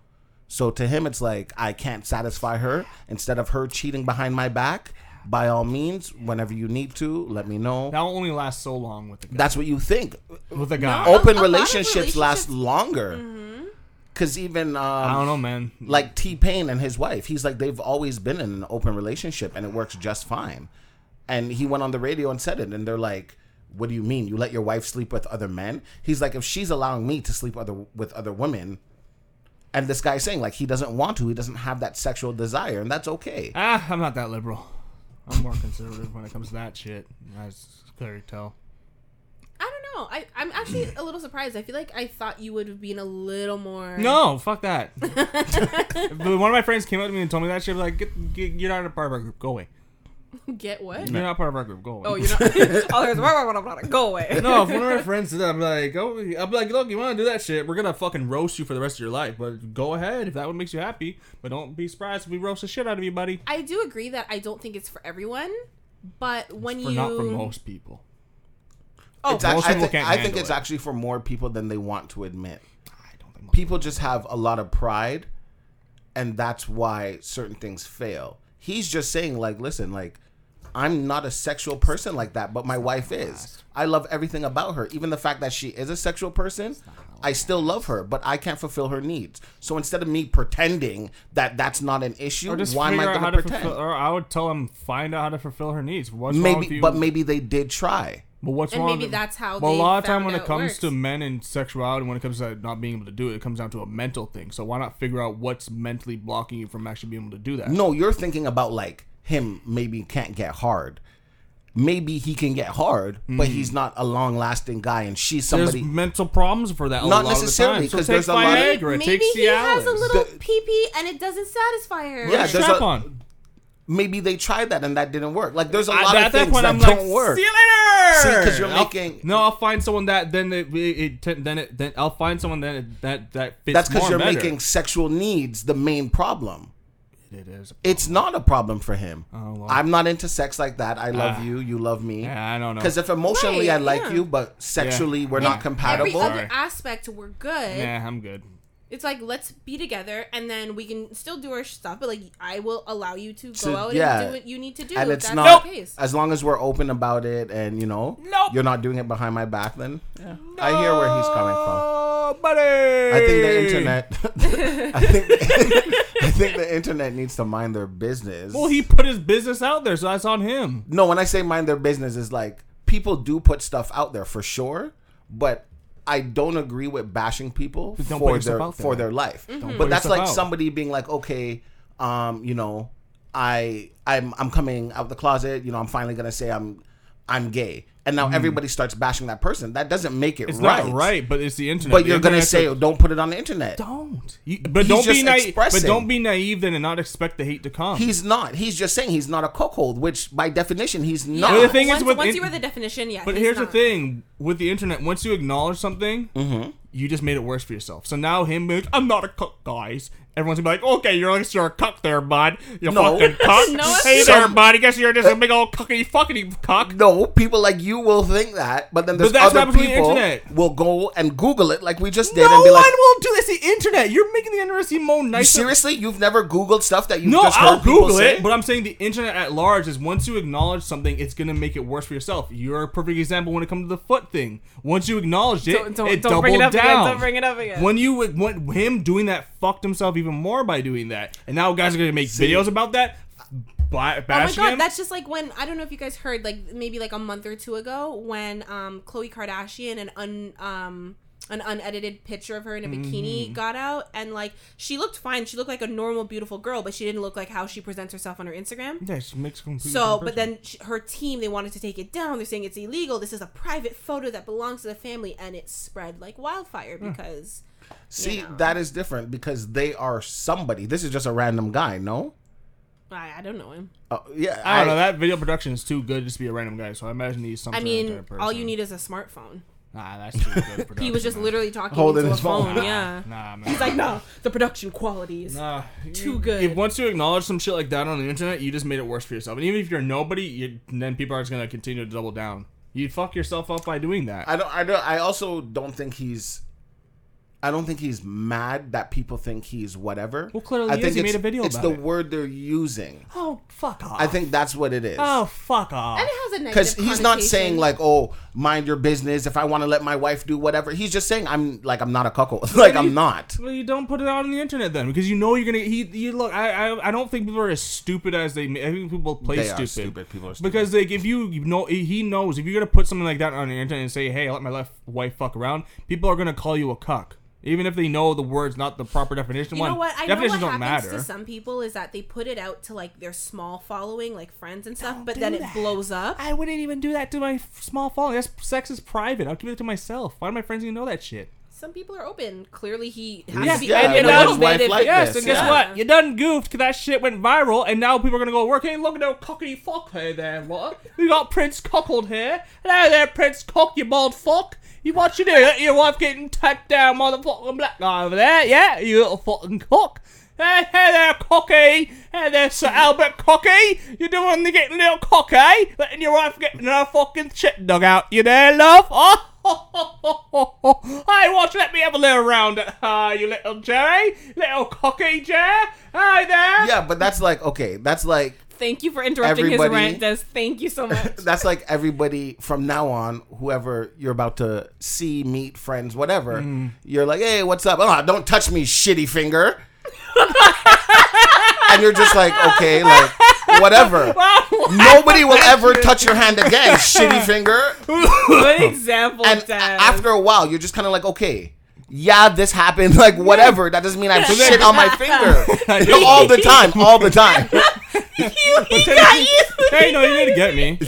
Speaker 3: So to him, it's like I can't satisfy her. Instead of her cheating behind my back, by all means, whenever you need to, let me know.
Speaker 2: that will only last so long with the guy.
Speaker 3: That's what you think.
Speaker 2: with the guy.
Speaker 3: Open
Speaker 1: a lot of
Speaker 3: relationships,
Speaker 1: relationships-
Speaker 3: last
Speaker 1: Mm-hmm.
Speaker 3: longer. Because even
Speaker 2: I
Speaker 3: um,
Speaker 2: don't know, man.
Speaker 3: like T Pain and his wife, he's like they've always been in an open relationship and it works just fine. And he went on the radio and said it, and they're like, "What do you mean? You let your wife sleep with other men?" He's like, "If she's allowing me to sleep other with other women." And this guy's saying like he doesn't want to, he doesn't have that sexual desire, and that's okay.
Speaker 2: ah, I'm not that liberal. I'm more conservative when it comes to that shit. As clear to tell.
Speaker 1: I don't know. I I'm actually a little surprised. I feel like I thought you would have been a little more.
Speaker 2: No, fuck that. If One of my friends came up to me and told me that shit. I was like, get, get, you're not a part of our group. Go away.
Speaker 1: Get what?
Speaker 2: You're not part of our group. Go away.
Speaker 1: Oh, you're not. oh, there's blah, blah, blah, blah, blah. Go away.
Speaker 2: No, if one of my friends did that, I'm like, oh, I'm like, look, you want to do that shit? We're gonna fucking roast you for the rest of your life. But go ahead if that one makes you happy. But don't be surprised if we roast the shit out of you, buddy.
Speaker 1: I do agree that I don't think it's for everyone, but when
Speaker 2: For
Speaker 1: you
Speaker 2: not for most people.
Speaker 3: It's act-
Speaker 2: Oh, most
Speaker 3: I
Speaker 2: people
Speaker 3: think,
Speaker 2: can't
Speaker 3: I think
Speaker 2: handle
Speaker 3: it's
Speaker 2: it.
Speaker 3: actually for more people than they want to admit.
Speaker 2: I don't think most
Speaker 3: people just have a lot of pride and that's why certain things fail he's just saying like listen like i'm not a sexual person like that but my wife is i love everything about her even the fact that she is a sexual person i still love her but i can't fulfill her needs so instead of me pretending that that's not an issue
Speaker 2: Or just
Speaker 3: why am i
Speaker 2: figure out
Speaker 3: going
Speaker 2: how
Speaker 3: to
Speaker 2: to
Speaker 3: pretend
Speaker 2: fulfill, or I would tell them find out how to fulfill her needs. What's wrong with
Speaker 3: maybe
Speaker 2: you?
Speaker 3: but maybe they did try
Speaker 2: But what's
Speaker 1: And
Speaker 2: wrong?
Speaker 1: maybe
Speaker 2: with-
Speaker 1: that's how
Speaker 2: But
Speaker 1: they
Speaker 2: a lot of time
Speaker 1: found
Speaker 2: when it
Speaker 1: out
Speaker 2: comes
Speaker 1: works.
Speaker 2: to men and sexuality, when it comes to not being able to do it, it comes down to a mental thing. So why not figure out what's mentally blocking you from actually being able to do that?
Speaker 3: No, you're thinking about like him maybe can't get hard. Maybe he can get hard, but he's not a long lasting guy, and she's
Speaker 2: Mm. There's
Speaker 3: somebody.
Speaker 2: mental problems for that.
Speaker 3: Not
Speaker 2: a lot
Speaker 3: necessarily,
Speaker 2: because
Speaker 3: because
Speaker 2: so it takes
Speaker 3: there's a lot of-
Speaker 2: Viagra, it
Speaker 1: maybe
Speaker 2: takes
Speaker 1: he has a
Speaker 2: Cialis.
Speaker 1: little
Speaker 3: The-
Speaker 1: pee pee and it doesn't satisfy her.
Speaker 3: Yeah, there's
Speaker 2: strap
Speaker 3: a-
Speaker 2: on.
Speaker 3: maybe they tried that and that didn't work. Like there's a
Speaker 2: I-
Speaker 3: lot
Speaker 2: at
Speaker 3: of things
Speaker 2: that point,
Speaker 3: that
Speaker 2: I'm
Speaker 3: don't
Speaker 2: like,
Speaker 3: work.
Speaker 2: see you later.
Speaker 3: 'cause you're
Speaker 2: I'll-
Speaker 3: making-
Speaker 2: no, I'll find someone that then it, it, it then it then I'll find someone that it, that that fits.
Speaker 3: That's
Speaker 2: because
Speaker 3: because you're making sexual needs the main problem.
Speaker 2: It is.
Speaker 3: It's not a problem for him.
Speaker 2: Oh, well. Ah.
Speaker 3: I'm not into sex like that. I love you. You love me.
Speaker 2: Yeah, I don't know.
Speaker 3: Because if emotionally
Speaker 1: Right,
Speaker 3: I like
Speaker 1: yeah.
Speaker 3: you, but sexually we're not
Speaker 1: Every
Speaker 3: compatible.
Speaker 1: other aspect, we're good.
Speaker 2: Nah, I'm good.
Speaker 1: It's like let's be together, and then we can still do our stuff. But like, I will allow you to go
Speaker 3: To-
Speaker 1: out
Speaker 3: yeah.
Speaker 1: and do what you need to do.
Speaker 3: and
Speaker 1: if
Speaker 3: it's
Speaker 1: that's
Speaker 3: not
Speaker 1: the case.
Speaker 3: as long as we're open about it and you know
Speaker 2: Nope.
Speaker 3: you're not doing it behind my back then i hear where he's coming from
Speaker 2: Oh, buddy.
Speaker 3: i think the internet I, think, I think the internet needs to mind their business
Speaker 2: Well, he put his business out there, so that's on him.
Speaker 3: no when i say mind their business is like people do put stuff out there for sure but I don't agree with bashing people
Speaker 2: Don't put
Speaker 3: for
Speaker 2: yourself
Speaker 3: their
Speaker 2: out there.
Speaker 3: for their life,
Speaker 2: put
Speaker 3: but that's
Speaker 2: yourself
Speaker 3: like
Speaker 2: out.
Speaker 3: somebody being like, okay, um, you know, I I'm I'm coming out the closet. You know, I'm finally gonna say I'm I'm gay, and now everybody starts bashing that person. That doesn't make
Speaker 2: Mm.
Speaker 3: it
Speaker 2: It's
Speaker 3: right.
Speaker 2: not right, but it's the internet.
Speaker 3: But
Speaker 2: The
Speaker 3: you're gonna
Speaker 2: internet's
Speaker 3: say,
Speaker 2: a-
Speaker 3: don't put it on the internet.
Speaker 2: don't. You- but
Speaker 3: He's
Speaker 2: don't be
Speaker 3: just
Speaker 2: naive. But
Speaker 3: expressing.
Speaker 2: don't be naive then and not expect the hate to come.
Speaker 3: He's not. He's just saying he's not a cuckold, which by definition he's not.
Speaker 2: But the thing is
Speaker 1: once,
Speaker 2: with
Speaker 1: once
Speaker 2: in-
Speaker 1: you were the definition, yeah.
Speaker 2: But
Speaker 1: he's
Speaker 2: here's the
Speaker 1: not.
Speaker 2: thing with the internet: once you acknowledge something,
Speaker 3: Mm-hmm.
Speaker 2: you just made it worse for yourself. So now him being, like, "I'm not a cuck, guys." Everyone's gonna be like, "Okay, you're like you're a cuck there, bud. You
Speaker 3: No.
Speaker 2: fucking cuck.
Speaker 1: No, it's
Speaker 2: hey there,
Speaker 3: Some-
Speaker 2: bud. I guess you're just a big old cuckety fuckety cuck."
Speaker 3: No, people like you will think that, but then there's
Speaker 2: that's what
Speaker 3: other
Speaker 2: happens with the
Speaker 3: people
Speaker 2: internet.
Speaker 3: will go and Google it like we just did
Speaker 2: No
Speaker 3: and be
Speaker 2: one
Speaker 3: like,
Speaker 2: will do this. The internet. You're making the internet seem more nice.
Speaker 3: seriously, you've never Googled stuff that you
Speaker 2: No,
Speaker 3: just heard
Speaker 2: I'll
Speaker 3: people
Speaker 2: Google
Speaker 3: say?
Speaker 2: it. But I'm saying the internet at large is once you acknowledge something, it's gonna make it worse for yourself. You're a perfect example when it comes to the foot thing. Once you acknowledge it,
Speaker 1: Don't- don't-
Speaker 2: it
Speaker 1: don't bring it
Speaker 2: doubled
Speaker 1: up again.
Speaker 2: down.
Speaker 1: Don't bring it up again.
Speaker 2: When you when him doing that fucked himself even more by doing that, and now guys are gonna make videos about that. By,
Speaker 1: Oh my
Speaker 2: bashing
Speaker 1: god,
Speaker 2: him.
Speaker 1: that's just like when I don't know if you guys heard like maybe like a month or two ago when um Khloe Kardashian an un um an unedited picture of her in a bikini
Speaker 2: Mm.
Speaker 1: got out and like she looked fine. She looked like a normal beautiful girl, but she didn't look like how she presents herself on her Instagram.
Speaker 2: yeah, she makes a completely
Speaker 1: So,
Speaker 2: different
Speaker 1: but
Speaker 2: person.
Speaker 1: then sh her team they wanted to take it down. They're saying it's illegal. This is a private photo that belongs to the family and it spread like wildfire because
Speaker 3: See,
Speaker 1: know.
Speaker 3: that is different because they are somebody. This is just a random guy, no?
Speaker 1: I, I don't know him.
Speaker 3: Uh, yeah,
Speaker 2: I don't know. That video production is too good just to be a random guy. So I imagine he's some.
Speaker 1: I
Speaker 2: sort of
Speaker 1: mean,
Speaker 2: type of
Speaker 1: all you
Speaker 2: person.
Speaker 1: need is a smartphone.
Speaker 2: Nah, that's too good. Production,
Speaker 1: He was just
Speaker 2: man.
Speaker 1: literally talking
Speaker 3: Holding
Speaker 1: into
Speaker 3: his
Speaker 1: a
Speaker 3: phone.
Speaker 1: phone. Yeah.
Speaker 2: Nah, man.
Speaker 1: He's like, no, the production quality is
Speaker 2: Nah,
Speaker 1: too
Speaker 2: you-
Speaker 1: good.
Speaker 2: If once you acknowledge some shit like that on the internet, you just made it worse for yourself. And even if you're nobody, you, then people are just gonna continue to double down. You fuck yourself up by doing that.
Speaker 3: I don't. I don't. I also don't think he's. I don't think he's mad that people think he's whatever.
Speaker 2: Well, clearly
Speaker 3: I
Speaker 2: he is.
Speaker 3: think
Speaker 2: He made
Speaker 3: it's-
Speaker 2: a video
Speaker 3: It's
Speaker 2: about
Speaker 3: the
Speaker 2: it.
Speaker 3: word they're using.
Speaker 2: oh fuck off!
Speaker 3: I think that's what it is.
Speaker 2: Oh fuck off!
Speaker 1: And it has a negative
Speaker 3: because he's not
Speaker 1: connotation.
Speaker 3: saying like, "Oh, mind your business." If I want to let my wife do whatever, he's just saying, "I'm like, I'm not a cuckold. like, I'm not."
Speaker 2: Well, you don't put it out on the internet then, because you know you're gonna. He, you look. I, I, I don't think people are as stupid as they. ma- I think people play
Speaker 3: They are
Speaker 2: stupid.
Speaker 3: stupid. People are
Speaker 2: Because like, if you you know, he knows if you're gonna put something like that on the internet and say, "Hey, I let my left wife fuck around," people are gonna call you a cuck, even if they know the word's not the proper definition.
Speaker 1: You
Speaker 2: One,
Speaker 1: know what? I know what
Speaker 2: definitions
Speaker 1: happens
Speaker 2: don't matter.
Speaker 1: to some people is that they put it out to like their small following, like friends and stuff, but then it blows up.
Speaker 2: I wouldn't even do that to my f- small following. That's sex is private. I'll keep it to myself. Why do my friends even know that shit?
Speaker 1: Some people are open. Clearly, he has
Speaker 3: Yeah,
Speaker 1: to be
Speaker 3: yeah,
Speaker 1: open
Speaker 3: and
Speaker 1: a
Speaker 3: that
Speaker 1: little
Speaker 3: is why
Speaker 1: bit. If,
Speaker 3: like
Speaker 2: yes,
Speaker 3: this,
Speaker 2: and guess
Speaker 1: yeah.
Speaker 2: what? You done goofed because that shit went viral, and now people are gonna go work. Hey, look at that cocky fuck hey there, what? We got Prince Cockled here. Hello there, Prince Cock, you bald fuck. You what you do? Let your wife getting tacked down by the fucking black guy over there, yeah? You little fucking cock. Hey, hey there, cocky. Hey there, Sir Albert Cocky. You're the one that getting little cocky, letting your wife get another fucking shit dug out. You there, love? Oh, Hey, watch, let me have a little round at her, you little Jerry. Little cocky Jerry. Hi there.
Speaker 3: Yeah, but that's like okay. That's like
Speaker 1: Thank you for interrupting his
Speaker 3: Everybody-
Speaker 1: rant, Des. Thank you so much.
Speaker 3: that's like everybody from now on. Whoever you're about to see, meet, friends, whatever,
Speaker 2: Mm-hmm.
Speaker 3: you're like, "Hey, what's up?" Oh, don't touch me, shitty finger. and you're just like, okay, like whatever. Nobody will ever touch your hand again, shitty finger.
Speaker 1: Good example,
Speaker 3: and a-
Speaker 1: Des.
Speaker 3: after a while, you're just kind of like, okay, yeah, this happened, like whatever. That doesn't mean I have shit on my finger No, all the time, all the time.
Speaker 1: he got you.
Speaker 2: Hey, no, you didn't get me.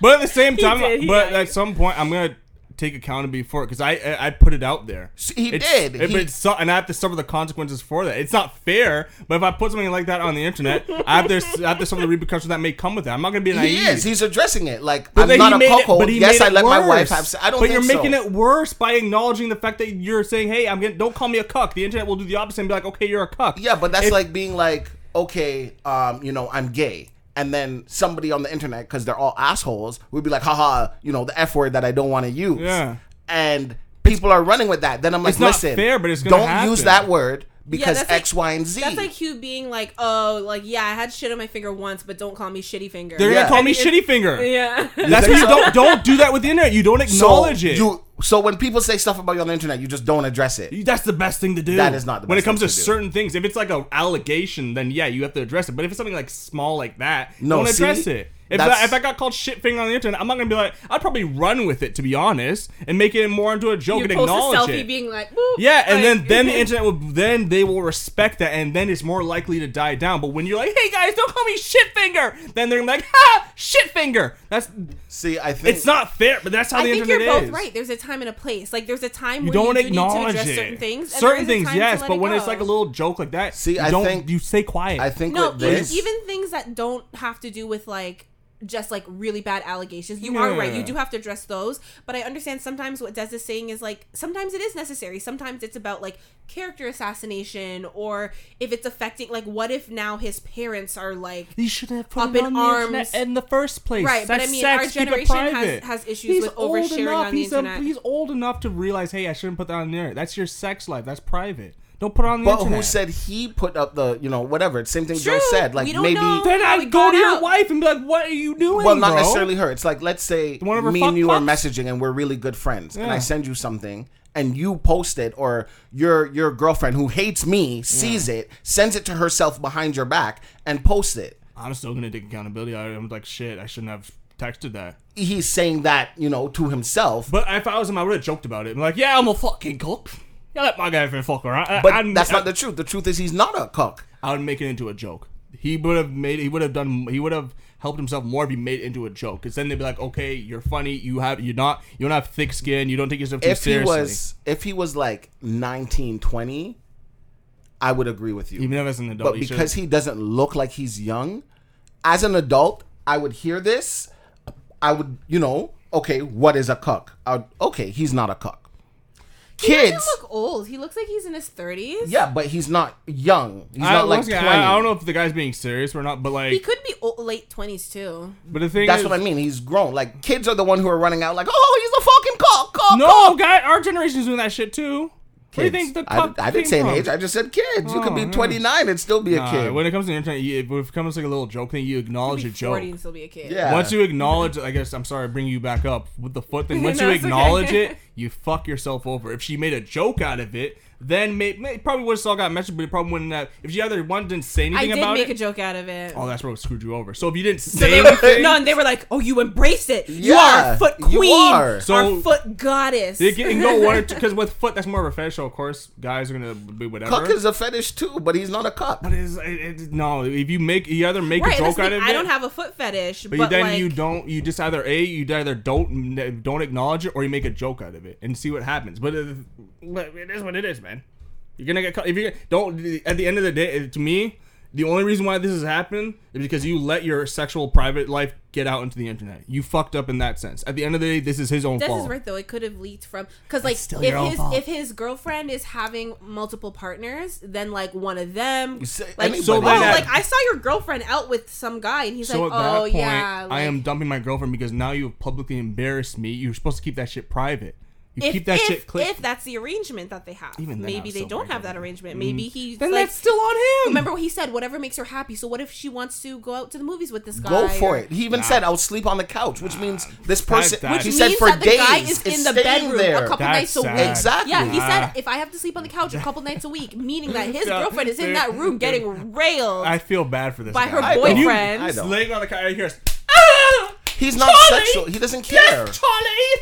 Speaker 2: But at the same time,
Speaker 1: did, he
Speaker 2: but
Speaker 1: got
Speaker 2: at some point, I'm gonna take accountability for it because I, I I put it out there.
Speaker 3: he
Speaker 2: It's-
Speaker 3: did.
Speaker 2: it-
Speaker 3: He-
Speaker 2: but it's so- and I have to suffer the consequences for that. It's not fair. But if I put something like that on the internet, I have to I have to suffer the repercussions that may come with that. I'm not gonna be naive.
Speaker 3: He is. He's addressing it. Like
Speaker 2: then
Speaker 3: I'm
Speaker 2: he
Speaker 3: not a
Speaker 2: made it-
Speaker 3: cuckold.
Speaker 2: he
Speaker 3: yes,
Speaker 2: made
Speaker 3: I
Speaker 2: it
Speaker 3: let my wife
Speaker 2: worse.
Speaker 3: have. se- I don't.
Speaker 2: But
Speaker 3: think
Speaker 2: you're making
Speaker 3: so.
Speaker 2: it worse by acknowledging the fact that you're saying, "Hey, I'm getting. Don't call me a cuck." The internet will do the opposite and be like, "Okay, you're a cuck."
Speaker 3: Yeah, but that's
Speaker 2: If-
Speaker 3: like being like, okay, um, you know, I'm gay. And then somebody on the internet, because they're all assholes, would be like, haha, you know, the F word that I don't want to use.
Speaker 2: Yeah.
Speaker 3: And people are running with that. Then I'm like,
Speaker 2: not
Speaker 3: listen,
Speaker 2: fair, but it's gonna
Speaker 3: don't use
Speaker 2: happen."
Speaker 3: that word because
Speaker 1: that's like-
Speaker 3: X, Y, and Z.
Speaker 1: That's like Hugh being like, oh, like yeah, I had shit on my finger once, but don't call me shitty finger.
Speaker 2: they're
Speaker 3: yeah.
Speaker 2: gonna call me
Speaker 1: I mean,
Speaker 2: shitty finger.
Speaker 1: yeah.
Speaker 2: That's what you don't don't do that with the internet. You don't acknowledge it.
Speaker 3: You, so when people say stuff about you on the internet, you just don't address it.
Speaker 2: That's the best thing to do.
Speaker 3: That is not the
Speaker 2: when
Speaker 3: best
Speaker 2: it comes
Speaker 3: thing
Speaker 2: to
Speaker 3: to do.
Speaker 2: certain things. If it's like a allegation, then yeah, you have to address it. But if it's something like small like that,
Speaker 3: No,
Speaker 2: don't address
Speaker 3: see?
Speaker 2: it. If If
Speaker 3: That's-
Speaker 2: I, if I got called shit thing on the internet, I'm not gonna be like. I'd probably run with it to be honest, and make it more into a joke
Speaker 1: you
Speaker 2: and
Speaker 1: post a
Speaker 2: acknowledge
Speaker 1: selfie
Speaker 2: it.
Speaker 1: being like, "Boop,"
Speaker 2: yeah, and
Speaker 1: like-
Speaker 2: then then the internet will then they will respect that, and then it's more likely to die down. But when you're like, hey guys, don't call me shit finger, then they're like, ha, shit finger. That's
Speaker 3: See, I think
Speaker 2: it's not fair, but that's how
Speaker 1: I
Speaker 2: the
Speaker 1: think
Speaker 2: internet
Speaker 1: you're both
Speaker 2: is.
Speaker 1: right. There's a time and a place. Like there's a time where
Speaker 2: You don't
Speaker 1: you do need to
Speaker 2: acknowledge
Speaker 1: address
Speaker 2: it.
Speaker 1: certain things. and
Speaker 2: certain
Speaker 1: there is a
Speaker 2: things,
Speaker 1: time to
Speaker 2: yes,
Speaker 1: let
Speaker 2: but
Speaker 1: it
Speaker 2: when it's
Speaker 1: go.
Speaker 2: like a little joke like that,
Speaker 3: See,
Speaker 2: you
Speaker 3: I
Speaker 2: don't
Speaker 3: think-
Speaker 2: you stay quiet.
Speaker 3: I think
Speaker 1: no,
Speaker 3: with
Speaker 1: even,
Speaker 3: this,
Speaker 1: even things that don't have to do with like just like really bad allegations. You are right. You
Speaker 2: Yeah.
Speaker 1: do have to address those. But I understand sometimes what Des is saying is like sometimes it is necessary. Sometimes it's about like character assassination or if it's affecting like what if now his parents are like
Speaker 2: He shouldn't have
Speaker 1: Up in arms.
Speaker 2: the first place.
Speaker 1: Right, but I mean, our
Speaker 2: keep it
Speaker 1: generation has-
Speaker 2: private.
Speaker 1: has issues with oversharing
Speaker 2: enough.
Speaker 1: on the
Speaker 2: he's
Speaker 1: internet.
Speaker 2: he's old enough to realize, hey, I shouldn't put that on the internet. That's your sex life. That's private. Don't put it on the
Speaker 3: but
Speaker 2: internet.
Speaker 3: who said he put up the you know whatever? It's same thing
Speaker 1: True,
Speaker 3: Joe said. Like
Speaker 1: we don't
Speaker 3: maybe
Speaker 1: know.
Speaker 2: Then
Speaker 1: How
Speaker 2: I'd
Speaker 1: it
Speaker 2: go
Speaker 1: got
Speaker 2: to your
Speaker 1: out.
Speaker 2: wife and be like, what are you doing?
Speaker 3: Well, not
Speaker 2: bro?
Speaker 3: necessarily her. It's like let's say
Speaker 2: one of her
Speaker 3: me and
Speaker 2: fuck
Speaker 3: you are
Speaker 2: fucks?
Speaker 3: messaging and we're really good friends, and
Speaker 2: Yeah.
Speaker 3: I send you something, and you post it, or your your girlfriend who hates me sees it, sends it to herself behind your back, and posts it.
Speaker 2: I'm still gonna take accountability. I- I'm like, shit, I shouldn't have texted that.
Speaker 3: He's saying that you know to himself,
Speaker 2: But if I was him, I would have joked about it. I'm like, yeah, I'm a fucking cook. Yeah, let my guy for fuck around. I-
Speaker 3: but
Speaker 2: I'm-
Speaker 3: that's
Speaker 2: I-
Speaker 3: not the truth. The truth is he's not a cook.
Speaker 2: I would make it into a joke. He would have made. He would have done. He would have helped himself more if he made it into a joke. Because then they'd be like, okay, you're funny. You have. You're not. You don't have thick skin. You don't take yourself too
Speaker 3: if he
Speaker 2: seriously.
Speaker 3: was if he was like 19 20 i would agree with you
Speaker 2: even if as an adult,
Speaker 3: but
Speaker 2: you should-
Speaker 3: because he doesn't look like he's young as an adult i would hear this i would you know okay what is a cook I would, okay he's not a cook
Speaker 1: He
Speaker 3: kids
Speaker 1: doesn't look old. He looks like he's in his thirties.
Speaker 3: yeah but he's not young he's
Speaker 2: I,
Speaker 3: not like
Speaker 2: once
Speaker 3: 20
Speaker 2: again, I, I don't know if the guy's being serious or not, but like,
Speaker 1: He could be old, late twenties too.
Speaker 2: but the thing
Speaker 3: that's
Speaker 2: is,
Speaker 3: what i mean he's grown like kids are the one who are running out like oh he's a fucking cook cook
Speaker 2: No, guy, our generation's doing that shit too. What do you
Speaker 3: kids.
Speaker 2: think the
Speaker 3: I,
Speaker 2: cock
Speaker 3: I didn't
Speaker 2: came
Speaker 3: say an
Speaker 2: from?
Speaker 3: age i just said kids you could
Speaker 2: Oh,
Speaker 3: be
Speaker 2: yeah.
Speaker 3: 29 and still be a
Speaker 2: Nah,
Speaker 3: kid
Speaker 2: when it comes to the internet, you, when it comes to like a little joke thing, you
Speaker 1: He'll
Speaker 2: acknowledge
Speaker 1: be
Speaker 2: a joke.
Speaker 1: forty and still be a kid.
Speaker 3: yeah
Speaker 2: Once you acknowledge, I guess I'm sorry, I bring you back up with the foot thing. Once
Speaker 1: No,
Speaker 2: you
Speaker 1: it's okay.
Speaker 2: acknowledge it, you fuck yourself over. If she made a joke out of it, then may, may, probably would have all got mentioned, but it probably wouldn't have. If she either one didn't say
Speaker 1: I
Speaker 2: anything
Speaker 1: did
Speaker 2: about
Speaker 1: make
Speaker 2: it,
Speaker 1: a joke out of it.
Speaker 2: oh, that's where it screwed you over. So if you didn't
Speaker 1: So
Speaker 2: say
Speaker 1: they were,
Speaker 2: anything,
Speaker 1: no, and they were like, "Oh, you embrace it. you
Speaker 3: Yeah,
Speaker 1: are a foot
Speaker 3: you
Speaker 1: queen,
Speaker 3: are.
Speaker 2: So-
Speaker 1: our foot goddess."
Speaker 2: it can go one or two. Because with foot, that's more of a fetish. So of course, guys are gonna be whatever.
Speaker 3: Cuck is a fetish too, but he's not a cuck.
Speaker 2: But it's- it- it- no, if you make you either make
Speaker 1: right?
Speaker 2: a
Speaker 1: that's
Speaker 2: joke
Speaker 1: the
Speaker 2: out
Speaker 1: thing.
Speaker 2: of it,
Speaker 1: I don't have a foot fetish, but,
Speaker 2: But, you then
Speaker 1: like,
Speaker 2: you don't. You just either a you either don't n- don't acknowledge it or you make a joke out of it and see what happens. But it, but it is what it is, man. You're gonna get caught if you don't. At the end of the day, it- to me, the only reason why this has happened is because you let your sexual private life get out into the internet. You fucked up in that sense. At the end of the day, this is his own
Speaker 1: Des
Speaker 2: fault.
Speaker 1: is right though. It could have leaked from because like
Speaker 2: still
Speaker 1: if
Speaker 2: your own
Speaker 1: his
Speaker 2: fault.
Speaker 1: if his girlfriend is having multiple partners, then like one of them
Speaker 3: say
Speaker 1: like
Speaker 3: anybody.
Speaker 1: oh
Speaker 2: So then that-
Speaker 1: like I saw your girlfriend out with some guy and he's
Speaker 2: So
Speaker 1: like
Speaker 2: at that
Speaker 1: oh
Speaker 2: point,
Speaker 1: yeah
Speaker 2: I
Speaker 1: like-
Speaker 2: am dumping my girlfriend because now you have publicly embarrassed me. You're supposed to keep that shit private. You
Speaker 1: if,
Speaker 2: keep that
Speaker 1: if,
Speaker 2: shit clear.
Speaker 1: if that's the arrangement that they have
Speaker 2: Even then, I
Speaker 1: maybe
Speaker 2: was
Speaker 1: they
Speaker 2: still
Speaker 1: don't
Speaker 2: breaking
Speaker 1: have that
Speaker 2: it.
Speaker 1: arrangement maybe he's
Speaker 2: then
Speaker 1: like,
Speaker 2: that's still on him.
Speaker 1: remember what he said whatever makes her happy so what if she wants to go out to the movies with this guy
Speaker 3: Go for
Speaker 1: or-
Speaker 3: it. He even said, "I'll sleep on the couch," which means this person.
Speaker 2: that-
Speaker 3: he
Speaker 2: Which
Speaker 3: said
Speaker 1: means
Speaker 3: for
Speaker 1: that the
Speaker 3: days
Speaker 1: guy is in the
Speaker 3: staying
Speaker 1: bedroom
Speaker 3: there.
Speaker 1: a couple
Speaker 2: That's
Speaker 1: nights a
Speaker 2: sad.
Speaker 1: week.
Speaker 3: Exactly.
Speaker 1: Yeah, he
Speaker 2: Ah.
Speaker 1: said if I have to sleep on the couch a couple nights a week, meaning that his
Speaker 2: Yeah.
Speaker 1: girlfriend is in that room getting railed.
Speaker 2: I feel bad for this
Speaker 1: By
Speaker 2: guy.
Speaker 1: her
Speaker 2: I
Speaker 3: don't.
Speaker 1: boyfriend.
Speaker 3: I
Speaker 2: He's
Speaker 3: don't.
Speaker 2: laying on the couch. He hears,
Speaker 3: He's not
Speaker 2: Charlie!
Speaker 3: sexual. He doesn't care.
Speaker 2: Charlie,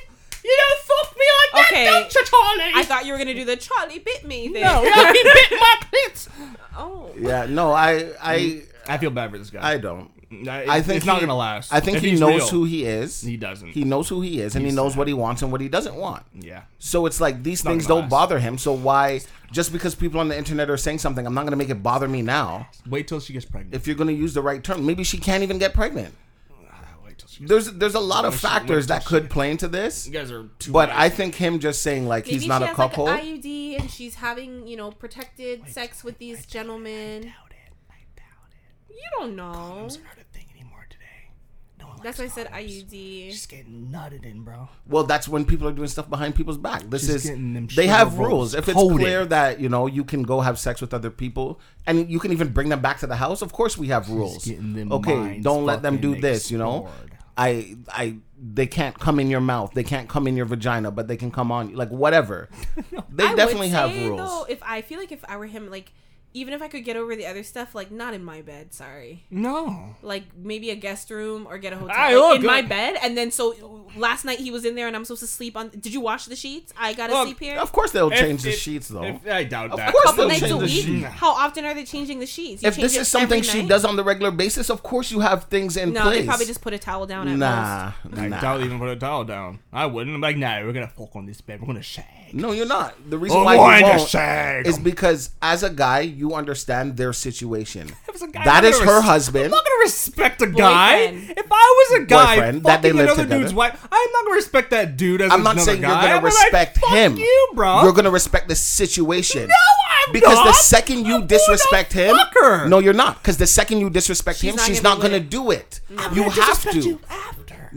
Speaker 2: you don't fuck me like
Speaker 1: Okay.
Speaker 2: that, don't you, Charlie?
Speaker 1: I thought you were gonna do the Charlie bit me thing.
Speaker 2: yeah, he bit my pits.
Speaker 1: Oh.
Speaker 3: Yeah. No. I. I.
Speaker 2: I feel bad for this guy.
Speaker 3: I don't.
Speaker 2: I,
Speaker 3: I think
Speaker 2: it's not
Speaker 3: he-
Speaker 2: gonna last.
Speaker 3: I think
Speaker 2: If
Speaker 3: he
Speaker 2: he's
Speaker 3: knows
Speaker 2: real.
Speaker 3: who he is.
Speaker 2: He doesn't.
Speaker 3: He knows who he is, and he
Speaker 2: He's
Speaker 3: knows
Speaker 2: sad.
Speaker 3: what he wants and what he doesn't want.
Speaker 2: yeah.
Speaker 3: So it's like these things
Speaker 2: gonna
Speaker 3: don't
Speaker 2: last.
Speaker 3: bother him. So why, just because people on the internet are saying something, I'm not gonna make it bother me now.
Speaker 2: Wait till she gets pregnant.
Speaker 3: If you're gonna use the right term, maybe she can't even get pregnant.
Speaker 2: Ah, Wait till she gets
Speaker 3: There's there's a lot of
Speaker 2: Wish- wish
Speaker 3: factors that
Speaker 2: she-
Speaker 3: could play into this.
Speaker 2: You guys are too.
Speaker 3: But I
Speaker 2: nice.
Speaker 3: think him just saying like
Speaker 1: Maybe
Speaker 3: he's not
Speaker 1: she
Speaker 3: a
Speaker 1: has
Speaker 3: cuckold.
Speaker 1: like an IUD and she's having, you know, protected sex with these gentlemen. You don't know.
Speaker 2: not a thing anymore today. No one
Speaker 1: That's why I
Speaker 2: likes
Speaker 1: said
Speaker 2: condoms.
Speaker 1: IUD.
Speaker 2: She's getting nutted in, bro.
Speaker 3: well, that's when people are doing stuff behind people's back. This
Speaker 2: She's getting them
Speaker 3: is they have
Speaker 2: sugar rolls
Speaker 3: rules. If it's
Speaker 2: coated.
Speaker 3: clear that you know you can go have sex with other people and you can even bring them back to the house, of course we have rules.
Speaker 2: getting them
Speaker 3: Okay,
Speaker 2: minds
Speaker 3: don't let them do
Speaker 2: fucking
Speaker 3: this. You know,
Speaker 2: explored.
Speaker 3: I I they can't come in your mouth. They can't come in your vagina, but they can come on you. Like whatever. They
Speaker 1: I would
Speaker 3: definitely have
Speaker 1: say,
Speaker 3: rules.
Speaker 1: Though, if I feel like if I were him, like even if I could get over the other stuff, like not in my bed, sorry.
Speaker 2: No.
Speaker 1: Like maybe a guest room or get a hotel like,
Speaker 2: Aye, look,
Speaker 1: in my
Speaker 3: uh,
Speaker 2: look.
Speaker 1: bed. And then so last night he was in there and I'm supposed to sleep on. Did you wash the sheets? I gotta
Speaker 2: Look,
Speaker 1: sleep here.
Speaker 3: Of course they'll
Speaker 2: If-
Speaker 3: change the
Speaker 2: if-
Speaker 3: sheets though.
Speaker 2: if- I doubt
Speaker 3: Of
Speaker 2: that.
Speaker 3: course
Speaker 1: couple
Speaker 3: they'll
Speaker 1: nights a
Speaker 3: change the
Speaker 1: week.
Speaker 3: sheet.
Speaker 1: How often are they changing the sheets? You
Speaker 3: if
Speaker 1: change
Speaker 3: this
Speaker 1: it
Speaker 3: is something
Speaker 1: every
Speaker 3: she
Speaker 1: night?
Speaker 3: does on the regular basis, of course you have things in
Speaker 1: no,
Speaker 3: place.
Speaker 1: they probably just put a towel down at most.
Speaker 3: nah,
Speaker 2: I
Speaker 3: nah.
Speaker 2: doubt even put a towel down. I wouldn't. I'm like, nah, we're gonna fuck on this bed. We're gonna shag.
Speaker 3: No, you're not. The reason
Speaker 2: Oh,
Speaker 3: why
Speaker 2: I'm
Speaker 3: you
Speaker 2: gonna
Speaker 3: won't
Speaker 2: shag.
Speaker 3: is because as a guy, you understand their situation.
Speaker 2: was a guy
Speaker 3: That
Speaker 2: who
Speaker 3: is
Speaker 2: was-
Speaker 3: her husband.
Speaker 2: I'm not gonna respect a guy.
Speaker 1: Boyfriend.
Speaker 2: If I was a guy
Speaker 3: Boyfriend, that
Speaker 2: fucking
Speaker 3: they live
Speaker 2: another
Speaker 3: together.
Speaker 2: dude's wife, I'm not gonna respect that dude as
Speaker 3: I'm not
Speaker 2: another
Speaker 3: saying
Speaker 2: guy.
Speaker 3: you're
Speaker 2: I'm
Speaker 3: gonna
Speaker 2: like,
Speaker 3: respect
Speaker 2: "Fuck
Speaker 3: him.
Speaker 2: you, bro.
Speaker 3: You're gonna respect the situation. No,
Speaker 2: I'm
Speaker 3: because the
Speaker 2: not.
Speaker 3: second you
Speaker 2: I'm doing
Speaker 3: disrespect
Speaker 2: a
Speaker 3: him,
Speaker 2: fucker.
Speaker 3: no, you're not. Because the second you disrespect
Speaker 1: She's
Speaker 3: him,
Speaker 1: not
Speaker 3: she's
Speaker 1: gonna
Speaker 3: not gonna
Speaker 1: do it.
Speaker 3: do it. You have to.
Speaker 2: after.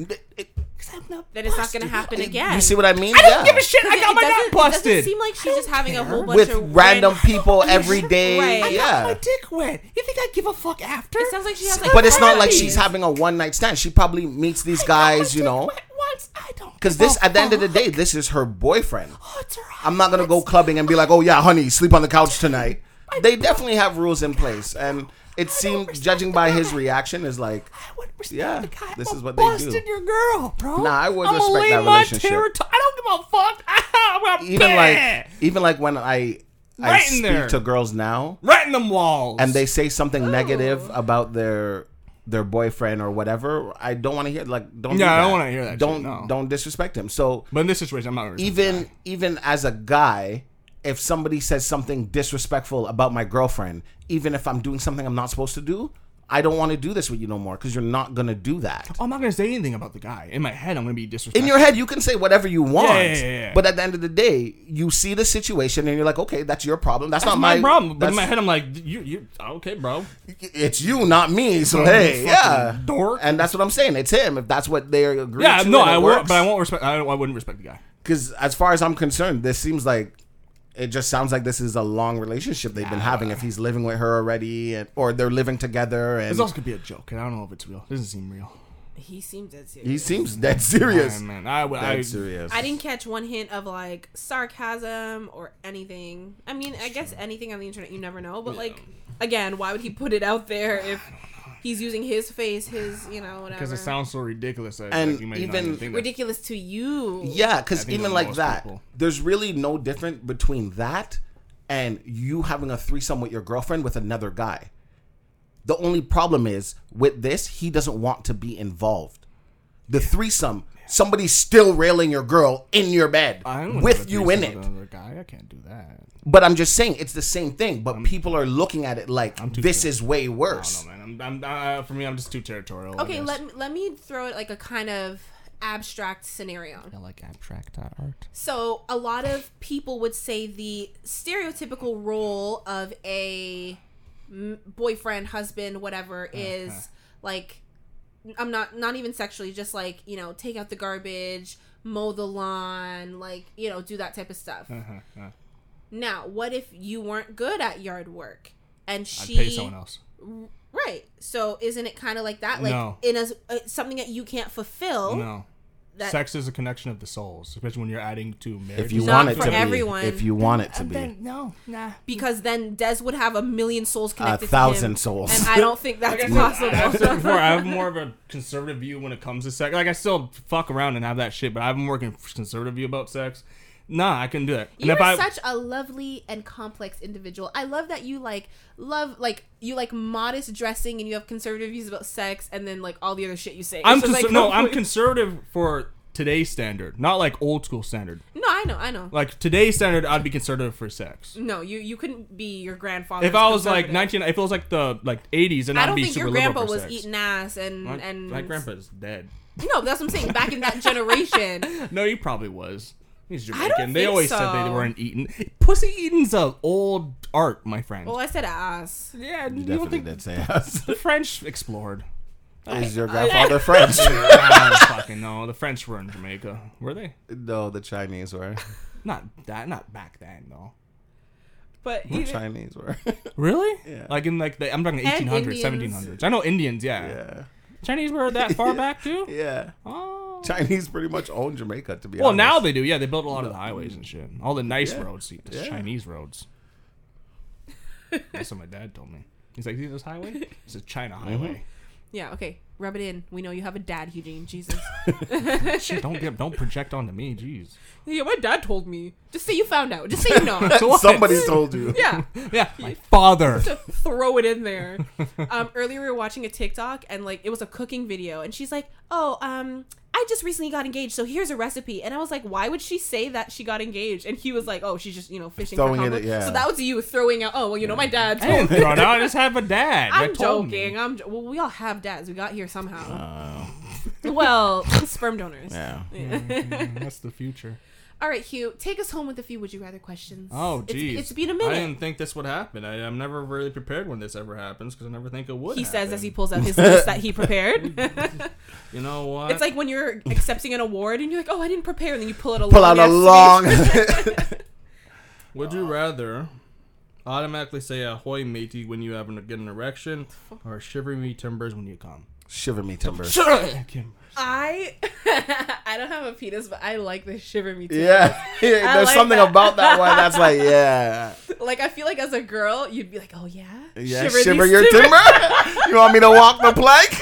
Speaker 1: Then it's not gonna happen again.
Speaker 3: You see what I mean?
Speaker 2: I
Speaker 3: yeah.
Speaker 2: don't give a shit.
Speaker 1: Because
Speaker 2: I
Speaker 1: it
Speaker 2: got my
Speaker 1: doesn't-
Speaker 2: nut
Speaker 1: It doesn't
Speaker 2: busted.
Speaker 1: seem like she's just having a whole bunch
Speaker 3: with
Speaker 1: of
Speaker 3: random
Speaker 1: ran-
Speaker 3: people every day.
Speaker 1: Right. I
Speaker 2: My
Speaker 3: Yeah.
Speaker 2: dick wet. You think I give a fuck after?
Speaker 1: It sounds like she has like.
Speaker 3: But it's not like
Speaker 1: herpes.
Speaker 3: she's having a one night stand. She probably meets these guys, you know.
Speaker 2: Once I don't.
Speaker 3: Because this, at the end of the day, this is her boyfriend.
Speaker 2: it's alright.
Speaker 3: I'm not gonna go clubbing and be like, "Oh yeah, honey, sleep on the couch tonight." They definitely have rules in place, and it seemed, judging by his reaction, is like,
Speaker 2: I would respect
Speaker 3: Yeah,
Speaker 2: the guy.
Speaker 3: this
Speaker 2: I'm
Speaker 3: is what they do.
Speaker 2: busting your girl, bro.
Speaker 3: Nah, I would
Speaker 2: I'ma
Speaker 3: respect
Speaker 2: lay
Speaker 3: that
Speaker 2: my
Speaker 3: relationship.
Speaker 2: territory- I don't give a fuck. I'm a
Speaker 3: even like,
Speaker 2: bitch.
Speaker 3: even like when I I
Speaker 2: Right in
Speaker 3: speak
Speaker 2: there.
Speaker 3: to girls now,
Speaker 2: right in them walls,
Speaker 3: and they say something negative about their their boyfriend or whatever, I don't want to hear. Like, don't. do
Speaker 2: Yeah, I don't wanna hear that shit,
Speaker 3: Don't
Speaker 2: no.
Speaker 3: don't disrespect him. So
Speaker 2: But in this situation, I'm not gonna respect
Speaker 3: even even as a guy if somebody says something disrespectful about my girlfriend even if i'm doing something i'm not supposed to do i don't want to do this with you no more because you're not going to do that
Speaker 2: that. I'm not gonna say anything about the guy. In my head, I'm gonna be disrespectful.
Speaker 3: in your head you can say whatever you want
Speaker 2: Yeah, yeah, yeah, yeah.
Speaker 3: but at the end of the day you see the situation and you're like okay that's your problem that's,
Speaker 2: That's
Speaker 3: not
Speaker 2: my,
Speaker 3: my
Speaker 2: problem. But in my
Speaker 3: that's-
Speaker 2: head, I'm like, you, you, okay, bro.
Speaker 3: it's you not me so
Speaker 2: Fucking
Speaker 3: hey yeah
Speaker 2: dork.
Speaker 3: and that's what i'm saying it's him if that's what they agree
Speaker 2: Yeah,
Speaker 3: to
Speaker 2: no,
Speaker 3: and it
Speaker 2: I won't.
Speaker 3: works.
Speaker 2: But I won't respect. I, don't- I wouldn't respect the guy.
Speaker 3: because as far as I'm concerned, this seems like it just sounds like this is a long relationship they've been having. If he's living with her already, and, or they're living together, and
Speaker 2: This also could be a joke, and I don't know if it's real. doesn't seem real.
Speaker 1: He seemed dead serious.
Speaker 3: he seems dead serious.
Speaker 2: Alright, man, I would. I,
Speaker 3: Dead serious.
Speaker 1: I didn't catch one hint of like sarcasm or anything. I mean, I guess anything on the internet you never know, but like again, why would he put it out there if he's using his face, his, you know, whatever.
Speaker 2: because it sounds so ridiculous. That,
Speaker 3: And
Speaker 2: like, you might not
Speaker 3: even-
Speaker 2: even think that-
Speaker 1: ridiculous to you.
Speaker 3: Yeah, because
Speaker 2: think
Speaker 3: even
Speaker 2: with
Speaker 3: like
Speaker 2: most
Speaker 3: that,
Speaker 2: people.
Speaker 3: there's really no difference between that and you having a threesome with your girlfriend with another guy. The only problem is with this, he doesn't want to be involved. The threesome, somebody's still railing your girl in your bed
Speaker 2: I don't wanna have
Speaker 3: with
Speaker 2: a
Speaker 3: you in
Speaker 2: threesome
Speaker 3: it.
Speaker 2: with another guy, I can't do that.
Speaker 3: But I'm just saying it's the same thing. But people are looking at it like
Speaker 2: too
Speaker 3: this
Speaker 2: sure.
Speaker 3: is way
Speaker 2: I
Speaker 3: worse.
Speaker 2: don't know, man. I'm, I'm, uh, for me, I'm just too territorial.
Speaker 1: Okay, let me, let me throw it like a kind of abstract scenario.
Speaker 2: I like abstract art.
Speaker 1: So a lot of people would say the stereotypical role of a m- boyfriend, husband, whatever
Speaker 2: Uh-huh.
Speaker 1: is like I'm not not even sexually, just like you know, take out the garbage, mow the lawn, like you know, do that type of stuff.
Speaker 2: Uh-huh,
Speaker 1: Now, what if you weren't good at yard work and
Speaker 2: I'd
Speaker 1: she
Speaker 2: pay someone else.
Speaker 1: right? So isn't it kind of like that, like
Speaker 2: No.
Speaker 1: in a s- uh, something that you can't fulfill?
Speaker 2: No.
Speaker 1: That
Speaker 2: Sex is a connection of the souls, especially when you're adding to marriage.
Speaker 3: If you
Speaker 1: Not
Speaker 3: want it
Speaker 1: for
Speaker 3: to
Speaker 1: everyone.
Speaker 3: be, if you want it to
Speaker 4: And
Speaker 3: be,
Speaker 4: then, no, nah.
Speaker 1: because then Des would have a million souls connected to
Speaker 3: thousand
Speaker 1: him,
Speaker 3: souls.
Speaker 1: and I don't think that's possible.
Speaker 2: I've said before, I have more of a conservative view when it comes to sex. Like I still fuck around and have that shit, but I have a more con- conservative view about sex. Nah, I couldn't do that. And
Speaker 1: You're
Speaker 2: if I
Speaker 1: such a lovely and complex individual. I love that you like love like you like modest dressing and you have conservative views about sex and then like all the other shit you say. It's
Speaker 2: I'm
Speaker 1: just,
Speaker 2: conser-
Speaker 1: like,
Speaker 2: no, I'm conservative for today's standard, not like old school standard.
Speaker 1: No, I know, I know.
Speaker 2: Like today's standard, I'd be conservative for sex.
Speaker 1: no, you you couldn't be your grandfather.
Speaker 2: If I was like 19, if it was like the like 80s, then
Speaker 1: I
Speaker 2: I'd
Speaker 1: don't
Speaker 2: be
Speaker 1: think
Speaker 2: super
Speaker 1: your
Speaker 2: liberal
Speaker 1: grandpa
Speaker 2: for
Speaker 1: was
Speaker 2: sex.
Speaker 1: eating ass and
Speaker 2: my,
Speaker 1: and
Speaker 2: my grandpa's dead.
Speaker 1: No, that's what I'm saying. Back in that generation,
Speaker 2: No, he probably was. He's Jamaican.
Speaker 1: don't
Speaker 2: they
Speaker 1: think
Speaker 2: always said they
Speaker 1: so.
Speaker 2: weren't eating. Pussy eating's a old art, my friend.
Speaker 1: well, I said ass.
Speaker 2: yeah, you, don't
Speaker 3: definitely
Speaker 2: think
Speaker 3: did say us.
Speaker 2: the French explored?
Speaker 3: Is your grandfather French?
Speaker 2: I don't fucking know. The French were in Jamaica, were they?
Speaker 3: no, the Chinese were.
Speaker 2: Not that. Not back then, though.
Speaker 1: But
Speaker 3: The
Speaker 1: even-
Speaker 3: Chinese were.
Speaker 2: Really?
Speaker 3: Yeah.
Speaker 2: Like in like the I'm talking
Speaker 1: And
Speaker 2: 1800s,
Speaker 1: Indians.
Speaker 2: 1700s. I know Indians. Yeah.
Speaker 3: yeah,
Speaker 2: Chinese were that far back too.
Speaker 3: yeah.
Speaker 2: Oh.
Speaker 3: Chinese pretty much own Jamaica to be
Speaker 2: Well,
Speaker 3: honest.
Speaker 2: now they do. Yeah, they built a lot of the highways and shit. All the nice roads, see, the
Speaker 3: Yeah.
Speaker 2: Chinese roads. That's what my dad told me. He's like, "See this highway? It's a China
Speaker 1: Mm-hmm.
Speaker 2: highway.
Speaker 1: Yeah, okay. Rub it in. We know you have a dad, Eugene. Jesus.
Speaker 2: Shit, don't get, don't project onto me, jeez."
Speaker 1: yeah, my dad told me. Just say you found out. Just say you know.
Speaker 3: Somebody told you.
Speaker 1: yeah.
Speaker 2: Yeah, my father.
Speaker 1: to throw it in there. Um, earlier, we were watching a TikTok and like it was a cooking video, and she's like, "Oh, um, I just recently got engaged, so here's a recipe." And I was like, "Why would she say that she got engaged?" And he was like, "Oh, she's just you know fishing
Speaker 3: Throwing
Speaker 1: for
Speaker 3: it at-
Speaker 1: compliments."
Speaker 3: yeah.
Speaker 1: So that was you throwing out. Oh, well, you know, my dad.
Speaker 2: I didn't
Speaker 1: Told-
Speaker 2: throw it out. I just have a dad.
Speaker 1: I'm
Speaker 2: that told me.
Speaker 1: joking. I'm jo- well. We all have dads. We got here somehow. well, sperm donors.
Speaker 3: Oh. Yeah.
Speaker 2: Mm, That's the future.
Speaker 1: All right, Hugh, take us home with a few would you rather questions.
Speaker 2: Oh,
Speaker 1: It's-
Speaker 2: geez.
Speaker 1: it's been a
Speaker 2: I
Speaker 1: minute.
Speaker 2: didn't think this would happen. I, I'm never really prepared when this ever happens because I never think it would.
Speaker 1: He says as he
Speaker 2: happen.
Speaker 1: pulls out his list that he prepared.
Speaker 2: You know what?
Speaker 1: It's like when you're accepting an award and you're like, oh, I didn't prepare, and then you pull out a
Speaker 3: Pull
Speaker 1: long
Speaker 3: out a long.
Speaker 2: Would you rather automatically say ahoy matey when you have an, get an erection, or shiver me timbers when you come?
Speaker 3: Shiver me timbers.
Speaker 1: I I don't have a penis, but I like the shiver me too.
Speaker 3: Yeah.
Speaker 1: I
Speaker 3: There's
Speaker 1: like
Speaker 3: something
Speaker 1: that.
Speaker 3: about that one that's like, yeah.
Speaker 1: Like I feel like as a girl, you'd be like, oh yeah,
Speaker 3: Yeah,
Speaker 1: these
Speaker 3: shiver, your
Speaker 1: timbers."
Speaker 3: timber. you want me to walk the plank?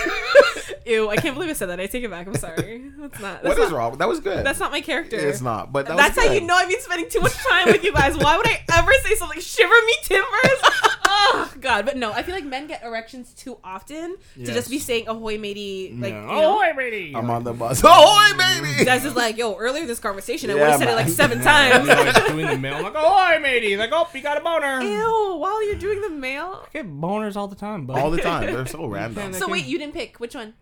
Speaker 1: Ew, I can't believe I said that. I take it back. I'm sorry. That's not. That's
Speaker 3: What
Speaker 1: not,
Speaker 3: is wrong? That was good.
Speaker 1: That's not my character.
Speaker 3: It's not. But that
Speaker 1: That's
Speaker 3: was
Speaker 1: how
Speaker 3: good.
Speaker 1: you know I've been spending too much time with you guys. Why would I ever say something shiver me timbers? oh god, but no, I feel like men get erections too often to
Speaker 2: Yes.
Speaker 1: just be saying ahoy matey like
Speaker 2: Yeah.
Speaker 1: you know?
Speaker 4: Ahoy, matey!
Speaker 3: I'm on the bus. Ahoy, Oh, baby!
Speaker 1: Guys is like, yo, earlier this conversation, I
Speaker 3: Yeah,
Speaker 1: would have said it
Speaker 3: man.
Speaker 1: like seven times.
Speaker 2: like doing the mail, I'm like ahoy matey, like oh you got a boner.
Speaker 1: Ew, while you're doing the mail.
Speaker 2: I get boners all the time, but
Speaker 3: All the time. They're so random.
Speaker 2: can't-
Speaker 1: So wait, you didn't pick which one?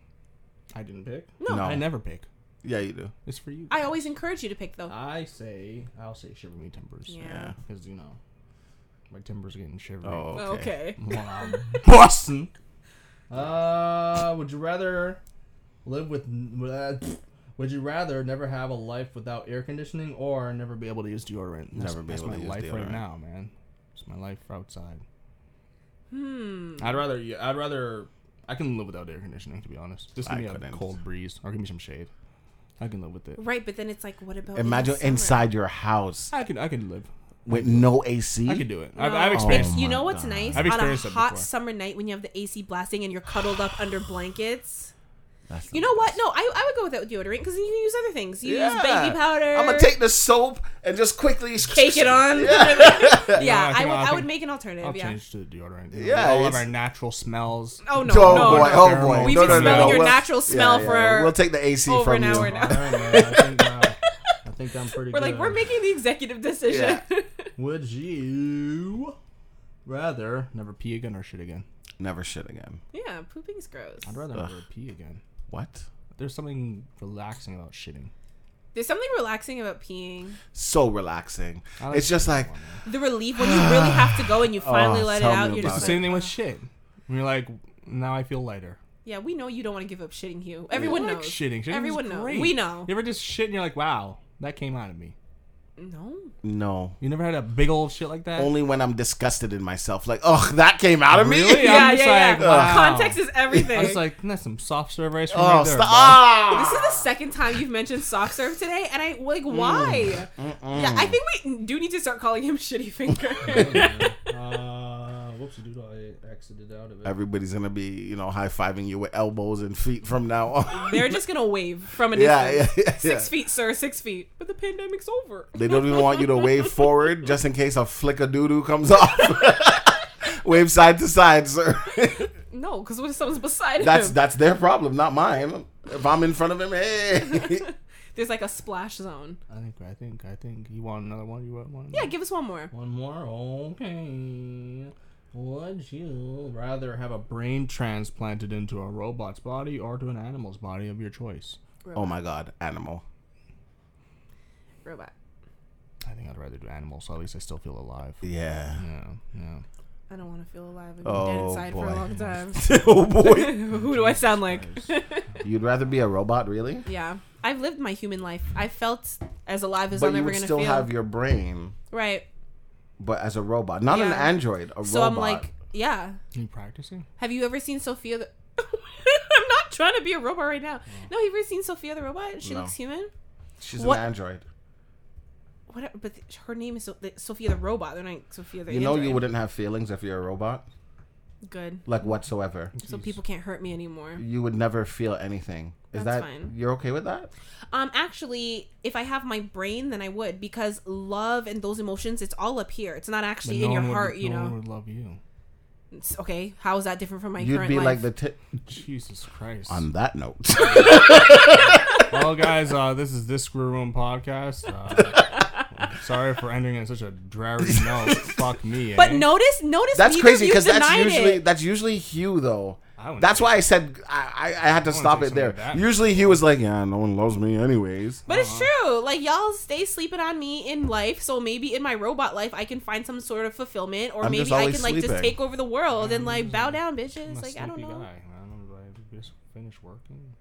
Speaker 2: I didn't pick.
Speaker 1: No.
Speaker 3: No.
Speaker 2: I never pick.
Speaker 3: Yeah, you do.
Speaker 2: It's for you.
Speaker 1: I always encourage you to pick though.
Speaker 2: I say I'll say shiver me timbers.
Speaker 1: Yeah.
Speaker 2: because you know my timbers getting shivery.
Speaker 3: Oh, okay.
Speaker 1: Okay.
Speaker 2: Wow. Boston. Uh, would you rather live with? Uh, would you rather never have a life without air conditioning, or never be able to use deodorant? That's,
Speaker 3: Never be
Speaker 2: that's
Speaker 3: able
Speaker 2: my
Speaker 3: to use
Speaker 2: life
Speaker 3: deodorant.
Speaker 2: right now, man. It's my life outside. Hmm. I'd rather. yeah, I'd rather. I can live without air conditioning, to be honest. Just give
Speaker 3: I
Speaker 2: me a
Speaker 3: couldn't.
Speaker 2: cold breeze, or give me some shade. I can live with it.
Speaker 1: Right, but then it's like, what about in
Speaker 3: Imagine
Speaker 1: the summer?
Speaker 3: inside your house
Speaker 2: I can. I can live.
Speaker 3: with Hmm? no AC.
Speaker 2: I can do it. I've, I've
Speaker 1: Oh,
Speaker 2: experienced.
Speaker 1: it's- you
Speaker 3: my
Speaker 1: know what's
Speaker 3: God.
Speaker 1: nice
Speaker 2: I've
Speaker 1: on a
Speaker 2: experienced that
Speaker 1: hot
Speaker 2: before.
Speaker 1: summer night when you have the AC blasting and you're cuddled up under blankets.
Speaker 3: That's
Speaker 1: You
Speaker 3: the
Speaker 1: know what? No, I, I would go with that with deodorant because you can use other things. You use
Speaker 3: Yeah.
Speaker 1: baby powder.
Speaker 3: I'm gonna take the soap and just quickly
Speaker 1: cake it on. Yeah, I would. I would make an alternative.
Speaker 2: I'll
Speaker 1: yeah.
Speaker 2: change to the deodorant.
Speaker 3: Yeah,
Speaker 2: all of
Speaker 3: it's-
Speaker 2: our natural smells.
Speaker 1: Oh no,
Speaker 3: Oh
Speaker 1: no,
Speaker 3: boy!
Speaker 1: no.
Speaker 3: Oh boy!
Speaker 1: We've
Speaker 3: no,
Speaker 1: been
Speaker 3: no, no,
Speaker 1: smelling
Speaker 3: no.
Speaker 1: your
Speaker 3: We'll-
Speaker 1: natural smell
Speaker 3: yeah, yeah.
Speaker 1: for
Speaker 3: We'll take the AC
Speaker 1: over
Speaker 3: from
Speaker 1: an
Speaker 3: you.
Speaker 1: hour now.
Speaker 2: All right, man, I think, uh, I think I'm pretty
Speaker 1: We're
Speaker 2: good.
Speaker 1: like, we're making the executive decision.
Speaker 2: Would you rather never pee again or shit again?
Speaker 3: Never shit again.
Speaker 1: yeah, pooping's gross.
Speaker 2: I'd rather
Speaker 3: Ugh.
Speaker 2: never pee again.
Speaker 3: What?
Speaker 2: There's something relaxing about shitting.
Speaker 1: There's something relaxing about peeing.
Speaker 3: So relaxing.
Speaker 2: I like
Speaker 3: it's just like
Speaker 1: The relief when you really have to go and you finally
Speaker 3: Oh,
Speaker 1: let it
Speaker 3: tell
Speaker 1: out.
Speaker 3: me
Speaker 1: You're
Speaker 2: It's
Speaker 3: about
Speaker 1: just
Speaker 2: the
Speaker 1: like,
Speaker 2: same thing with shit. When you're like, now I feel lighter.
Speaker 1: Yeah, we know you don't want to give up shitting, Hugh. Everyone
Speaker 2: I like
Speaker 1: knows.
Speaker 2: shitting. Shitting
Speaker 1: Everyone
Speaker 2: is
Speaker 1: knows.
Speaker 2: great.
Speaker 1: We know.
Speaker 2: You ever just shit and you're like, wow, that came out of me.
Speaker 1: No.
Speaker 3: no.
Speaker 2: You never had a big old shit like that?
Speaker 3: Only when I'm disgusted in myself. Like, oh, that came out of me.
Speaker 2: Really?
Speaker 1: Yeah,
Speaker 2: Yeah, I'm
Speaker 1: yeah,
Speaker 2: just
Speaker 1: yeah.
Speaker 2: like, wow.
Speaker 1: Context is everything.
Speaker 2: I was like, that's some soft serve ice cream.
Speaker 3: Oh,
Speaker 2: right there,
Speaker 3: stop!
Speaker 2: bud."
Speaker 1: this is the second time you've mentioned soft serve today, and I like
Speaker 3: Mm.
Speaker 1: why? Yeah, I think we do need to start calling him Shitty Finger.
Speaker 2: Uh, whoopsie doodle, I exited out of it.
Speaker 3: Everybody's gonna be, you know, high fiving you with elbows and feet from now on.
Speaker 1: They're just gonna wave from a
Speaker 3: yeah,
Speaker 1: distance.
Speaker 3: yeah, yeah, yeah.
Speaker 1: Six feet, sir, six feet. But the pandemic's over.
Speaker 3: They don't even want you to wave forward just in case a flick of doo doo comes off. wave side to side, sir.
Speaker 1: No, because what if someone's beside
Speaker 3: that's
Speaker 1: him?
Speaker 3: that's their problem, not mine. If I'm in front of him, hey.
Speaker 1: There's like a splash zone.
Speaker 2: I think, I think, I think. You want another one? You want one?
Speaker 1: Yeah, give us one more.
Speaker 2: One more? Okay. Would you rather have a brain transplanted into a robot's body or to an animal's body of your choice?
Speaker 3: oh my god, animal.
Speaker 1: Robot.
Speaker 2: I think I'd rather do animals, so at least I still feel alive.
Speaker 3: Yeah.
Speaker 2: Yeah, yeah.
Speaker 1: I don't want to feel alive. I've been dead
Speaker 3: Oh,
Speaker 1: inside for
Speaker 3: boy.
Speaker 1: a long time.
Speaker 3: oh boy.
Speaker 1: Who do I sound like?
Speaker 3: You'd rather be a robot, really?
Speaker 1: yeah. I've lived my human life. I felt as alive as
Speaker 3: But
Speaker 1: I'm
Speaker 3: you
Speaker 1: ever
Speaker 3: would
Speaker 1: gonna
Speaker 3: still
Speaker 1: feel.
Speaker 3: have your brain,
Speaker 1: right.
Speaker 3: but as a robot, not an
Speaker 1: Yeah.
Speaker 3: android, a
Speaker 1: So
Speaker 3: robot.
Speaker 1: I'm like, yeah.
Speaker 2: You practicing?
Speaker 1: Have you ever seen Sophia the I'm not trying to be a robot
Speaker 3: Mm.
Speaker 1: right now. No, have you ever seen Sophia the robot? She
Speaker 3: No.
Speaker 1: looks human.
Speaker 3: she's
Speaker 1: what-
Speaker 3: an android.
Speaker 1: What? But th- her name is so- the- Sophia the robot. They're not Sophia the.
Speaker 3: You know, you
Speaker 1: android.
Speaker 3: wouldn't have feelings if you're a robot,
Speaker 1: Good.
Speaker 3: like whatsoever.
Speaker 1: So people can't hurt me anymore.
Speaker 3: You would never feel anything. Is
Speaker 1: That's
Speaker 3: that
Speaker 1: fine.
Speaker 3: you're okay with that?
Speaker 1: Um, actually, if I have my brain, then I would because love and those emotions, it's all up here. It's not actually in your
Speaker 2: one would-
Speaker 1: heart, you
Speaker 2: no one
Speaker 1: know.
Speaker 2: would love you.
Speaker 1: It's- okay, how is that different from my
Speaker 3: You'd
Speaker 1: current
Speaker 3: be
Speaker 1: life?
Speaker 3: like the tip.
Speaker 2: Jesus Christ.
Speaker 3: On Mm, that note,
Speaker 2: well, guys, uh, this is this screw room podcast. Uh, sorry for ending in such a dreary note. Fuck me.
Speaker 1: but
Speaker 2: eh?
Speaker 1: notice, notice
Speaker 3: that's
Speaker 1: neither
Speaker 3: crazy
Speaker 1: of you
Speaker 3: because that's
Speaker 1: denied
Speaker 3: usually
Speaker 1: it.
Speaker 3: that's usually Hugh though.
Speaker 2: I wouldn't
Speaker 3: That's
Speaker 2: say-
Speaker 3: why I said I, I, I had to
Speaker 2: wouldn't
Speaker 3: stop
Speaker 2: say
Speaker 3: it there.
Speaker 2: something that-
Speaker 3: Usually Hugh was like, yeah, no one loves me anyways.
Speaker 1: But it's
Speaker 3: Uh-huh.
Speaker 1: true. Like y'all stay sleeping on me in life, so maybe in my robot life I can find some sort of fulfillment, or
Speaker 3: I'm
Speaker 1: maybe
Speaker 3: just
Speaker 1: I
Speaker 3: always
Speaker 1: can like just
Speaker 3: sleeping. Mm-hmm.
Speaker 1: take over the world and like bow down,
Speaker 2: I'm
Speaker 1: bitches.
Speaker 2: a
Speaker 1: Like I don't
Speaker 2: sleepy
Speaker 1: know.
Speaker 2: guy, man. I'm like, you just finished working.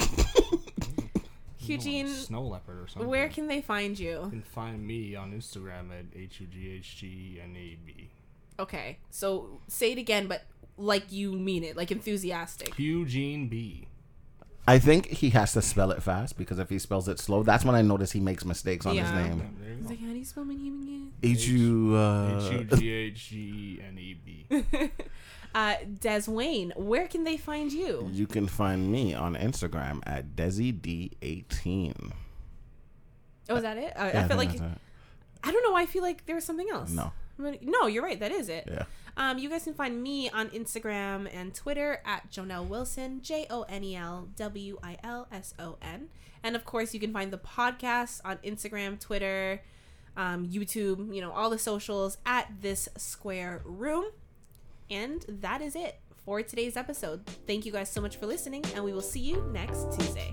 Speaker 2: Okay. You know, I'm a
Speaker 1: Eugene,
Speaker 2: snow leopard or something.
Speaker 1: Mm. where can they find you?
Speaker 2: you can find me on Instagram at h u g h g n a b.
Speaker 1: Okay, so say it again, but like you mean it, like enthusiastic.
Speaker 2: Eugene B.
Speaker 3: I think he has to spell it fast because if he spells it slow, that's when I notice he makes mistakes on
Speaker 1: Yeah.
Speaker 3: his name.
Speaker 2: There
Speaker 1: It's
Speaker 2: you
Speaker 1: like, how do you spell my name again?
Speaker 3: H U.
Speaker 2: go.
Speaker 3: uh,
Speaker 2: H u g h g n a b.
Speaker 1: Uh, Des Wayne, where can they find you?
Speaker 3: You can find me on Instagram at DesiD18.
Speaker 1: Oh, is that it? Uh,
Speaker 3: Yeah,
Speaker 1: I feel like
Speaker 3: think that's it.
Speaker 1: I don't know. why I feel like there was something else.
Speaker 3: No.
Speaker 1: But- no, you're right. That is it.
Speaker 3: Yeah.
Speaker 1: Um, you guys can find me on Instagram and Twitter at Jonelle Wilson, J O N E L W I L S O N, and of course you can find the podcast on Instagram, Twitter, um, YouTube. You know all the socials at this square room, and that is it for today's episode. Thank you guys so much for listening, and we will see you next Tuesday.